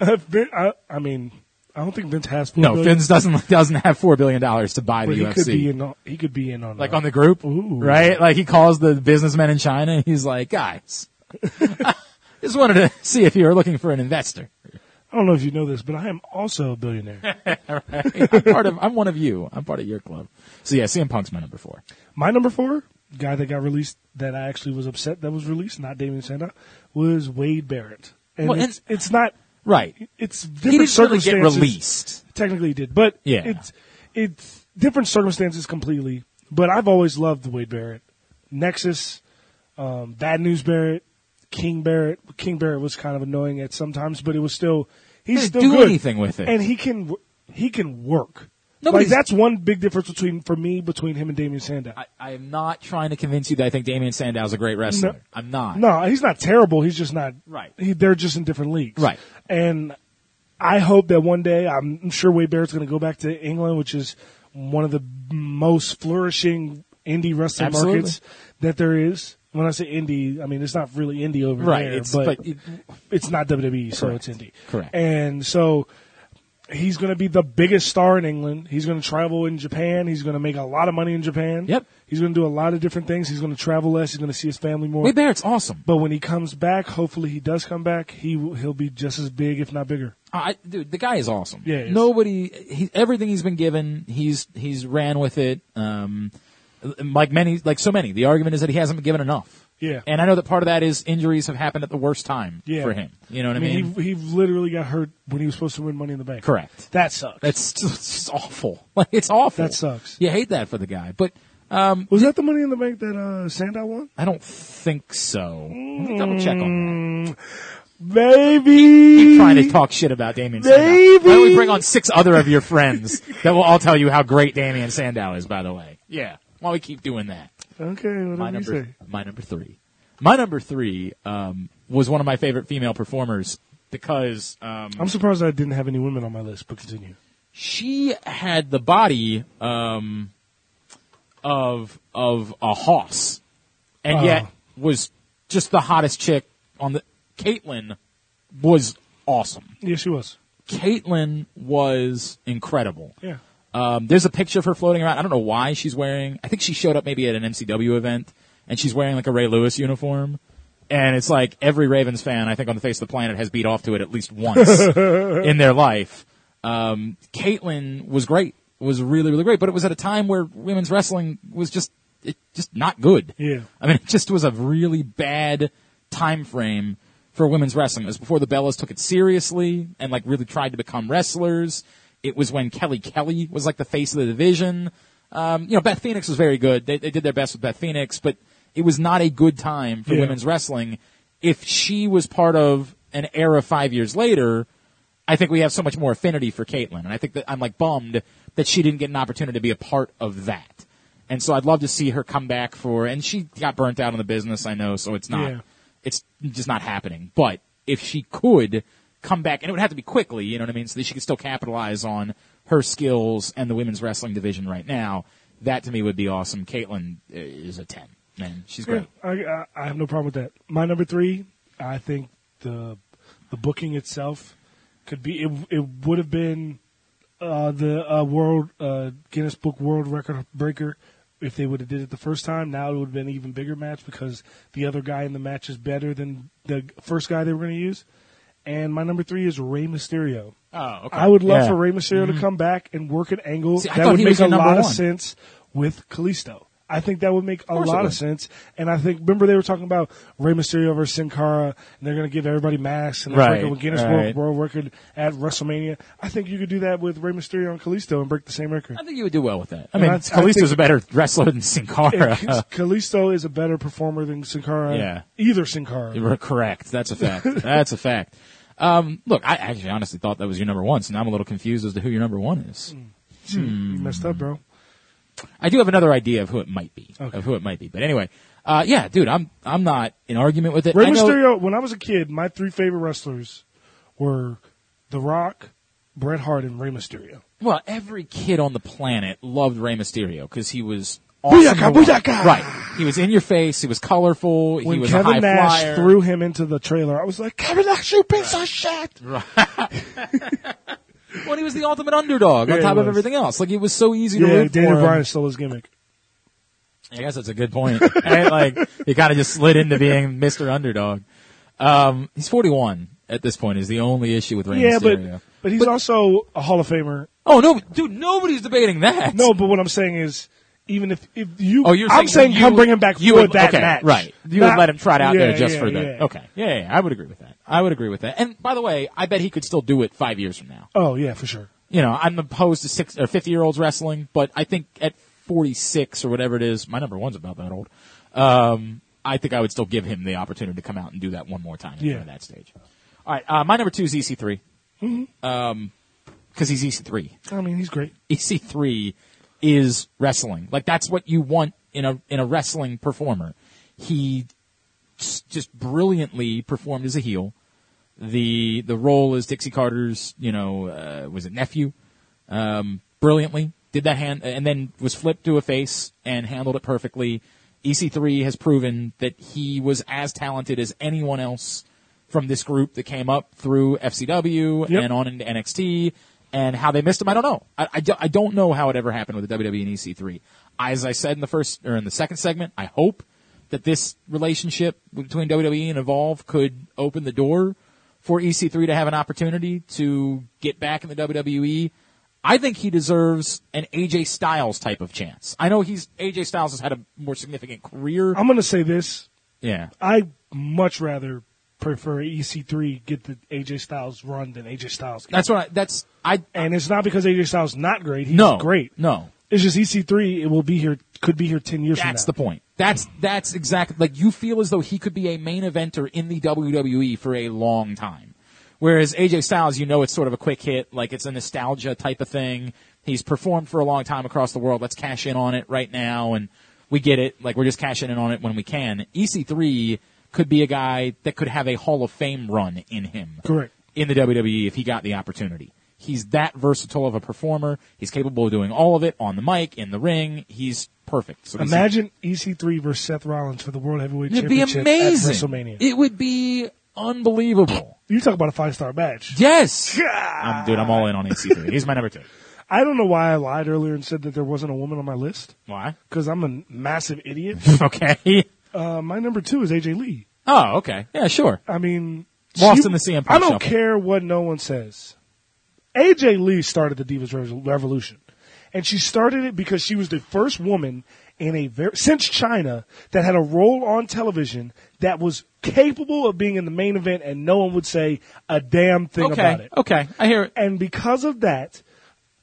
Vin- I, I mean, I don't think Vince has. four no, billion. Vince doesn't [laughs] doesn't have four billion dollars to buy But he the UFC. could be in. On, he could be in on like uh, on the group, Ooh. right? Like he calls the businessmen in China. And he's like, [laughs] guys, just wanted to see if you were looking for an investor. I don't know if you know this, but I am also a billionaire. [laughs] right? [laughs] I'm part of. I'm one of you. I'm part of your club. So yeah, CM Punk's my number four. My number four guy that got released that I actually was upset that was released, not Damien Sandow, was Wade Barrett. And, Well, and- it's, it's not right. It's he different didn't really circumstances. get released. Technically, he did, but Yeah. it's it's different circumstances completely. But I've always loved Wade Barrett, Nexus, um, Bad News Barrett, King Barrett. King Barrett was kind of annoying at sometimes, but it was still he's Didn't still do good. anything with it. and he can he can work. Nobody's- like that's one big difference between for me between him and Damian Sandow. I am not trying to convince you that I think Damian Sandow's a great wrestler. No. I'm not. No, he's not terrible. He's just not Right. He, they're just in different leagues, Right. And I hope that one day I'm sure Wade Barrett's going to go back to England, which is one of the most flourishing indie wrestling Absolutely. markets that there is. When I say indie, I mean it's not really indie over Right, there, it's- but, but it- it's not WWE, so it's indie. Correct. And so he's going to be the biggest star in England. He's going to travel in Japan. He's going to make a lot of money in Japan. Yep. He's going to do a lot of different things. He's going to travel less. He's going to see his family more. Wade Barrett's awesome. But when he comes back, hopefully he does come back. He will- he'll be just as big, if not bigger. I, dude, the guy is awesome. Yeah, he is. Nobody, he, everything he's been given, he's he's ran with it. Um, like many, like so many, the argument is that he hasn't been given enough. Yeah. And I know that part of that is injuries have happened at the worst time Yeah. for him. You know what I mean? mean, he, he literally got hurt when he was supposed to win Money in the Bank. Correct. That sucks. That's [laughs] just awful. [laughs] Like it's awful. That sucks. You hate that for the guy, but um, was that the Money in the Bank that uh, Sandow won? I don't think so. Let me double check on Mm, that. Maybe. Trying to talk shit about Damian Sandow. Maybe. Why don't we bring on six other of your friends that will all tell you how great Damian Sandow is, by the way. Yeah. Why we keep doing that? Okay, My what did you number, say? my number three. My number three um, was one of my favorite female performers because um, I'm surprised I didn't have any women on my list, but continue. she had the body um, of of a hoss, and Oh. yet was just the hottest chick on the. Caitlyn was awesome. Yeah, she was. Caitlyn was incredible. Yeah. Um, there's a picture of her floating around. I don't know why she's wearing. I think she showed up maybe at an MCW event, and she's wearing like a Ray Lewis uniform. And it's like every Ravens fan, I think, on the face of the planet has beat off to it at least [laughs] once in their life. Um, Caitlyn was great, was really, really great, but it was at a time where women's wrestling was just, it, just not good. Yeah. I mean, it just was a really bad time frame for women's wrestling. It was before the Bellas took it seriously and like really tried to become wrestlers. It was when Kelly Kelly was like the face of the division. Um, you know, Beth Phoenix was very good. They, they did their best with Beth Phoenix, but it was not a good time for Yeah. women's wrestling. If she was part of an era five years later, I think we have so much more affinity for Caitlyn, and I think that I'm like bummed that she didn't get an opportunity to be a part of that. And so I'd love to see her come back for, and she got burnt out on the business, I know, so it's not, Yeah. it's just not happening. But if she could come back, and it would have to be quickly, you know what I mean, so that she could still capitalize on her skills and the women's wrestling division right now, that to me would be awesome. Caitlyn uh, is a 10, man. She's great. Yeah, I, I, I have no problem with that. My number three, I think the the booking itself could be it. It would have been uh, the uh, world uh, Guinness Book World Record breaker if they would have did it the first time. Now it would have been an even bigger match because the other guy in the match is better than the first guy they were going to use. And my number three is Rey Mysterio. Oh, okay. I would love Yeah. for Rey Mysterio Mhm. to come back and work an angle See, I that thought would he make was a your number lot of one. sense with Kalisto. I think that would make a course it lot of would. sense. And I think remember they were talking about Rey Mysterio versus Sin Cara, and they're going to give everybody masks and they're Right, breaking with Guinness right. World, World Record at WrestleMania. I think you could do that with Rey Mysterio and Kalisto and break the same record. I think you would do well with that. I And mean, I- I Kalisto's think- a better wrestler than Sin Cara. Yeah, Kalisto is a better performer than Sin Cara. Yeah. Either Sin Cara. You're correct. That's [laughs] a fact. That's a fact. Um, look, I actually honestly thought that was your number one, so now I'm a little confused as to who your number one is. Hmm. Shoot, Hmm. You messed up, bro. I do have another idea of who it might be, of who it might be. But anyway, uh, yeah, dude, I'm I'm not in argument with it. Rey I know- Mysterio, when I was a kid, my three favorite wrestlers were The Rock, Bret Hart, and Rey Mysterio. Well, every kid on the planet loved Rey Mysterio because he was awesome. Booyaka, to watch. booyaka! Right. He was in your face. He was colorful. he When was a high Kevin Nash flyer. threw him into the trailer, I was like, Kevin Nash, you piece of shit! [laughs] well, he was the ultimate underdog on Yeah, top he of was. everything else. Like it was so easy to Yeah, root for Daniel him. Bryan stole his gimmick. I guess that's a good point. Right? Like he kind of just slid into being Mr. Underdog. Um, he's 41 at this point. Is the only issue with Rey yeah, Mysterio. but but he's also a Hall of Famer. Oh no, dude! Nobody's debating that. No, but what I'm saying is, even if if you, Oh, you're I'm saying, saying you- come bring him back you for would- that okay, match, right. You would let him trot out there just for that. Okay. Okay. Yeah, yeah, I would agree with that. I would agree with that. And by the way, I bet he could still do it five years from now. Oh yeah, for sure. You know, I'm opposed to six or 50 year olds wrestling, but I think at 46 or whatever it is, my number one's about that old. Um, I think I would still give him the opportunity to come out and do that one more time in Yeah. front of that stage. All right, uh, my number two is EC3. E Um, because he's EC3. Mm-hmm. I mean, he's great. EC3 E is wrestling. Like that's what you want in a in a wrestling performer. He s- just brilliantly performed as a heel. The the role as Dixie Carter's, you know, uh, was it nephew? Um, brilliantly did that hand and then was flipped to a face and handled it perfectly. EC3 has proven that he was as talented as anyone else from this group that came up through FCW Yep. and on into NXT and how they missed him. I don't know. I, I, do, I don't know how it ever happened with the WWE and EC3. I, as I said in the first or in the second segment, I hope that this relationship between WWE and Evolve could open the door for EC3 to have an opportunity to get back in the WWE. I think he deserves an AJ Styles type of chance. I know he's AJ Styles has had a more significant career. I'm going to say this. Yeah. I much rather prefer EC3 get the AJ Styles run than AJ Styles. Get That's what I, uh, that's I. And it's not because AJ Styles not great. He's No, great. No, it's just EC3. It will be here. Could be here ten years. That's from the point. That's that's exactly like you feel as though he could be a main eventer in the WWE for a long time. Whereas AJ Styles, you know, it's sort of a quick hit, like it's a nostalgia type of thing. He's performed for a long time across the world. Let's cash in on it right now, and we get it. Like we're just cashing in on it when we can. EC3 could be a guy that could have a Hall of Fame run in him now. Correct. in the WWE if he got the opportunity. He's that versatile of a performer. He's capable of doing all of it on the mic, in the ring. He's perfect. So he's- Imagine EC3 versus Seth Rollins for the World Heavyweight It'd be Championship amazing. at WrestleMania. It would be unbelievable. You talk about a five star match. Yes. I'm, dude, I'm all in on EC3. He's my number two. I don't know why I lied earlier and said that there wasn't a woman on my list. Why? Because I'm a massive idiot. [laughs] okay. Uh, my number two is AJ Lee. Oh, okay. Yeah, sure. I mean, Lost she- in the CM Punk I don't shuffle. care what no one says. AJ Lee started the Divas Re- Revolution, and she started it because she was the first woman in a ver- since China that had a role on television that was capable of being in the main event, and no one would say a damn thing Okay, about it. Okay, I hear it. And because of that,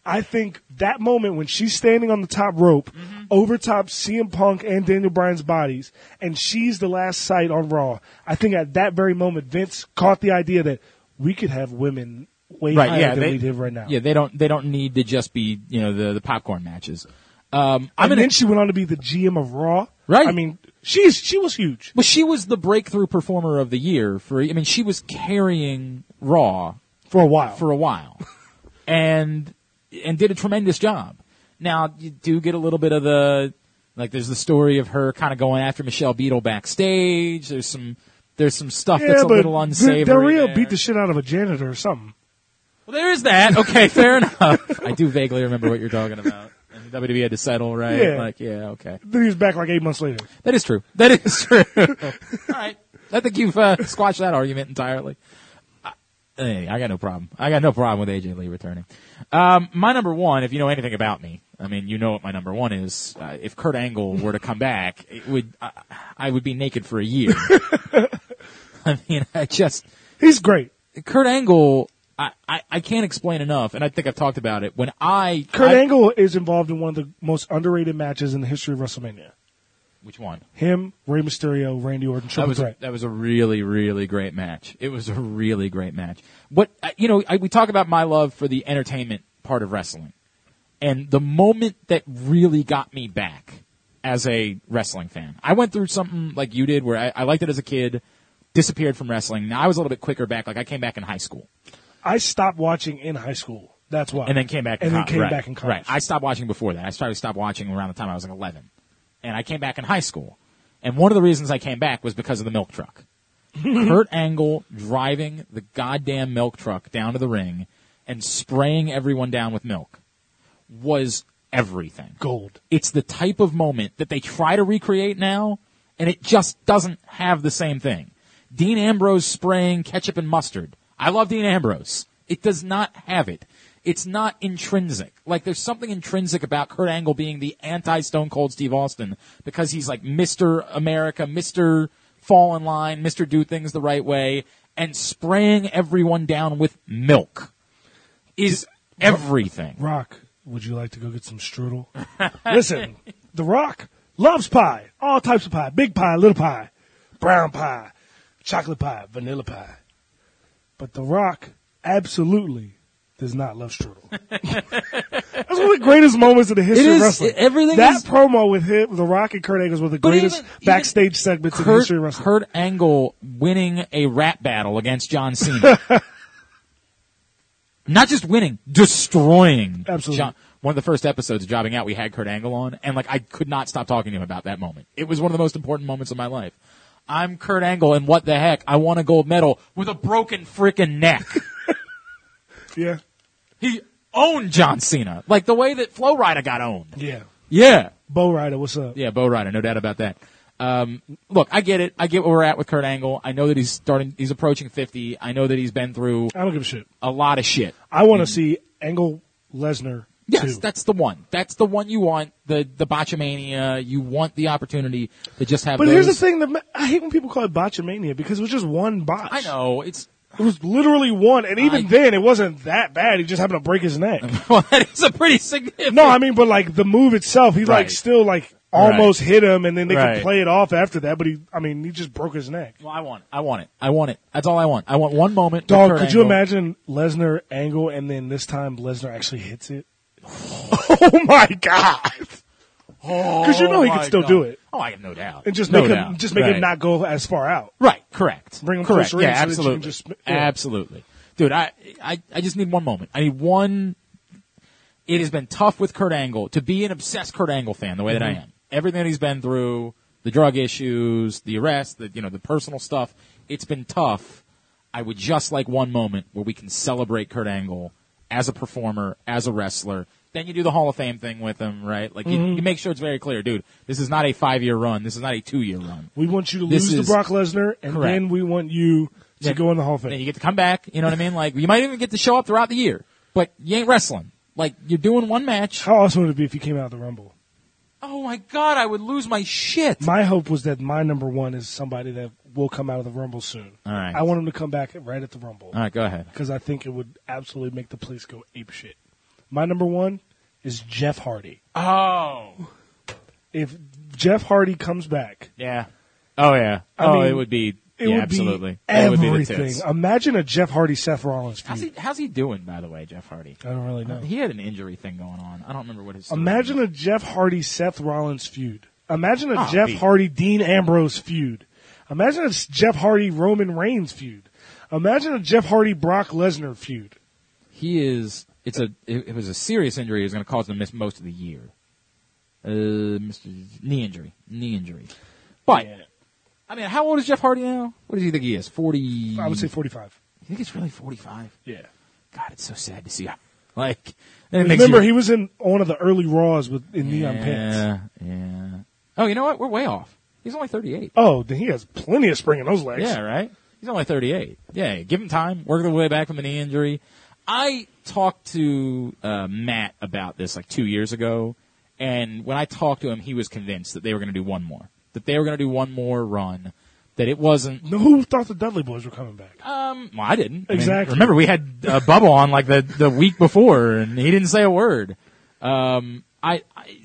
I think that moment when she's standing on the top rope over top CM Punk and Daniel Bryan's bodies, and she's the last sight on Raw, I think at that very moment, Vince caught the idea that we could have women way higher than we did right now. Yeah, they don't. They don't need to just be you know the the popcorn matches. Um, And I'm gonna, then she went on to be the GM of Raw. Right. I mean, she's she was huge. Well, she was the breakthrough performer of the year for. I mean, she was carrying Raw for a while. For a while, [laughs] and and did a tremendous job. Now you do get a little bit of the like. There's the story of her kind of going after Michelle Beadle backstage. There's some there's some stuff that's a little unsavory. Del Rio there. beat the shit out of a janitor or something. Well, there is that. Okay, [laughs] fair enough. I do vaguely remember what you're talking about. And WWE had to settle, right? Yeah. Like, yeah, okay. Then he was back like eight months later. That is true. That is [laughs] true. All right. I think [laughs] you've uh, squashed that argument entirely. I, hey, I got no problem. I got no problem with AJ Lee returning. Um, my number one, if you know anything about me, I mean, you know what my number one is. Uh, if Kurt Angle were to come back, it would I I would be naked for [laughs] a year. I mean, I just he's great. Kurt Angle, I, I, I can't explain enough, and I think I've talked about it. When I Kurt I- Angle is involved in one of the most underrated matches in the history of WrestleMania. which one? Him, Rey Mysterio, Randy Orton, That Triple was, a, Threat. that was a really, really great match. It was a really great match. What, I- you know, I, we talk about my love for the entertainment part of wrestling. And the moment that really got me back as a wrestling fan, I went through something like you did where I, I liked it as a kid, disappeared from wrestling. Now I was a little bit quicker back. Like I came back in high school I stopped watching in high school. That's why. and then came back in And then college. came right. back in college. Right. I stopped watching before that. I started stopped watching around the time I was like 11. And I came back in high school. And one of the reasons I came back was because of the [laughs] milk truck. Kurt Angle driving the goddamn milk truck down to the ring and spraying everyone down with milk was everything. Gold. It's the type of moment that they try to recreate now, and it just doesn't have the same thing. Dean Ambrose spraying ketchup and mustard. I love Dean Ambrose. It does not have it. It's not intrinsic. Like there's something intrinsic about Kurt Angle being the anti Stone Cold Steve Austin because he's like Mr. America, Mr. Fall in line, Mr. Do things the right way, and spraying everyone down with milk is everything. Rock, [laughs] would you like to go get some strudel? Listen, The Rock loves pie. All types of pie. Big pie, little pie, brown pie, chocolate pie, vanilla pie. But The Rock absolutely does not love [laughs] strudel. [laughs] That's one of the greatest moments in the history It of is- wrestling. everything that is- promo with him, the Rock and Kurt Angle is one of the greatest backstage segments in the Kurt, history of wrestling. Kurt Angle [laughs] winning a rap battle against John Cena. [laughs] Not just winning, destroying. Absolutely. John, one of the first episodes of Jobbing Out, we had Kurt Angle on, and like I could not stop talking to him about that moment. It was one of the most important moments of my life. I'm Kurt Angle, and what the heck? I won a gold medal with a broken freaking neck. [laughs] yeah. He owned John Cena, like the way that Flow Rider got owned. Yeah. Yeah. Bo Rider, what's up? Yeah, Bo Ryder, no doubt about that. Um, look, I get it. I get where we're at with Kurt Angle. I know that he's starting, he's approaching 50. I know that he's been through I don't give a Oh, shit. a lot of shit. I want to see Angle Lesnar. Mm-hmm. Yes, too. that's the one. That's the one you want. The, the botchamania. You want the opportunity to just have But those. here's the thing that ma- I hate when people call it botchamania because it was just one botch. I know it's it was literally one, and even then it wasn't that bad. He just happened to break his neck. [laughs] well, that is a pretty significant. No, I mean, but like the move itself, he like Right. still like almost hit him, and then they Right. could play it off after that. But he, I mean, he just broke his neck. Well, I want it. I want it. I want it. That's all I want. I want one moment. with Dog, Kurt could you Angle. imagine [laughs] Lesnar angle, and then this time Lesnar actually hits it? oh my [laughs] god! Because you know he Oh can my still God. do it, Oh, I have no doubt. and just No make him doubt. just make Right. him not go as far out. Right. Correct. Bring him Correct. closer in so Yeah, that you can absolutely. just- yeah. Absolutely. Dude, I, I, I just need one moment. I need one. It has been tough with Kurt Angle to be an obsessed Kurt Angle fan the way that Mm-hmm. Mhm. I am. Everything that he's been through, the drug issues, the arrest, the, you know, the personal stuff. It's been tough. I would just like one moment where we can celebrate Kurt Angle as a performer, as a wrestler. Then you do the Hall of Fame thing with him, right? Like you, Mhm. you make sure it's very clear, dude. This is not a five year run. This is not a two year run. We want you to This lose to is- Brock Lesnar, and Correct. then we want you to Yeah. go in the Hall of Fame. Then you get to come back. You know what I mean? Like you might even get to show up throughout the year, but you ain't wrestling. Like you're doing one match. How awesome would it be if you came out of the Rumble? Oh my god, I would lose my shit. My hope was that my number one is somebody that will come out of the Rumble soon. All right. I want him to come back right at the Rumble All right, go ahead. because I think it would absolutely make the place go ape shit. My number one is Jeff Hardy. Oh If Jeff Hardy comes back, yeah. Oh yeah. I oh, mean, it would be. it yeah, would absolutely. be It would everything. be the tits. Imagine a Jeff Hardy Seth Rollins How's feud. he, how's he doing, by the way, Jeff Hardy? I don't really know. He had an injury thing going on. I don't remember what his. story Imagine a Jeff Hardy Seth Rollins feud. Imagine a Oh, Jeff be- Hardy Dean Ambrose feud. Imagine a Jeff Hardy Roman Reigns feud. Imagine a Jeff Hardy Brock Lesnar feud. he is it's a it, it was a serious injury. It was going to cause him to miss most of the year. Uh, Mr. knee injury, knee injury. But I mean, how old is Jeff Hardy now? What does he think he is? Forty. I would say 45. You think it's really forty-five? Yeah. God, it's so sad to see. How, like, and it makes Remember, you- he was in one of the early Raws with in neon pants. Yeah, yeah. Oh, you know what? We're way off. He's only thirty-eight. Oh, then he has plenty of spring in those legs. Yeah, right. He's only 38. Yeah, give him time. Work their way back from a knee injury. I talked to uh, Matt about this like two years ago, and when I talked to him, he was convinced that they were going to do one more, that they were going to do one more run, that it wasn't. No, who thought the Dudley Boys were coming back? Um, well, I didn't I mean, Exactly. remember, we had uh, Bubble on like the the week before, and he didn't say a word. Um, I, I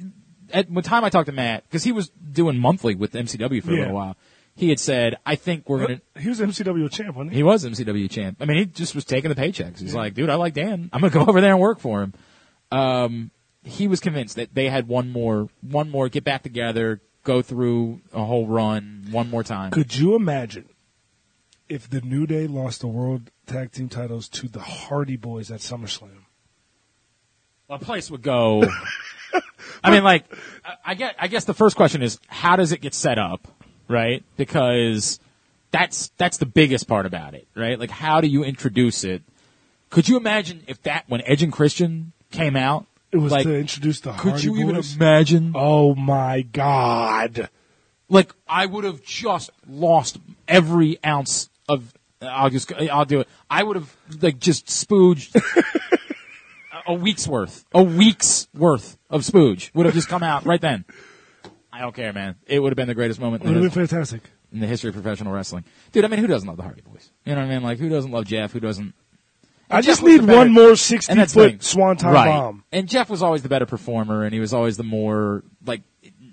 at the time I talked to Matt because he was doing monthly with MCW for a Yeah. little while. He had said, "I think we're going to." He was MCW champ, wasn't he? He was MCW champ. I mean, he just was taking the paychecks. He's like, dude, I like Dan. I'm gonna go over there and work for him. Um, he was convinced that they had one more, one more, get back together, go through a whole run one more time. Could you imagine if the New Day lost the World Tag Team titles to the Hardy Boys at SummerSlam? a place would go. I mean, like, I- I guess, I guess the first question is, how does it get set up, right? Because that's that's the biggest part about it, right? Like, how do you introduce it? Could you imagine if that when Edge and Christian came out, It was like to introduce the could Hardy you even Boys? imagine? Oh my God! Like I would have just lost every ounce of. I'll just. I'll do it. I would have like just spooged a- a week's worth. A week's worth of spooge would have just come out right then. I don't care, man. It would have been the greatest moment It in would the, have been fantastic. in the history of professional wrestling, dude. I mean, who doesn't love the Hardy Boys? You know what I mean? Like, who doesn't love Jeff? Who doesn't? I And just Jeff was need the better- one more and 60 that's the foot thing. swanton right. bomb. And Jeff was always the better performer, and he was always the more like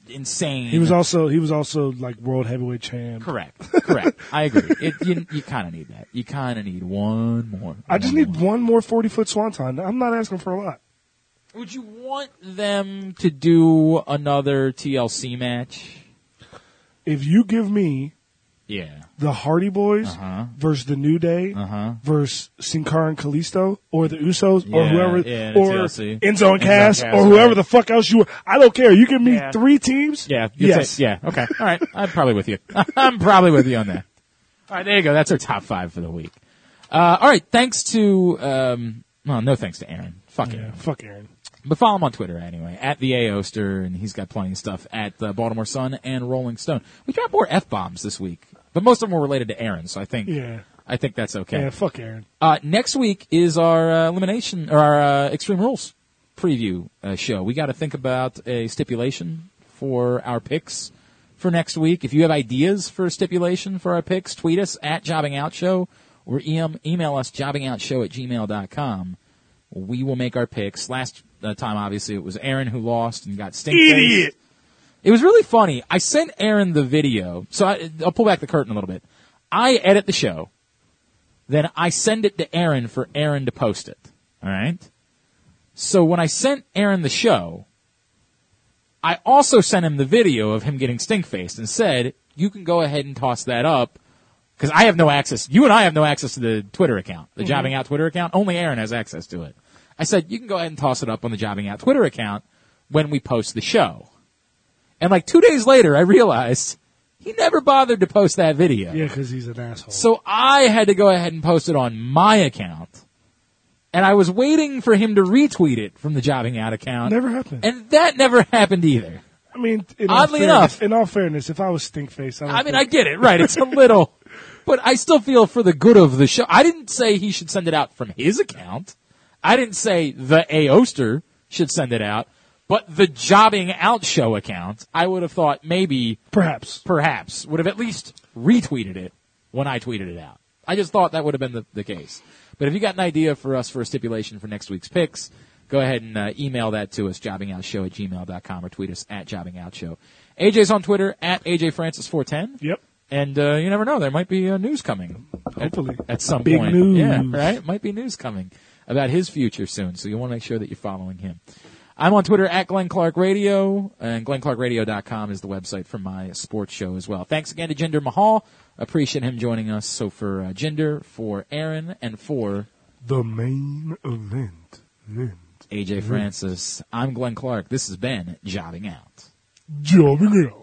insane. He was also he was also like world heavyweight champ. Correct. correct. [laughs] I agree. It, you you kind of need that. You kind of need one more. I just need one more forty foot swanton. I'm not asking for a lot. Would you want them to do another TLC match? If you give me Yeah. the Hardy Boys Uh-huh. versus the New Day versus Sin Cara and Kalisto or the Usos or Yeah, whoever yeah, the or TLC. Enzo and Enzo Cass and Cass, or whoever right. the fuck else you. I don't care. You give me Yeah. three teams. Yeah. you Yes. say- yeah. Okay. All right. I'm probably with you. [laughs] I'm probably with you on that. All right. There you go. That's our top five for the week. Uh, all right. Thanks to, um, well, no thanks to Aaron. Fuck Aaron. Fuck Aaron. But follow him on Twitter anyway, at the A Oster, and he's got plenty of stuff at the Baltimore Sun and Rolling Stone. We dropped more F bombs this week, but most of them were related to Aaron, so I think Yeah. I think that's okay. Yeah. Fuck Aaron. Uh, next week is our uh, elimination or our uh, Extreme Rules preview uh, show. We got to think about a stipulation for our picks for next week. If you have ideas for a stipulation for our picks, tweet us at Jobbing Out Show or em- email us jobbingoutshow at gmail.com. We will make our picks. Last uh, time, obviously, it was Aaron who lost and got stink faced. Idiot. It was really funny. I sent Aaron the video, so I, I'll pull back the curtain a little bit. I edit the show, then I send it to Aaron for Aaron to post it. All right. So when I sent Aaron the show, I also sent him the video of him getting stink faced and said, "You can go ahead and toss that up." Because I have no access, you and I have no access to the Twitter account, the Mhm. Jobbing Out Twitter account. Only Aaron has access to it. I said, you can go ahead and toss it up on the Jobbing Out Twitter account when we post the show. And like two days later, I realized he never bothered to post that video. Yeah, because he's an asshole. So I had to go ahead and post it on my account. And I was waiting for him to retweet it from the Jobbing Out account. Never happened. And that never [laughs] happened either. I mean, in Oddly all fairness, enough- in all fairness, if I was stink face, I, don't I mean, think- I get it, [laughs] right? It's a little, but I still feel for the good of the show. I didn't say he should send it out from his account. I didn't say the A Oster should send it out, but the jobbing out show account, I would have thought maybe, perhaps, perhaps would have at least retweeted it when I tweeted it out. I just thought that would have been the, the case. But if you got an idea for us for a stipulation for next week's picks, go ahead and uh, email that to us, jobbingoutshow at gmail.com or tweet us at jobbingoutshow. AJ's on Twitter at AJFrancis410. Yep. And uh, you never know, there might be uh, news coming. Hopefully. At, at some Big point. news. Yeah, [laughs] right? Might be news coming about his future soon, so you want to make sure that you're following him. I'm on Twitter at Glenn Clark Radio, and glennclarkradio.com is the website for my sports show as well. Thanks again to Jinder Mahal. Appreciate him joining us. So for uh, Jinder, for Aaron, and for the main event. Then AJ Francis, I'm Glenn Clark. This has been Jobbing Out. jobbing out.